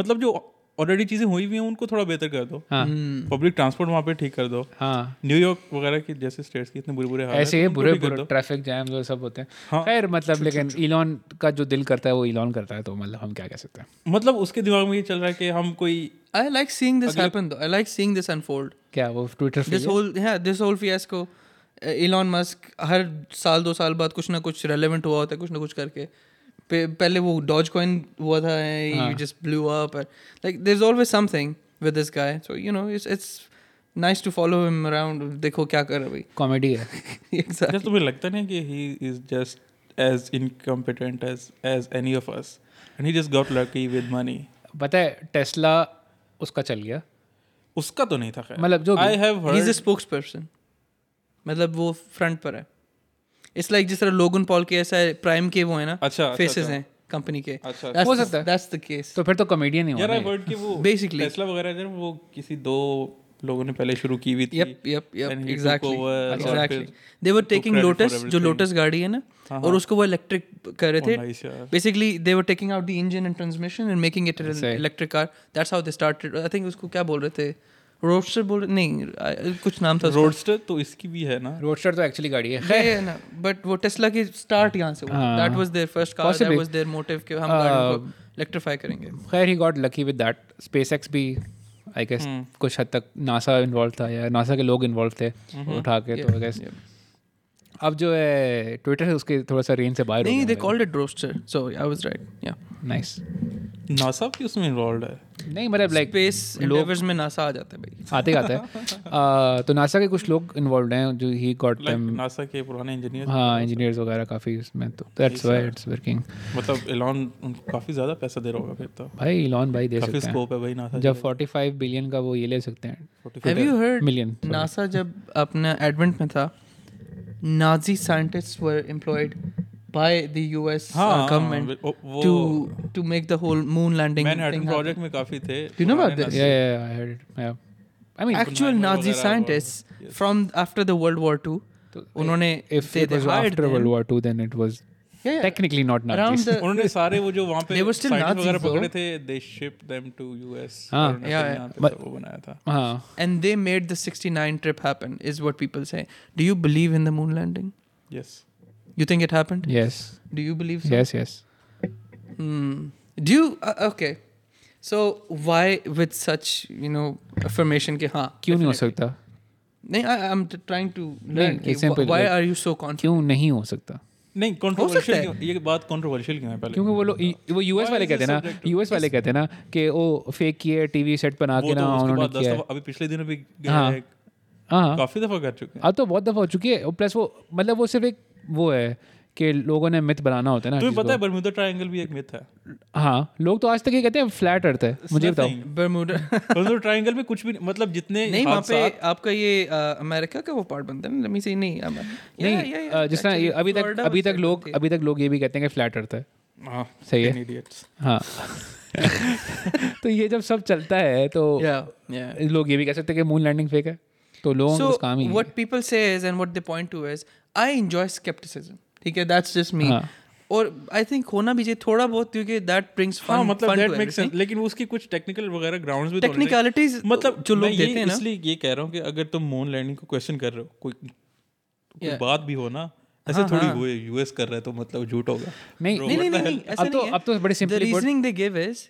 Speaker 3: مطلب جو آلریڈی چیزیں ہوئی ہوئی ہیں ان کو تھوڑا بہتر کر دو
Speaker 2: ہاں
Speaker 3: پبلک ٹرانسپورٹ وہاں پہ ٹھیک کر دو
Speaker 2: ہاں
Speaker 3: نیو یارک وغیرہ کے جیسے اسٹیٹس کے اتنے برے برے حال
Speaker 2: ایسے برے برے ٹریفک جام جو سب ہوتے ہیں خیر مطلب لیکن ایلون کا جو دل کرتا ہے وہ ایلون کرتا ہے تو مطلب ہم کیا کہہ سکتے ہیں
Speaker 3: مطلب اس کے دماغ میں یہ چل رہا ہے کہ ہم کوئی
Speaker 1: I like seeing this happen I like seeing this unfold
Speaker 2: کیا وہ ٹویٹر
Speaker 1: دس ہول ہے دس ہول فیس کو ایلون مسک uh, ہر سال دو سال بعد کچھ نہ کچھ ریلیونٹ ہوا ہوتا ہے کچھ نہ کچھ کر کے پہلے وہ ڈاج کوائن ہوا تھا uh, you just blew up like there is always something with this guy so you know it's nice to follow him around دیکھو کیا کر رہا [laughs] ہے
Speaker 2: کامیڈی ہے
Speaker 1: بھائی
Speaker 3: جیسے تمہیں لگتا نہیں کہ he is just as incompetent as as any of us and he just got lucky with money
Speaker 2: پتہ ہے ٹیسلا اس کا چل گیا
Speaker 3: اس کا تو نہیں تھا خیر
Speaker 2: مطلب جو
Speaker 3: I have
Speaker 1: is a spokesperson مطلب وہ فرنٹ پر ہے اٹس لائک جس طرح لوگن پال کے ایسا پرائم کے وہ ہیں نا
Speaker 3: اچھا
Speaker 1: فیسز ہیں کمپنی کے
Speaker 3: اچھا
Speaker 1: ہو سکتا ہے کیس
Speaker 2: تو پھر تو کامیڈین ہی
Speaker 3: یار آئی
Speaker 2: ہو
Speaker 3: ورڈ کہ وہ
Speaker 1: بیسکلی
Speaker 3: ٹیسلا وغیرہ جو ہے وہ کسی دو لوگوں نے پہلے شروع کی ہوئی تھی
Speaker 1: yep yep yep
Speaker 3: And he took over اور
Speaker 1: ایگزیکٹلی
Speaker 3: پھر
Speaker 1: they were
Speaker 3: took
Speaker 1: taking
Speaker 3: credit for
Speaker 1: Lotus جو
Speaker 3: everything.
Speaker 1: لوٹس گاڑی ہے نا اور اس کو وہ الیکٹرک کر رہے تھے
Speaker 3: Oh, nice یار.
Speaker 1: Basically they were taking out the engine and transmission and making it electric car that's how they started I think اس کو کیا بول رہے تھے روڈسٹر بول نہیں کچھ نام تھا
Speaker 3: روڈسٹر تو اس کی بھی ہے نا
Speaker 2: روڈسٹر تو ایکچولی گاڑی ہے
Speaker 1: بٹ وہ ٹیسلا کی اسٹارٹ یہاں سے that was their first car that was their motto کہ ہم گاڑیوں
Speaker 3: Uh,
Speaker 1: کو الیکٹریفائی کریں گے
Speaker 2: خیر he got lucky with that SpaceX بھی آئی گیس کچھ حد تک ناسا انوالو تھا یا ناسا کے لوگ انوالو تھے اٹھا کے تو آئی گیس اب جو ہے ٹویٹر ہے اس کے تھوڑا سا رین سے باہر
Speaker 1: نہیں they called it rooster so I was right یا
Speaker 2: نائس
Speaker 3: ناسا بھی اس میں انوالوڈ ہے
Speaker 2: نہیں مطلب لائک
Speaker 1: اسپیس لوورز میں ناسا آ جاتا ہے بھائی
Speaker 2: آتے آتے
Speaker 1: [laughs]
Speaker 2: تو ناسا کے کچھ لوگ انوالوڈ ہیں جو ہی گاٹ
Speaker 3: ناسا کے جی پرانے انجینئر
Speaker 2: ہاں انجینئرز وغیرہ کافی اس میں تو دیٹس وائی اٹس ورکنگ
Speaker 3: مطلب ایلان ان کو کافی زیادہ پیسہ دے رہا ہوگا پھر تو
Speaker 2: بھائی لون بھائی دے
Speaker 3: کافی جی۔
Speaker 2: سکتے ہیں
Speaker 3: اسکوپ ہے بھائی ناسا
Speaker 2: جب فورٹی فائیو بلین کا وہ یہ لے سکتے ہیں
Speaker 1: have you heard
Speaker 2: million
Speaker 1: NASA جب اپنا ایڈونٹ میں تھا Nazi scientist were employed by the U S
Speaker 2: ہاں،
Speaker 1: گورنمنٹ
Speaker 3: ہاں، وہ
Speaker 1: to to make the whole moon landing
Speaker 3: Manhattan project میں کافی تھے
Speaker 1: You know about this?
Speaker 2: I mean
Speaker 1: actual Nazi
Speaker 3: جی۔
Speaker 1: Scientist from after the World war two انہوں نے ہاں،
Speaker 2: if it was after World War II, then it was technically not Nazis.
Speaker 3: انہوں نے سارے وہ جو وہاں پہ
Speaker 1: They were still
Speaker 3: scientists
Speaker 1: Nazis,
Speaker 3: وغیرہ
Speaker 1: though.
Speaker 3: پکڑے تھے they shipped them to US
Speaker 2: ہاں.
Speaker 3: اور انہوں نے
Speaker 1: Yeah,
Speaker 3: پھر
Speaker 1: yeah.
Speaker 3: یہاں پہ سب وہ بنایا تھا
Speaker 2: [laughs] ہاں
Speaker 1: and they made the sixty nine trip happen is what people say do you believe in the moon landing
Speaker 3: yes
Speaker 1: you think it happen
Speaker 2: yes
Speaker 1: do you believe
Speaker 2: yes yes
Speaker 1: Hmm. Do you okay so why with such you know affirmation کہ ہاں
Speaker 2: کیوں نہیں ہو سکتا
Speaker 1: نہیں am trying to
Speaker 2: it's simple,
Speaker 1: learn why
Speaker 2: like-
Speaker 1: are you so confident
Speaker 2: کیوں نہیں ہو سکتا
Speaker 3: نہیں
Speaker 1: ہے۔
Speaker 3: controversial کیوں- یہ بات کنٹروورشل کیوں ہے پہلے
Speaker 2: کیونکہ وہ لوگ وہ یو ایس والے کہتے ہیں نا یو ایس والے کہتے ہیں نا کہ وہ فیک کیے ٹی وی سیٹ بنا
Speaker 3: وہ
Speaker 2: کے نا
Speaker 3: تو اس کے
Speaker 2: انہوں نے
Speaker 3: بعد دس
Speaker 2: کیا
Speaker 3: دفعہ ابھی پچھلے دنوں بھی گئے
Speaker 2: ہاں۔
Speaker 3: ہیں،
Speaker 2: ہاں
Speaker 3: کافی دفعہ کر چکے ہیں
Speaker 2: اب تو بہت دفعہ ہو چکی ہے پلس وہ مطلب وہ صرف ایک وہ ہے کہ لوگوں نے مت بنانا ہوتا ہے
Speaker 3: تمہیں پتہ
Speaker 2: نا
Speaker 3: ہے برمودا ٹرائنگل بھی ایک myth ہے
Speaker 2: ہاں لوگ تو آج تک یہ کہتے ہیں فلیٹ ارتھ ہے مجھے بتاؤ
Speaker 1: برموڈا
Speaker 2: [laughs]
Speaker 3: برمودا ٹرائنگل مطلب میں کچھ بھی نہیں- مطلب جتنے
Speaker 1: [laughs] نہیں وہاں پہ
Speaker 3: حادثات-
Speaker 1: آپ کا یہ امیرکا کا وہ پارٹ بنتا ہے نا سے نہیں
Speaker 2: نہیں جس طرح ابھی تک ابھی تک لوگ ابھی تک لوگ یہ بھی کہتے ہیں کہ فلیٹ ارتھ ہے
Speaker 3: ہاں
Speaker 2: صحیح ہے
Speaker 3: fucking idiots۔
Speaker 2: ہاں [laughs] تو یہ جب سب چلتا ہے تو لوگ یہ بھی کہہ سکتے ہیں کہ مون لینڈنگ فیک ہے تو لوگوں کو
Speaker 1: سو
Speaker 2: بس کام ہی
Speaker 1: what people says and what they point to is I enjoy scepticism ٹھیک ہے دیٹس جسٹ می
Speaker 2: ہاں۔
Speaker 1: اور آئی تھنک ہونا بھی چاہیے تھوڑا بہت کیونکہ دیٹ برنگس
Speaker 3: ہاں
Speaker 1: فن
Speaker 3: مطلب that makes sense، لیکن اس کی کچھ ٹیکنیکل وغیرہ گراؤنڈز بھی تو ہونے چاہیے۔
Speaker 1: ٹیکنیکلٹیز
Speaker 3: مطلب
Speaker 1: جو لوگ
Speaker 3: میں
Speaker 1: دیتے
Speaker 3: یہ
Speaker 1: ہیں نا
Speaker 3: اس لیے یہ کہہ رہا ہوں کہ اگر تم مون لینڈنگ کو کوشچن کر رہے ہو کوئی کوئی بات بھی ہو نا
Speaker 1: ہاں،
Speaker 3: ایسے تھوڑی وہ یو ایس کر رہا ہے تو مطلب جھوٹ ہوگا
Speaker 1: نہیں
Speaker 2: نہیں
Speaker 1: نہیں نہیں ایسا
Speaker 2: اب تو اب تو بڑے
Speaker 1: نہیں
Speaker 2: simply
Speaker 1: reasoning they give is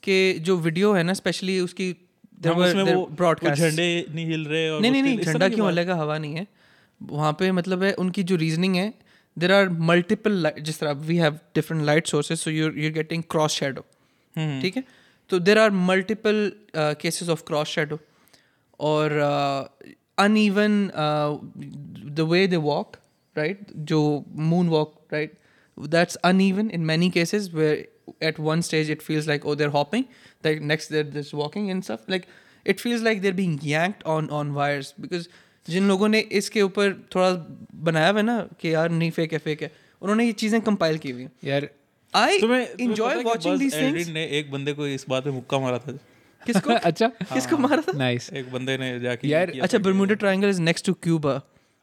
Speaker 1: کہ جو ویڈیو ہے نا اسپیشلی اس کی
Speaker 3: ہم ہاں، اس میں وہ
Speaker 1: براڈ کاسٹ
Speaker 3: جھنڈے نہیں ہل رہے اور
Speaker 1: نہیں نہیں
Speaker 3: اس
Speaker 1: نہیں
Speaker 3: کے- اس
Speaker 1: جھنڈا
Speaker 3: طرح کی
Speaker 1: کیوں
Speaker 3: بات-
Speaker 1: الگ ہوا نہیں ہے وہاں پہ مطلب ہے ان کی جو ریزننگ ہے دیر آر ملٹیپل جس طرح we have different light sources so you you getting cross shadow ٹھیک ہے تو there are multiple cases of cross shadow اور in even the way they walk right جو moon walk right that's in even in many cases where at one stage it feels like oh there hopping like next there this walking and stuff like it feels like there being yanked on on virus because جن لوگوں نے اس کے اوپر تھوڑا بنایا ہوا ہے نا کہ یار نہیں فیک ہے فیک ہے انہوں نے یہ چیزیں کمپائل کی ہوئی ہیں
Speaker 2: یار
Speaker 1: آئی
Speaker 3: تمہیں- تمہیں
Speaker 1: انجوائے
Speaker 3: پتا ہے کہ
Speaker 1: watching
Speaker 3: Buzz
Speaker 1: these things
Speaker 3: Aldrin نے ایک بندے کو اس بات پہ مکہ مارا تھا
Speaker 1: کس کو
Speaker 2: اچھا
Speaker 1: [laughs] کس کو مارا تھا
Speaker 2: نائس
Speaker 3: ایک بندے نے جا کے
Speaker 2: یار،
Speaker 3: ہاں۔ یہ کیا
Speaker 1: اچھا
Speaker 3: تھا کہ-
Speaker 1: Bermuda triangle is next to Cuba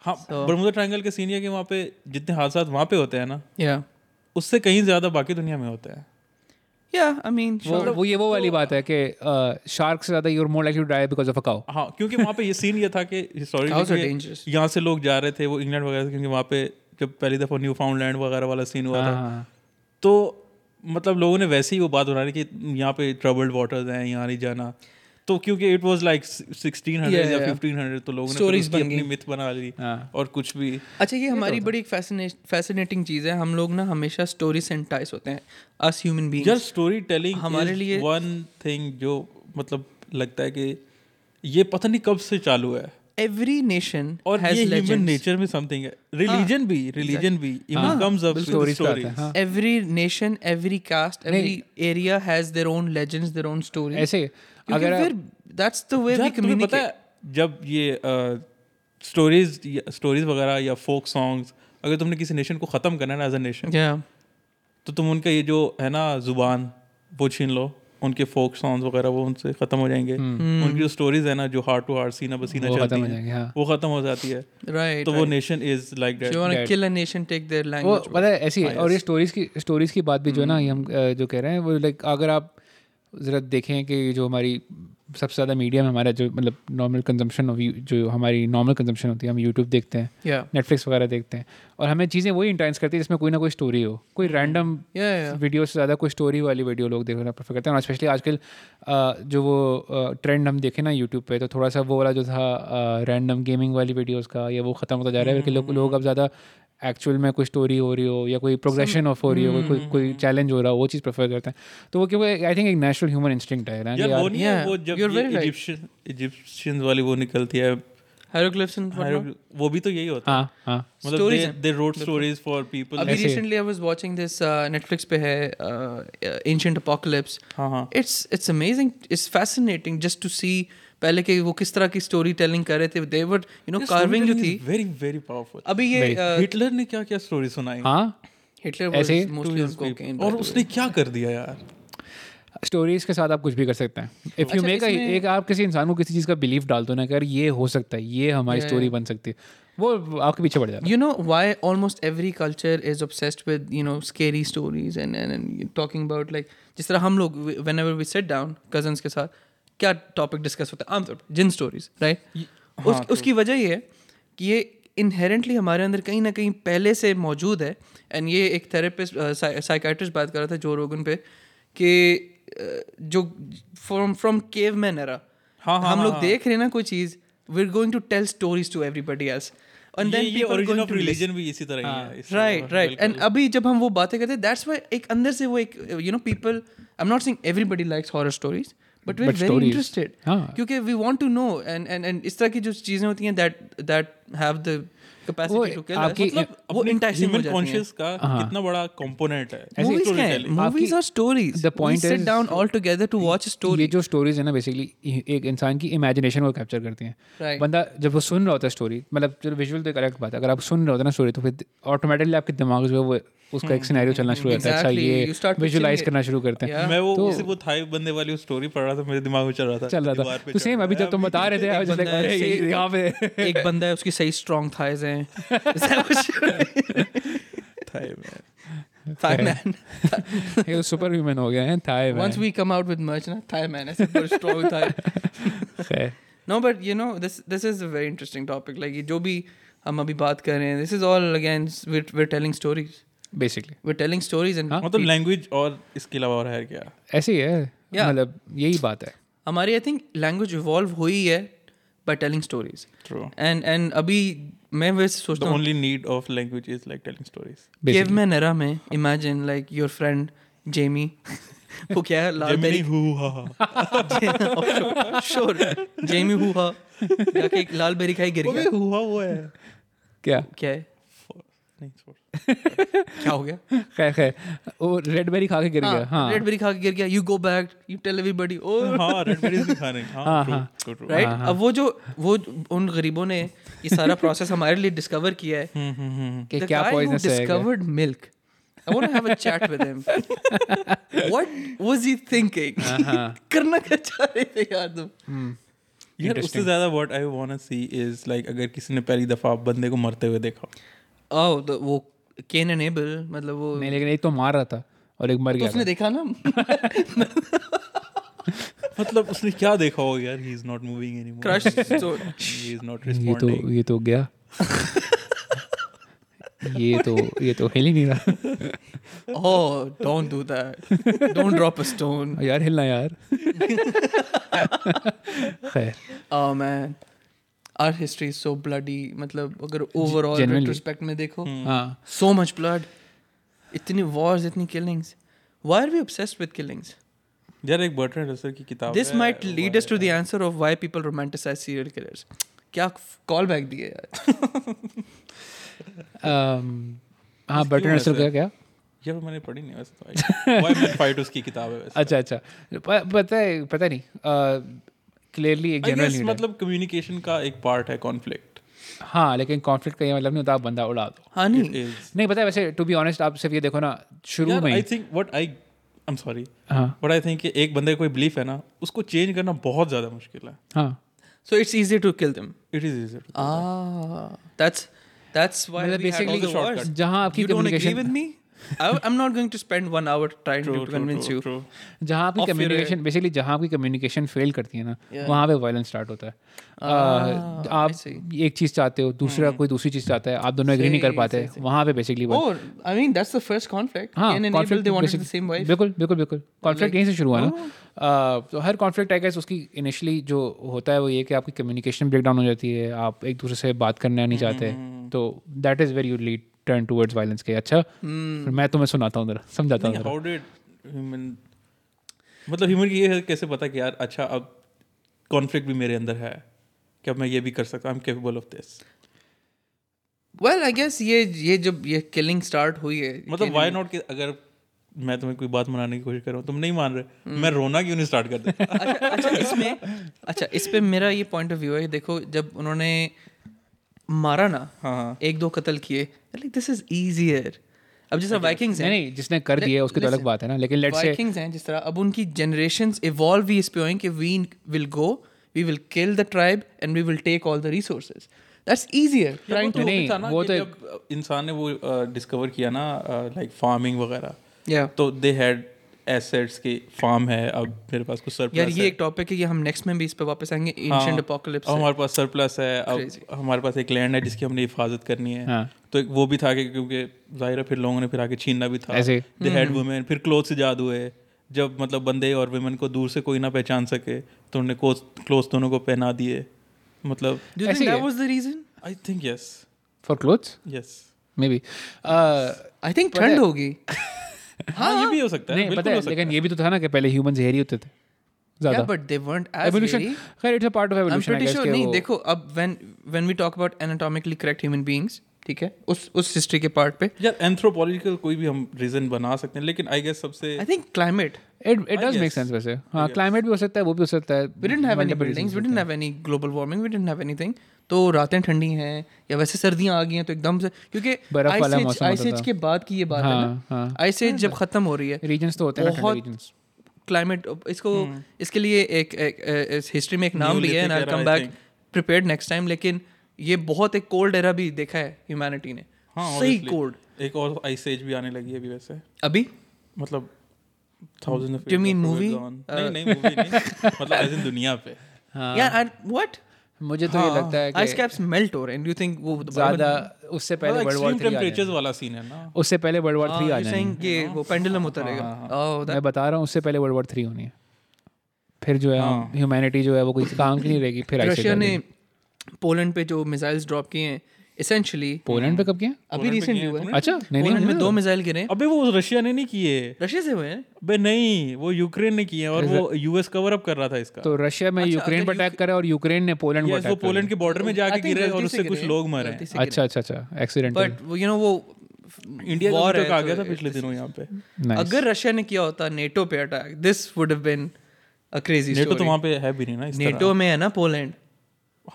Speaker 3: ہاں برمودا ٹرائنگل کے سینئر کے وہاں پہ جتنے حادثات وہاں پہ ہوتے ہیں نا
Speaker 1: یا
Speaker 3: اس سے کہیں زیادہ باقی دنیا میں ہوتا ہے
Speaker 1: یا آئی مین
Speaker 2: وہ یہ وہ والی بات ہے کہ شارک سے زیادہ your more like you die because of اکاؤ
Speaker 3: ہاں کیونکہ وہاں پہ یہ سین یہ تھا کہ
Speaker 1: Cows are
Speaker 3: ہسٹوریکلی
Speaker 1: dangerous.
Speaker 3: یہاں سے لوگ جا رہے تھے وہ انگلینڈ وغیرہ سے کیونکہ وہاں پہ جب پہلی دفعہ نیو فاؤنڈ لینڈ وغیرہ والا سین ہوا
Speaker 2: ہاں۔
Speaker 3: تھا تو مطلب لوگوں نے ویسے ہی وہ بات بنا رہی کہ یہاں پہ ٹربلڈ واٹرز ہیں یہاں نہیں جانا تو کیونکہ it was like sixteen hundred یا ففٹین ہنڈریڈ تو لوگوں نے پھر اس کی اپنی مت بنا لی اور کچھ بھی
Speaker 1: اچھا یہ ہماری بڑی فیسنیٹنگ چیز ہے ہم لوگ نا ہمیشہ اسٹوری سینٹائز ہوتے ہیں اس human being
Speaker 3: just story telling
Speaker 1: ہمارے لیے-
Speaker 3: ون تھنگ جو مطلب لگتا ہے کہ یہ پتہ نہیں کب سے چالو ہے
Speaker 1: ایوری نیشن
Speaker 3: اور
Speaker 1: ہیز
Speaker 3: یہ ہیومن
Speaker 1: لیجنڈ
Speaker 3: نیچر میں سم تھنگ
Speaker 2: ہاں،
Speaker 3: ہے ریلیجن بھی ریلیجن بھی even comes up with
Speaker 2: stories ہاں، کا
Speaker 3: stories.
Speaker 2: ہاں
Speaker 1: every nation every caste every area has their own legends their own story
Speaker 2: ایسے
Speaker 1: اگر
Speaker 2: اگر
Speaker 1: دیٹس دا وے
Speaker 3: یار،
Speaker 1: وی
Speaker 3: تمہیں پتہ ہے
Speaker 1: کمیونیکیٹ
Speaker 3: جب یہ اسٹوریز اسٹوریز وغیرہ یا فوک سانگز اگر تم نے کسی نیشن کو ختم کرنا ہے نا ایز اے نیشن
Speaker 1: یا
Speaker 3: تو تم ان کا یہ جو ہے نا زبان وہ چھین لو ان کے فوک سانگز وغیرہ وہ ان سے ختم ہو جائیں گے ان کی جو اسٹوریز ہیں نا جو ہارٹ ٹو ہارٹ سینہ بسینہ
Speaker 2: وہ ختم
Speaker 3: چلتی
Speaker 2: ہو
Speaker 3: ہیں
Speaker 2: جائیں گے ہاں
Speaker 3: وہ ختم ہو جاتی ہے
Speaker 1: رائٹ
Speaker 3: تو وہ nation is like that
Speaker 1: kill a nation take their
Speaker 2: وہ
Speaker 1: لینگویج
Speaker 2: پتہ ہے ایسی ہے اور یہ اسٹوریز کی اسٹوریز کی بات بھی جو ہے نا یہ ہم جو کہہ رہے ہیں وہ لائک اگر آپ ذرا دیکھیں کہ جو ہماری سب سے زیادہ میڈیا میں ہمارا جو مطلب نارمل کنزمپشن جو ہماری نارمل کنزمپشن ہوتی ہے ہم یوٹیوب دیکھتے ہیں
Speaker 1: یا
Speaker 2: نیٹ فلکس وغیرہ دیکھتے ہیں اور ہمیں چیزیں وہی انٹرنس کرتی ہیں جس میں کوئی نہ کوئی اسٹوری ہو کوئی رینڈم
Speaker 1: یا
Speaker 2: ویڈیو سے زیادہ کوئی اسٹوری والی ویڈیو لوگ دیکھنا پریفر کرتے ہیں اور اسپیشلی آج کل جو وہ ٹرینڈ ہم دیکھیں نا یوٹیوب پہ تو تھوڑا سا وہ والا جو تھا رینڈم گیمنگ والی ویڈیوز کا یا وہ ختم ہوتا جا رہا ہے بلکہ لوگ لوگ اب زیادہ ایکچوئل میں کوئی اسٹوری ہو رہی ہو یا کوئی پروگریشن آف ہو رہی ہو کوئی کوئی چیلنج ہو رہا ہو وہ چیز پریفر کرتے ہیں تو وہ کیونکہ آئی تھنک ایک نیچرل ہیومن انسٹنکٹ ہے نا کہ
Speaker 3: یار
Speaker 2: یار-
Speaker 3: وہ نہیں ہے وہ جب ایجپشن والی وہ نکلتی ہے وہ بھی تو یہی ہوتا ہے
Speaker 2: ہاں ہاں
Speaker 3: مطلب they road stories for people
Speaker 1: ابھی recently I was watching this Netflix پہ ہے اینشنٹ اپوکلپس
Speaker 3: ہاں ہاں
Speaker 1: it's it's amazing it's fascinating just to see پہلے کہ وہ کس طرح کی اسٹوری ٹیلنگ کر رہے تھے they would you know carving جو تھی
Speaker 3: ویری ویری پاورفل
Speaker 1: ابھی یہ
Speaker 3: ہٹلر نے کیا کیا اسٹوری سنائی
Speaker 2: ہاں
Speaker 1: ہٹلر
Speaker 2: ایسے
Speaker 1: واز موسٹلی آن کوکین
Speaker 3: اور اس نے کیا کر دیا یار
Speaker 2: اسٹوریز کے ساتھ آپ کچھ بھی کر سکتے ہیں اف یو میک ایک آپ کسی انسان کو کسی چیز کا بلیف ڈال دو نا کہ یار یہ ہو سکتا ہے یہ ہماری اسٹوری بن سکتی ہے وہ آپ کے پیچھے پڑ جاتا
Speaker 1: you know why almost every culture is obsessed with you know scary stories and talking about like جس طرح ہم لوگ whenever we sit down cousins کے ساتھ کیا ٹاپک ڈسکس ہوتا ہے عام طور پر جن اسٹوریز رائٹ اس کی وجہ یہ ہے کہ یہ انہیرنٹلی ہمارے اندر کہیں نہ کہیں پہلے سے موجود ہے اینڈ یہ ایک تھراپسٹ سائیکٹرسٹ بات کر رہا تھا جو روگن پہ کہ جو from from caveman era ہم لوگ دیکھ رہے ہیں نا کوئی چیز we are going to tell stories to everybody else and then
Speaker 3: یہ اوریجن آف ریلیجن بھی اسی طرح ہی ہے
Speaker 1: رائٹ رائٹ اینڈ ابھی جب ہم وہ باتیں کرتے ہیں دیٹس وائی ایک اندر سے وہ ایک you know people I not sing everybody likes horror stories but we very interested
Speaker 2: ہاں،
Speaker 1: کیونکہ we want to know and and اس طرح کی جو چیزیں ہوتی ہیں that that have the capacity to kill مطلب وہ انٹیکشن ہو
Speaker 3: ہیومن
Speaker 1: جاتی ہے
Speaker 3: کانشیس کا کتنا بڑا کمپوننٹ ہے
Speaker 1: موویز کیا ہیں موویز اور stories
Speaker 2: The point
Speaker 1: we
Speaker 2: is-
Speaker 1: sit down all together to watch
Speaker 2: ہے یہ
Speaker 1: سٹوری
Speaker 2: جو اسٹوریز ہیں نا بیسکلی ایک انسان کی امیجنیشن کو کیپچر کرتی ہیں
Speaker 1: Right.
Speaker 2: بندہ جب وہ سن رہا ہوتا ہے اسٹوری مطلب چلو ویژول تو ایک الگ بات ہے اگر آپ سن رہے ہوتے ہیں نا اسٹوری تو پھر آٹومیٹکلی آپ کے دماغ جو ہے وہ اس کا ایک سینیریو چلنا شروع ہوتا ہے اچھا یہ ویژولاइज کرنا شروع کرتے ہیں [laughs]
Speaker 3: میں وہ اسے وہ تھائی بندے والی اسٹوری پڑھ رہا تھا میرے دماغ میں چل رہا تھا
Speaker 2: چل رہا تھا تو سیم
Speaker 3: [laughs]
Speaker 2: ابھی جب تم بتا رہے تھے [laughs] یہاں پہ
Speaker 1: ایک بندہ ہے اس کی صحیح اسٹرانگ تھائز
Speaker 2: [laughs]
Speaker 1: ہیں تھائی مین
Speaker 2: سپر ہیومن ہو گئے ہیں
Speaker 1: once we come out with مرچ نا thigh man strong thigh no but you know this this is a very interesting topic like یہ جو بھی ہم ابھی بات کر رہے ہیں this is all again we're telling stories
Speaker 2: basically
Speaker 1: we're telling stories and
Speaker 3: مطلب لینگویج اور اس کے علاوہ اور ہے کیا
Speaker 2: ایسے ہی ہے مطلب یہی بات ہے
Speaker 1: ہماری آئی تھنک لینگویج ایوالو ہوئی ہے by telling stories and and ابھی میں ویسے سوچتا ہوں
Speaker 3: only need of language is like telling stories
Speaker 1: caveman era میں imagine like your friend [laughs] Jamie وہ کیا ہے لال دہری [laughs] شور جیمی ہوا جا کے ایک لال بیری کھائی گر گیا
Speaker 3: ہوا وہ ہے
Speaker 2: کیا
Speaker 1: کیا ہے کیا ہو گیا
Speaker 2: خیر خیر وہ ریڈ بیری کھا کے گر گیا ہاں
Speaker 1: ریڈ بیری کھا کے گر گیا you go back you tell everybody oh
Speaker 3: ہاں ریڈ بیریز بھی کھانے ہاں ٹرو
Speaker 1: رائٹ oh,
Speaker 2: ہاں۔
Speaker 1: اب وہ جو وہ ان غریبوں نے یہ سارا پروسیس ہمارے لیے ڈسکور کیا ہے
Speaker 2: کہ کیا پوائزنس ہے
Speaker 1: ڈسکورڈ ملک I want to have a chat with
Speaker 2: [laughs]
Speaker 1: him. What was he thinking?
Speaker 2: ہاں،
Speaker 1: کرنا کیا چاہ رہے تھے یار تم
Speaker 3: یار اس سے زیادہ what I want see is like اگر کسی نے پہلی دفعہ آپ بندے کو مرتے ہوئے دیکھا
Speaker 1: Oh, the- وہ کین انیبل مطلب وہ
Speaker 2: نہیں لیکن ایک تو مار رہا تھا اور ایک مر گیا
Speaker 1: اس نے دیکھا نا
Speaker 3: مطلب اس نے کیا دیکھا ہوگا یار he is not moving anymore
Speaker 1: crush
Speaker 3: he is
Speaker 2: یہ
Speaker 3: ناٹ
Speaker 2: تو
Speaker 3: ریسپونڈنگ
Speaker 2: یہ تو گیا یہ تو یہ تو ہل ہی نہیں رہا
Speaker 1: Oh, don't do that. Don't drop a stone.
Speaker 2: یار ہلنا یار خیر
Speaker 1: Oh man. Our history is so bloody. مطلب اگر اوور آل
Speaker 2: جی، Genuinely.
Speaker 1: ریٹروسپیکٹ میں دیکھو
Speaker 2: ہاں
Speaker 1: سو مچ بلڈ اتنی وارز اتنی killings why are we obsessed with killings
Speaker 3: یار ایک برٹن رسل کی کتاب
Speaker 1: this might lead us to the answer of why people romanticize serial killers کیا کال بیک دی ہے یار
Speaker 2: ہاں بٹن رسل کا کیا
Speaker 3: یار وہ میں نے پڑھی نہیں ویسے وائی مین فائٹ اس کی کتاب ہے ویسے
Speaker 2: اچھا اچھا پتہ ہے پتہ نہیں کلیئرلی ایک
Speaker 3: I guess
Speaker 2: جنرل
Speaker 3: مطلب کمیونیکیشن کا ایک پارٹ ہے کانفلکٹ
Speaker 2: ہاں لیکن کانفلکٹ کا یہ مطلب نہیں ہوتا آپ بندہ اڑا دو
Speaker 1: ہاں نہیں
Speaker 2: نہیں پتا ویسے ٹو بی آنےسٹ آپ صرف یہ دیکھو نا شروع میں
Speaker 3: I think what I am sorry
Speaker 2: ہاں
Speaker 3: وٹ آئی تھنک کہ ایک بندے کا کوئی بلیف ہے نا اس کو چینج کرنا بہت زیادہ مشکل ہے
Speaker 2: ہاں
Speaker 1: so it's easy to kill them
Speaker 3: it is easy
Speaker 1: Ah, that's that's why
Speaker 2: مطلب بیسکلی
Speaker 1: شارٹ
Speaker 2: جہاں آپ کی
Speaker 1: you don't
Speaker 2: communication
Speaker 1: agree with me I am not going to spend one hour trying to convince you
Speaker 2: جہاں آپ کی کمیونیکیشن بیسکلی جہاں آپ کی کمیونیکیشن فیل کرتی ہے نا وہاں پہ وائلنس اسٹارٹ ہوتا ہے آپ ایک چیز چاہتے ہو دوسرا کوئی دوسری چیز چاہتا ہے آپ دونوں ایگری نہیں کر پاتے وہاں پہ بیسکلی
Speaker 1: اور I mean that's the first conflict
Speaker 2: ہاں
Speaker 1: can
Speaker 2: conflict
Speaker 1: enable they wanted
Speaker 2: basically-
Speaker 1: the same wife oh.
Speaker 2: بالکل بالکل بالکل کانفلکٹ یہیں سے شروع ہوا نا تو ہر کانفلکٹ آئی گیس اس کی انیشلی جو ہوتا ہے وہ یہ کہ آپ کی کمیونیکیشن بریک ڈاؤن ہو جاتی ہے آپ ایک دوسرے سے بات کرنا نہیں چاہتے تو that is very you lead turn towards violence کے اچھا پھر میں تمہیں سناتا ہوں ذرا سمجھاتا ہوں ذرا
Speaker 3: ہاؤ ڈیڈ ہیومن مطلب ہیومن کی یہ ہے کیسے پتا کہ یار اچھا اب کانفلکٹ بھی میرے اندر ہے کہ اب میں یہ بھی کر سکتا ہوں capable of this
Speaker 1: well I guess یہ یہ جب یہ کلنگ اسٹارٹ ہوئی ہے
Speaker 3: مطلب وائی ناٹ کہ اگر میں تمہیں کوئی بات منانے کی کوشش کر رہا ہوں تم نہیں مان رہے میں رونا کیوں نہیں اسٹارٹ کر دیا
Speaker 1: [laughs] اچھا اچھا اس میں اچھا اس پہ میرا یہ پوائنٹ آف ویو ہے دیکھو جب انہوں نے مارا نا
Speaker 3: ہاں
Speaker 1: ایک دو قتل کیے دس از ایزیئر اب جیسا وائکنگس ہیں
Speaker 2: نہیں جس نے کر دیا ہے اس کی تو الگ بات ہے نا لیکن لیٹ سے
Speaker 1: وائکنگس ہیں جس طرح اب ان کی جنریشن ایوالو بھی اس پہ ہوئیں کہ we will go we will kill the tribe and we will take all the resources that's easier
Speaker 3: وہ تو جب انسان نے وہ ڈسکور کیا نا لائک فارمنگ وغیرہ
Speaker 1: یا
Speaker 3: تو دے ہیڈ ایسٹس کی فارم ہے اب میرے پاس کچھ
Speaker 1: یار
Speaker 3: سرپلس
Speaker 1: یہ ایک ٹاپک ہے یہ ہم نیکسٹ میں بھی اس پہ واپس آئیں گے اینشنٹ اپوکلپس
Speaker 3: ہمارے پاس سرپلس ہے اب ہمارے پاس ایک لینڈ ہے جس کی ہم نے حفاظت کرنی ہے تو وہ بھی تھا کہ کیونکہ ظاہر ہے پھر لوگوں نے پھر آگے چھیننا بھی تھا دے ہیڈ وومین پھر کلوتھ سے جاد ہوئے جب مطلب بندے اور ویمن کو دور سے کوئی نہ پہچان سکے تو انہوں نے کلوتھ دونوں کو پہنا دیے مطلب
Speaker 1: was the reason
Speaker 3: I think yes
Speaker 2: for clothes
Speaker 3: yes
Speaker 2: maybe
Speaker 1: I think ٹھنڈ ہوگی
Speaker 3: ہاں یہ بھی ہو سکتا ہے
Speaker 2: نہیں پتہ ہے لیکن یہ بھی تو تھا نا کہ پہلے ہیومنز ہیری ہوتے تھے زیادہ
Speaker 1: بٹ دے ورنٹ
Speaker 2: ایولیوشن خیر it's a part of
Speaker 1: I'm
Speaker 2: evolution
Speaker 1: pretty sure- نہیں دیکھو اب when when we talk about anatomically correct human beings ٹھیک ہے اس اس ہسٹری کے پارٹ پہ
Speaker 3: یار اینتھروپولوجیکل کوئی بھی ہم ریزن بنا سکتے ہیں لیکن آئی گیس سب سے
Speaker 1: I think climate
Speaker 2: it it does make sense ویسے ہاں کلائمیٹ بھی ہو سکتا ہے وہ بھی ہو سکتا ہے
Speaker 1: we didn't have any buildings we didn't have any global warming we didn't have anything تو راتیں ٹھنڈی ہیں یا ویسے سردیاں آ گئی ہیں تو ایک دم سے
Speaker 2: برف
Speaker 1: کیونکہ
Speaker 2: والا موسم
Speaker 1: آئس
Speaker 2: ہوتا
Speaker 1: ایج کے بعد کی یہ بات ہے نا
Speaker 2: ہاں،
Speaker 1: آئس ایج جب ختم ہو رہی ہے
Speaker 2: ریجنس تو ہوتے ہیں
Speaker 1: بہت کلائمیٹ اس کو اس کے لیے ایک ہسٹری میں ایک نام بھی ہے come back prepared next time لیکن یہ بہت ایک کولڈ ایرا بھی دیکھا ہے ہیومینٹی نے صحیح کولڈ
Speaker 3: ایک اور آئس ایج بھی آنے لگی ہے ابھی ویسے
Speaker 1: ابھی
Speaker 3: مطلب مطلب دنیا پہ
Speaker 1: واٹ
Speaker 2: مجھے تو یہ لگتا ہے
Speaker 1: آئس
Speaker 2: ہاں۔ کہ
Speaker 1: کیپس میلٹ ہو رہے ہیں ڈو تھنک وہ
Speaker 2: زیادہ اس سے پہلے ورلڈ وار 3
Speaker 3: والا سین ہے نا
Speaker 2: اس سے پہلے ورلڈ وار 3 آ ہاں، جائیں
Speaker 1: کہ وہ پینڈلم ہوتا رہے گا Oh,
Speaker 2: میں بتا رہا ہوں اس سے پہلے ورلڈ وار 3 ہونی ہے پھر جو ہے ہیومینٹی جو ہے وہ کوئی کام کی نہیں رہے گی پھر
Speaker 1: رشیا نے پولینڈ پہ جو میزائلز ڈراپ کیے ہیں اسینشلی
Speaker 2: پولینڈ پہ کب کیا
Speaker 1: ابھی ریسنٹلی ہوئے
Speaker 2: اچھا نہیں
Speaker 1: پولینڈ
Speaker 2: نہیں
Speaker 1: میں دو میزائل گرے
Speaker 3: ابھی وہ رشیا نے نہیں کیے
Speaker 1: رشیا سے ہوئے ہیں
Speaker 3: بے نہیں وہ یوکرین نے کیے اور وہ یو ایس کور اپ کر رہا تھا اس کا
Speaker 2: تو رشیا میں یوکرین پر اٹیک کرا اور یوکرین نے پولینڈ پر
Speaker 3: وہ
Speaker 2: اٹیک
Speaker 3: پولینڈ کے بارڈر میں جا کے گرے اور اس سے کچھ لوگ مرے
Speaker 2: اچھا اچھا اچھا ایکسیڈنٹ
Speaker 1: بٹ یو نو وہ
Speaker 3: انڈیا کا آ گیا تھا پچھلے دنوں یہاں پہ
Speaker 1: اگر رشیا نے کیا ہوتا نیٹو پہ attack this would have been crazy
Speaker 3: NATO تو وہاں پہ ہے بھی نہیں نا
Speaker 1: نیٹو میں ہے نا پولینڈ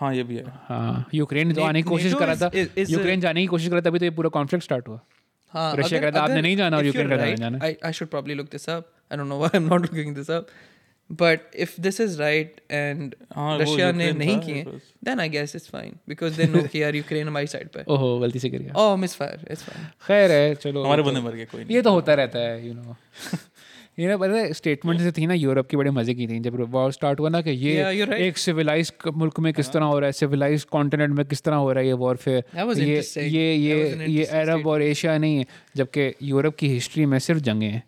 Speaker 3: ہاں یہ بھی ہے
Speaker 2: ہاں یوکرین نے تو آنے کی کوشش کرا تھا یوکرین جانے کی کوشش کرا تبھی تو یہ پورا کانفلکٹ سٹارٹ ہوا
Speaker 1: ہاں
Speaker 2: رشیا کا تھا آپ نے نہیں جانا اور یوکرین کا نہیں جانا
Speaker 1: I should probably look this up I don't know why am not looking this up but if this is right and Russia نے نہیں کیے then I guess is fine because دے
Speaker 2: [laughs]
Speaker 1: نو کہ یار یوکرین ہماری سائڈ پہ
Speaker 2: اوہو غلطی سے گر گیا
Speaker 1: oh misfire it's fine
Speaker 2: خیر ہے چلو
Speaker 3: ہمارے بندے مر گئے کوئی
Speaker 2: یہ تو ہوتا رہتا ہے یو نو [laughs] یہ نا پتہ اسٹیٹمنٹ سے تھی نا یورپ کی بڑے مزے کی تھیں جب وار اسٹارٹ ہوا نا کہ یہ ایک سویلائز ملک میں کس طرح ہو رہا ہے سویلائز کانٹیننٹ میں کس طرح ہو رہا ہے یہ وار فیئر یہ یہ یہ یہ عرب اور ایشیا نہیں ہے جبکہ یورپ کی ہسٹری میں صرف جنگیں ہیں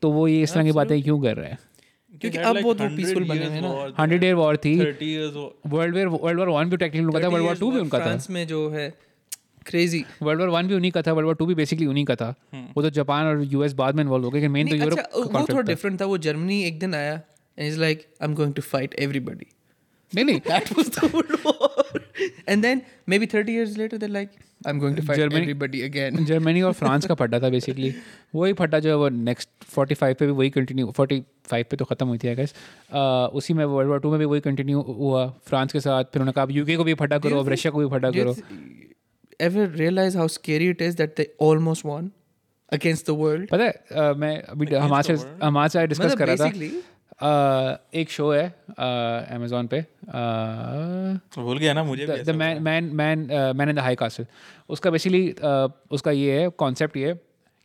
Speaker 2: تو وہ یہ اس طرح کی باتیں کیوں کر رہا ہے
Speaker 3: نہیں کیونکہ اب وہ پیسفل بنے ہیں نا
Speaker 2: ہنڈریڈ ایئر وار تھی
Speaker 3: thirty years
Speaker 2: world where world war one بھی ٹیکنیکل ان کا تھا ورلڈ وار ٹو بھی ان کا تھا
Speaker 1: فرانس میں جو ہے کریزی
Speaker 2: ورلڈ وار ون بھی انہیں کا تھا ورلڈ وار ٹو بھی بیسکلی انہیں کا تھا وہ تو جاپان اور یو ایس بعد میں انوالو ہو گئے کہ مین تو یورپ
Speaker 1: اچھا وہ تھوڑا ڈفرینٹ تھا وہ جرمنی ایک دن آیا and is like I am going to fight everybody
Speaker 2: نہیں نہیں
Speaker 1: That was the World War. And then maybe 30 years later, they're like, I'm going to fight
Speaker 2: Germany-
Speaker 1: everybody again.
Speaker 2: Germany اور فرانس کا پھٹا تھا بیسکلی وہی پھٹا جو ہے وہ نیکسٹ فورٹی فائیو پہ بھی وہی کنٹینیو فورٹی فائیو پہ تو ختم ہوئی تھی گیس اسی میں ورلڈ وار ٹو میں بھی وہی کنٹینیو ہوا فرانس کے ساتھ پھر انہوں نے کہا یو کے کو بھی پھٹا کرو اب رشیا کو بھی پھٹا
Speaker 1: Do
Speaker 2: کرو
Speaker 1: you th- ever realize how scary it is that they almost won against the world?
Speaker 2: پتہ ہے میں ابھی ہمارے سے ہمارے سے ڈسکس
Speaker 1: مطلب
Speaker 2: کر رہا تھا ایک شو ہے امیزون پہ
Speaker 3: بھول گیا نا مجھے بھی
Speaker 2: the man man man man in the high castle اس کا بیسکلی اس کا یہ ہے کانسیپٹ یہ ہے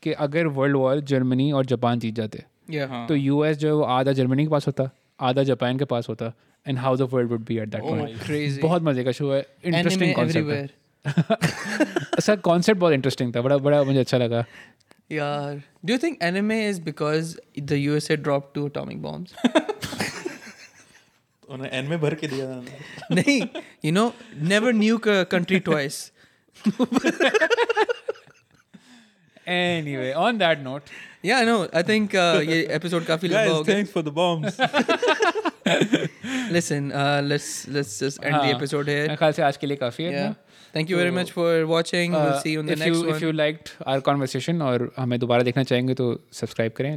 Speaker 2: کہ اگر ورلڈ وار جرمنی اور جاپان جیت جاتے
Speaker 1: Yeah.
Speaker 2: تو یو ایس جو ہے وہ آدھا جرمنی کے پاس ہوتا آدھا جاپان کے پاس ہوتا and house of world would be at that point
Speaker 1: Crazy.
Speaker 2: بہت مزے کا شو ہے
Speaker 1: Anime
Speaker 2: انٹرسٹنگ کانسیپٹ ہے
Speaker 1: everywhere.
Speaker 2: [laughs] سر کانسیپٹ بہت انٹرسٹنگ تھا بڑا بڑا مجھے اچھا لگا
Speaker 1: Yeah. Do you think anime is because the USA dropped two atomic bombs?
Speaker 3: انہوں نے این میں بھر کے دیا تھا
Speaker 1: نہیں you know never nuke a country twice
Speaker 2: anyway on that note
Speaker 1: یا نو آئی تھنک یہ ایپیسوڈ کافی لمبا ہو
Speaker 3: Guys, thanks for the bombs.
Speaker 1: گیا listen let's let's just end the episode here
Speaker 2: میرے خیال سے آج کے لیے کافی ہے
Speaker 1: یا thank you very much for
Speaker 2: uh,
Speaker 1: watching see you in the next
Speaker 2: you like our conversation اور ہمیں دوبارہ دیکھنا چاہیں گے تو سبسکرائب کریں